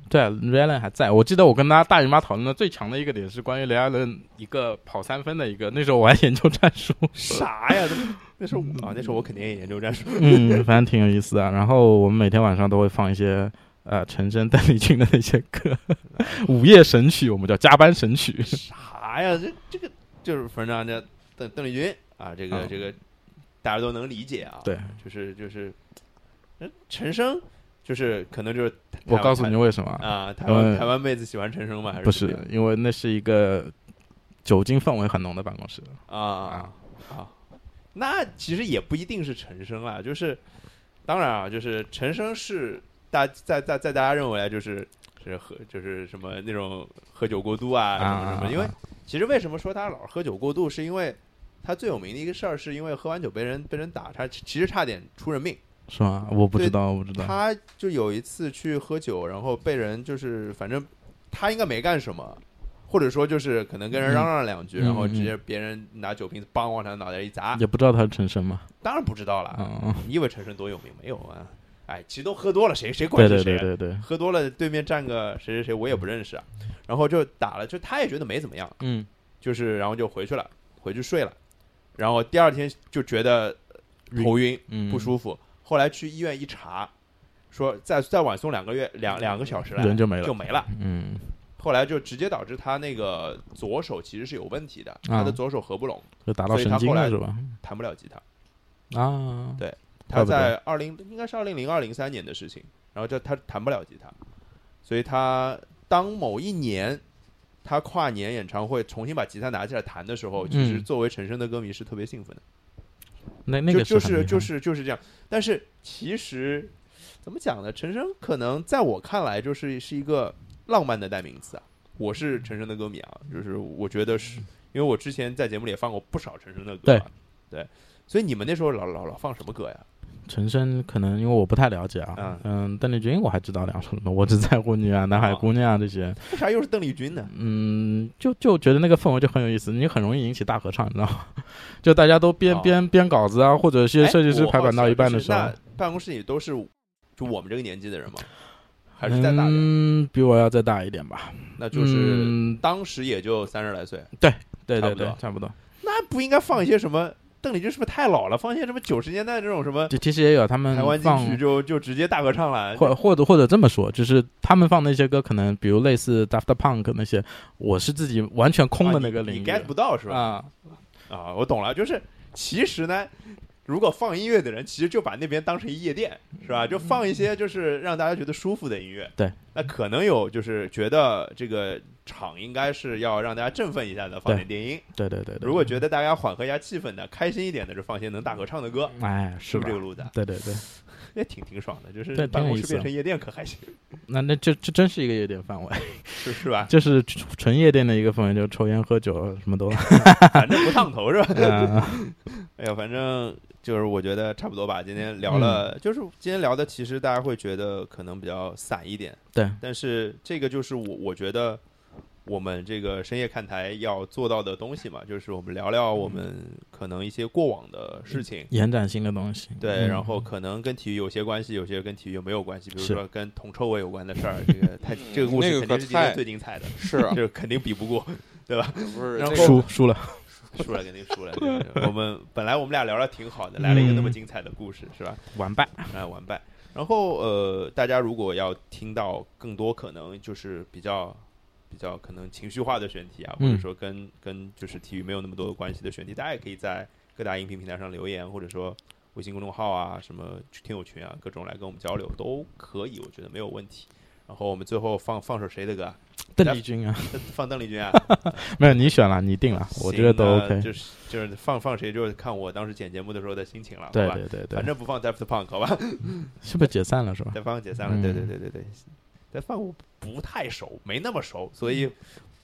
Speaker 2: 对啊雷艾伦还在。我记得我跟他大姨妈讨论的最强的一个点是关于雷艾伦一个跑三分的一个，那时候我还研究战术，
Speaker 1: 啥呀？这不那时候我啊，那时候我肯定也研究战术，
Speaker 2: 嗯，反正挺有意思啊。然后我们每天晚上都会放一些。呃，陈升、邓丽君的那些 歌，午夜神曲，我们叫加班神曲。
Speaker 1: 啥呀？这这个就是反正这邓邓丽君啊，这个
Speaker 2: 嗯
Speaker 1: 这个大家都能理解啊。
Speaker 2: 对，
Speaker 1: 就是就是，呃陈升就是可能就是
Speaker 2: 我告诉你为什么啊，
Speaker 1: 啊，台湾
Speaker 2: 嗯
Speaker 1: 台湾妹子喜欢陈升吗？还是
Speaker 2: 不
Speaker 1: 怎么
Speaker 2: 是
Speaker 1: 样
Speaker 2: 因为那是一个酒精氛围很浓的办公室。
Speaker 1: 啊啊啊？那其实也不一定是陈升啦，就是当然啊，就是陈升是大在在在大家认为啊，就是是喝就是什么那种喝酒过度啊什么什
Speaker 2: 啊啊
Speaker 1: 么，
Speaker 2: 啊
Speaker 1: 因为其实为什么说他老是喝酒过度，是因为他最有名的一个事儿，是因为喝完酒被人被人打，他其实差点出人命。
Speaker 2: 是吗？我不
Speaker 1: 对
Speaker 2: 知道，我不知道。
Speaker 1: 他就有一次去喝酒，然后被人就是反正他应该没干什么，或者说就是可能跟人嚷嚷两句，
Speaker 2: 嗯
Speaker 1: 然后
Speaker 2: 嗯嗯
Speaker 1: 直接别人拿酒瓶子梆往他脑袋一砸，
Speaker 2: 也不知道他是陈升嘛。
Speaker 1: 当然不知道了。
Speaker 2: 嗯，
Speaker 1: 你以为陈升多有名？没有啊！哎，其实都喝多了，谁谁管
Speaker 2: 对
Speaker 1: 是
Speaker 2: 对
Speaker 1: 谁啊？
Speaker 2: 对对对，
Speaker 1: 喝多了，对面站个谁谁谁，我也不认识啊。然后就打了，就他也觉得没怎么样，
Speaker 2: 嗯
Speaker 1: 就是然后就回去了，回去睡了。然后第二天就觉得
Speaker 2: 晕
Speaker 1: 头晕，
Speaker 2: 嗯，
Speaker 1: 不舒服。后来去医院一查，说再再晚送两个月两两个小时来，
Speaker 2: 人就没了
Speaker 1: 就没了。
Speaker 2: 嗯，
Speaker 1: 后来就直接导致他那个左手其实是有问题的，他
Speaker 2: 啊
Speaker 1: 的左手合不拢，
Speaker 2: 就打到
Speaker 1: 所以他
Speaker 2: 神经
Speaker 1: 后
Speaker 2: 了
Speaker 1: 来
Speaker 2: 是吧？
Speaker 1: 弹不了吉他。
Speaker 2: 啊，
Speaker 1: 他
Speaker 2: 怪不得
Speaker 1: 在二零应该是二零零二零三年的事情，然后就他弹不了吉他，所以他当某一年他跨年演唱会重新把吉他拿起来弹的时候，其实
Speaker 2: 嗯
Speaker 1: 作为陈升的歌迷是特别兴奋的。
Speaker 2: 那那
Speaker 1: 就
Speaker 2: 个
Speaker 1: 就是
Speaker 2: 很厉
Speaker 1: 是
Speaker 2: 害
Speaker 1: 就是就是这样。但是其实怎么讲呢？陈升可能在我看来就是是一个浪漫的代名词啊。我是陈升的歌迷啊，就是我觉得是因为我之前在节目里也放过不少陈升的歌、啊，对所以你们那时候老老老放什么歌呀？
Speaker 2: 陈升，可能因为我不太了解啊，嗯，邓丽君我还知道两首歌，我只在乎你
Speaker 1: 哦
Speaker 2: 啊，南海姑娘啊这些，
Speaker 1: 为啥又是邓丽君 呢？
Speaker 2: 嗯，就就觉得那个氛围就很有意思，你很容易引起大合唱，你知道吗？就大家都编
Speaker 1: 哦
Speaker 2: 编编稿子啊，或者一些
Speaker 1: 哎
Speaker 2: 设计师
Speaker 1: 我
Speaker 2: 排版
Speaker 1: 好
Speaker 2: 到
Speaker 1: 奇
Speaker 2: 一半
Speaker 1: 就
Speaker 2: 的
Speaker 1: 是
Speaker 2: 时候，
Speaker 1: 那办公室里都是就我们这个年纪的人嘛？还是再大点？
Speaker 2: 嗯，比我要再大一点吧。
Speaker 1: 那就是
Speaker 2: 嗯，
Speaker 1: 当时也就三十来岁，
Speaker 2: 对
Speaker 1: 差
Speaker 2: 对
Speaker 1: 不多
Speaker 2: 对，差不多。
Speaker 1: 那不应该放一些什么？邓丽君是不是太老了？放一些什么九十年代这种什么
Speaker 2: 就其实也有他们
Speaker 1: 台湾
Speaker 2: 放
Speaker 1: 金曲就就直接大合唱了？啊
Speaker 2: 或或者或者这么说，就是他们放那些歌，可能比如类似 Daft Punk 那些，我是自己完全空的那个
Speaker 1: 啊你
Speaker 2: 领
Speaker 1: 你
Speaker 2: 域
Speaker 1: get 不到是吧？
Speaker 2: 啊，
Speaker 1: 啊，我懂了，就是其实呢，如果放音乐的人，其实就把那边当成夜店是吧？就放一些就是让大家觉得舒服的音乐。
Speaker 2: 嗯对，
Speaker 1: 那可能有就是觉得这个场应该是要让大家振奋一下的，放点电音。
Speaker 2: 对对对对。
Speaker 1: 如果觉得大家缓和一下气氛的，开心一点的，就放些能大合唱的歌，
Speaker 2: 哎是
Speaker 1: 不
Speaker 2: 吧
Speaker 1: 这个？路子啊
Speaker 2: 对对对，
Speaker 1: 也挺挺爽的，就是
Speaker 2: 对
Speaker 1: 办
Speaker 2: 挺有
Speaker 1: 公
Speaker 2: 意
Speaker 1: 室
Speaker 2: 思
Speaker 1: 变
Speaker 2: 啊
Speaker 1: 成夜店可还行，
Speaker 2: 那那这这真是一个夜店范围，
Speaker 1: 是是吧？
Speaker 2: 就是纯纯夜店的一个氛围，就抽烟喝酒什 么都。
Speaker 1: 反正不烫头是吧？
Speaker 2: 嗯
Speaker 1: 哎呀，反正就是我觉得差不多吧。今天
Speaker 2: 嗯
Speaker 1: 聊了，就是今天聊的，其实大家会觉得可能比较散一点，
Speaker 2: 对。
Speaker 1: 但是这个就是我我觉得我们这个深夜看台要做到的东西嘛，就是我们聊聊我们可能一些过往的事情。
Speaker 2: 延展性的东西，
Speaker 1: 对，
Speaker 2: 嗯
Speaker 1: 然后可能跟体育有些关系，有些跟体育又没有关系。比如
Speaker 2: 是
Speaker 1: 说跟铜臭味有关的事儿，这个太这个故
Speaker 3: 嗯那
Speaker 1: 事
Speaker 3: 个
Speaker 1: 肯
Speaker 3: 可
Speaker 1: 定是今天
Speaker 3: 太
Speaker 1: 最精 彩的，
Speaker 3: 是啊，
Speaker 1: 就是肯定比不过，
Speaker 3: 不是
Speaker 1: 然后
Speaker 3: 这个
Speaker 2: 输输了，
Speaker 1: 输了肯定输了。这个我们本来我们俩聊的挺好的，来了一个那么精彩的故事，是吧？
Speaker 2: 完败。
Speaker 1: 哎，完败。然后呃，大家如果要听到更多可能就是比较比较可能情绪化的选题啊，或
Speaker 2: 嗯
Speaker 1: 者说跟跟就是体育没有那么多的关系的选题，大家也可以在各大音频平台上留言，或者说微信公众号啊、什么听友群啊，各种来跟我们交流都可以，我觉得没有问题。然后我们最后放放首谁的歌、啊？
Speaker 2: 邓丽君啊，
Speaker 1: 放邓丽君啊？
Speaker 2: 没有你选了，你定了，我觉得都
Speaker 1: 行那
Speaker 2: OK。
Speaker 1: 就是就是放放谁，就是看我当时剪节目的时候的心情了，
Speaker 2: 对
Speaker 1: 好吧？
Speaker 2: 对对
Speaker 1: 反
Speaker 2: 对，
Speaker 1: 正不放 Daft Punk，好吧？
Speaker 2: 是不是解散了是吧？
Speaker 1: 再放解散了，
Speaker 2: 嗯
Speaker 1: 对对对对对，再放我不太熟，没那么熟，所以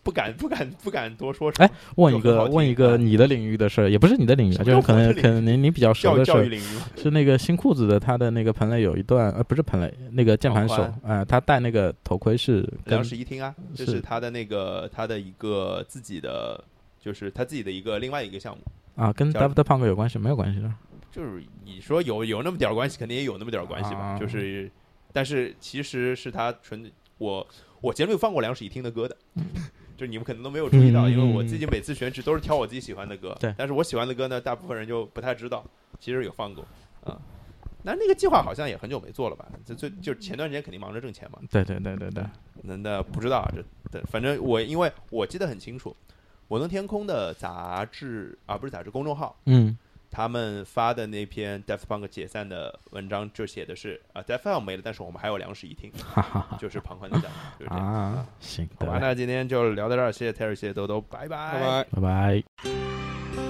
Speaker 1: 不敢不敢不敢多说什么。
Speaker 2: 哎问一
Speaker 1: 就很好
Speaker 2: 个
Speaker 1: 听
Speaker 2: 问一个
Speaker 1: 啊
Speaker 2: 你的领域的事儿，也不是你的领域
Speaker 1: 什
Speaker 2: 啊，
Speaker 1: 么叫
Speaker 2: 就是
Speaker 1: 我的
Speaker 2: 可能
Speaker 1: 领域
Speaker 2: 可能你你比较熟
Speaker 1: 教
Speaker 2: 的事
Speaker 1: 教
Speaker 2: 儿
Speaker 1: 育，领域嘛，
Speaker 2: 是那个新裤子的，他的那个彭磊有一段，呃，不是彭磊，那个键盘手
Speaker 1: 老，
Speaker 2: 呃，他戴那个头盔是跟
Speaker 1: 梁十一听啊，这
Speaker 2: 是
Speaker 1: 是他的那个他的一个自己的，就是他自己的一个另外一个项目。
Speaker 2: 啊，跟
Speaker 1: 叫
Speaker 2: Daft Punk 有关系没有关系的，
Speaker 1: 就是你说有有那么点儿关系，肯定也有那么点儿关系吧。
Speaker 2: 啊
Speaker 1: 就是，但是其实是他纯我我节目里放过梁史一听的歌的， 就是你们可能都没有注意到，
Speaker 2: 嗯
Speaker 1: 因为我自己每次选址都是挑我自己喜欢的歌。
Speaker 2: 对
Speaker 1: 但是我喜欢的歌呢，大部分人就不太知道，其实有放过啊。那那个计划好像也很久没做了吧？这最就是前段时间肯定忙着挣钱嘛，
Speaker 2: 对对对对对，
Speaker 1: 那那不知道啊，这对，反正我因为我记得很清楚，我能天空的杂志啊，不是杂志公众号，
Speaker 2: 嗯
Speaker 1: 他们发的那篇 Daft Punk 解散的文章就写的是啊，Daft Punk 没了，但是我们还有两室一厅，就是庞宽的讲，就是这样。
Speaker 2: 啊，行，
Speaker 1: 好
Speaker 2: 得
Speaker 1: 吧，
Speaker 2: 嘞
Speaker 1: 那今天就聊到这儿，谢谢 Terry，谢谢豆豆，拜拜，
Speaker 3: 拜
Speaker 2: 拜
Speaker 3: 拜。
Speaker 2: 拜。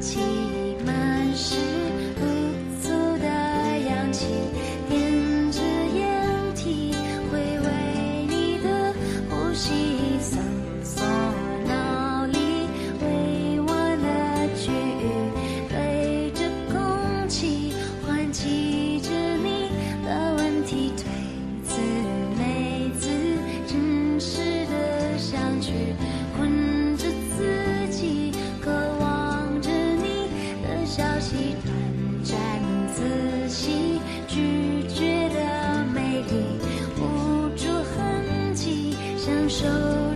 Speaker 4: 起满是不足的氧气，踮着掩体，回味你的呼吸，搜索脑里未完的区域，对着空气唤起着你的问题，对自每次真实的相聚，困着自己，渴望着你的消息，短暂仔细咀嚼的美丽，无处痕迹，享受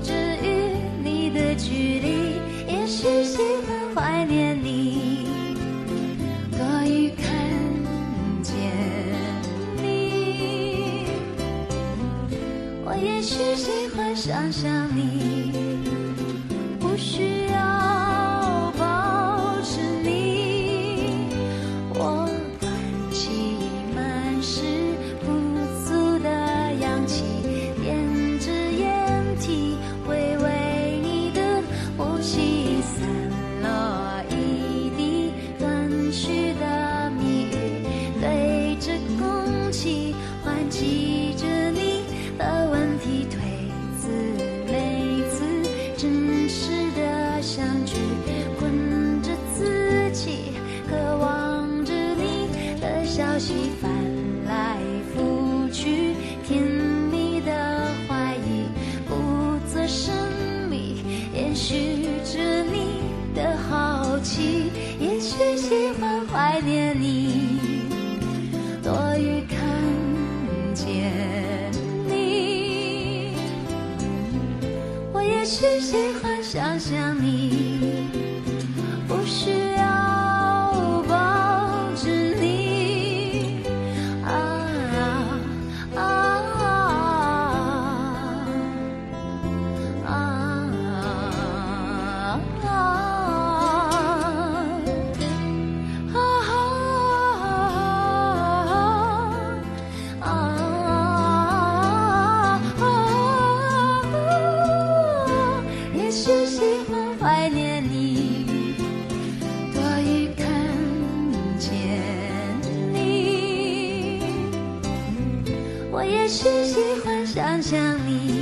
Speaker 4: 着与你的距离，也许喜欢怀念你，多于看见你，我也许喜欢想象你。不需要保持你，我灌起满是不足的氧气，踮着掩体，回味你的呼吸，散落一地断续的谜语，对着空气唤起着你的问题，推。每次真实的相也许喜欢想象你，不需要抱着你。啊啊啊！啊啊啊啊啊！也许喜欢怀念你，多于看见你。我也许喜欢想象你。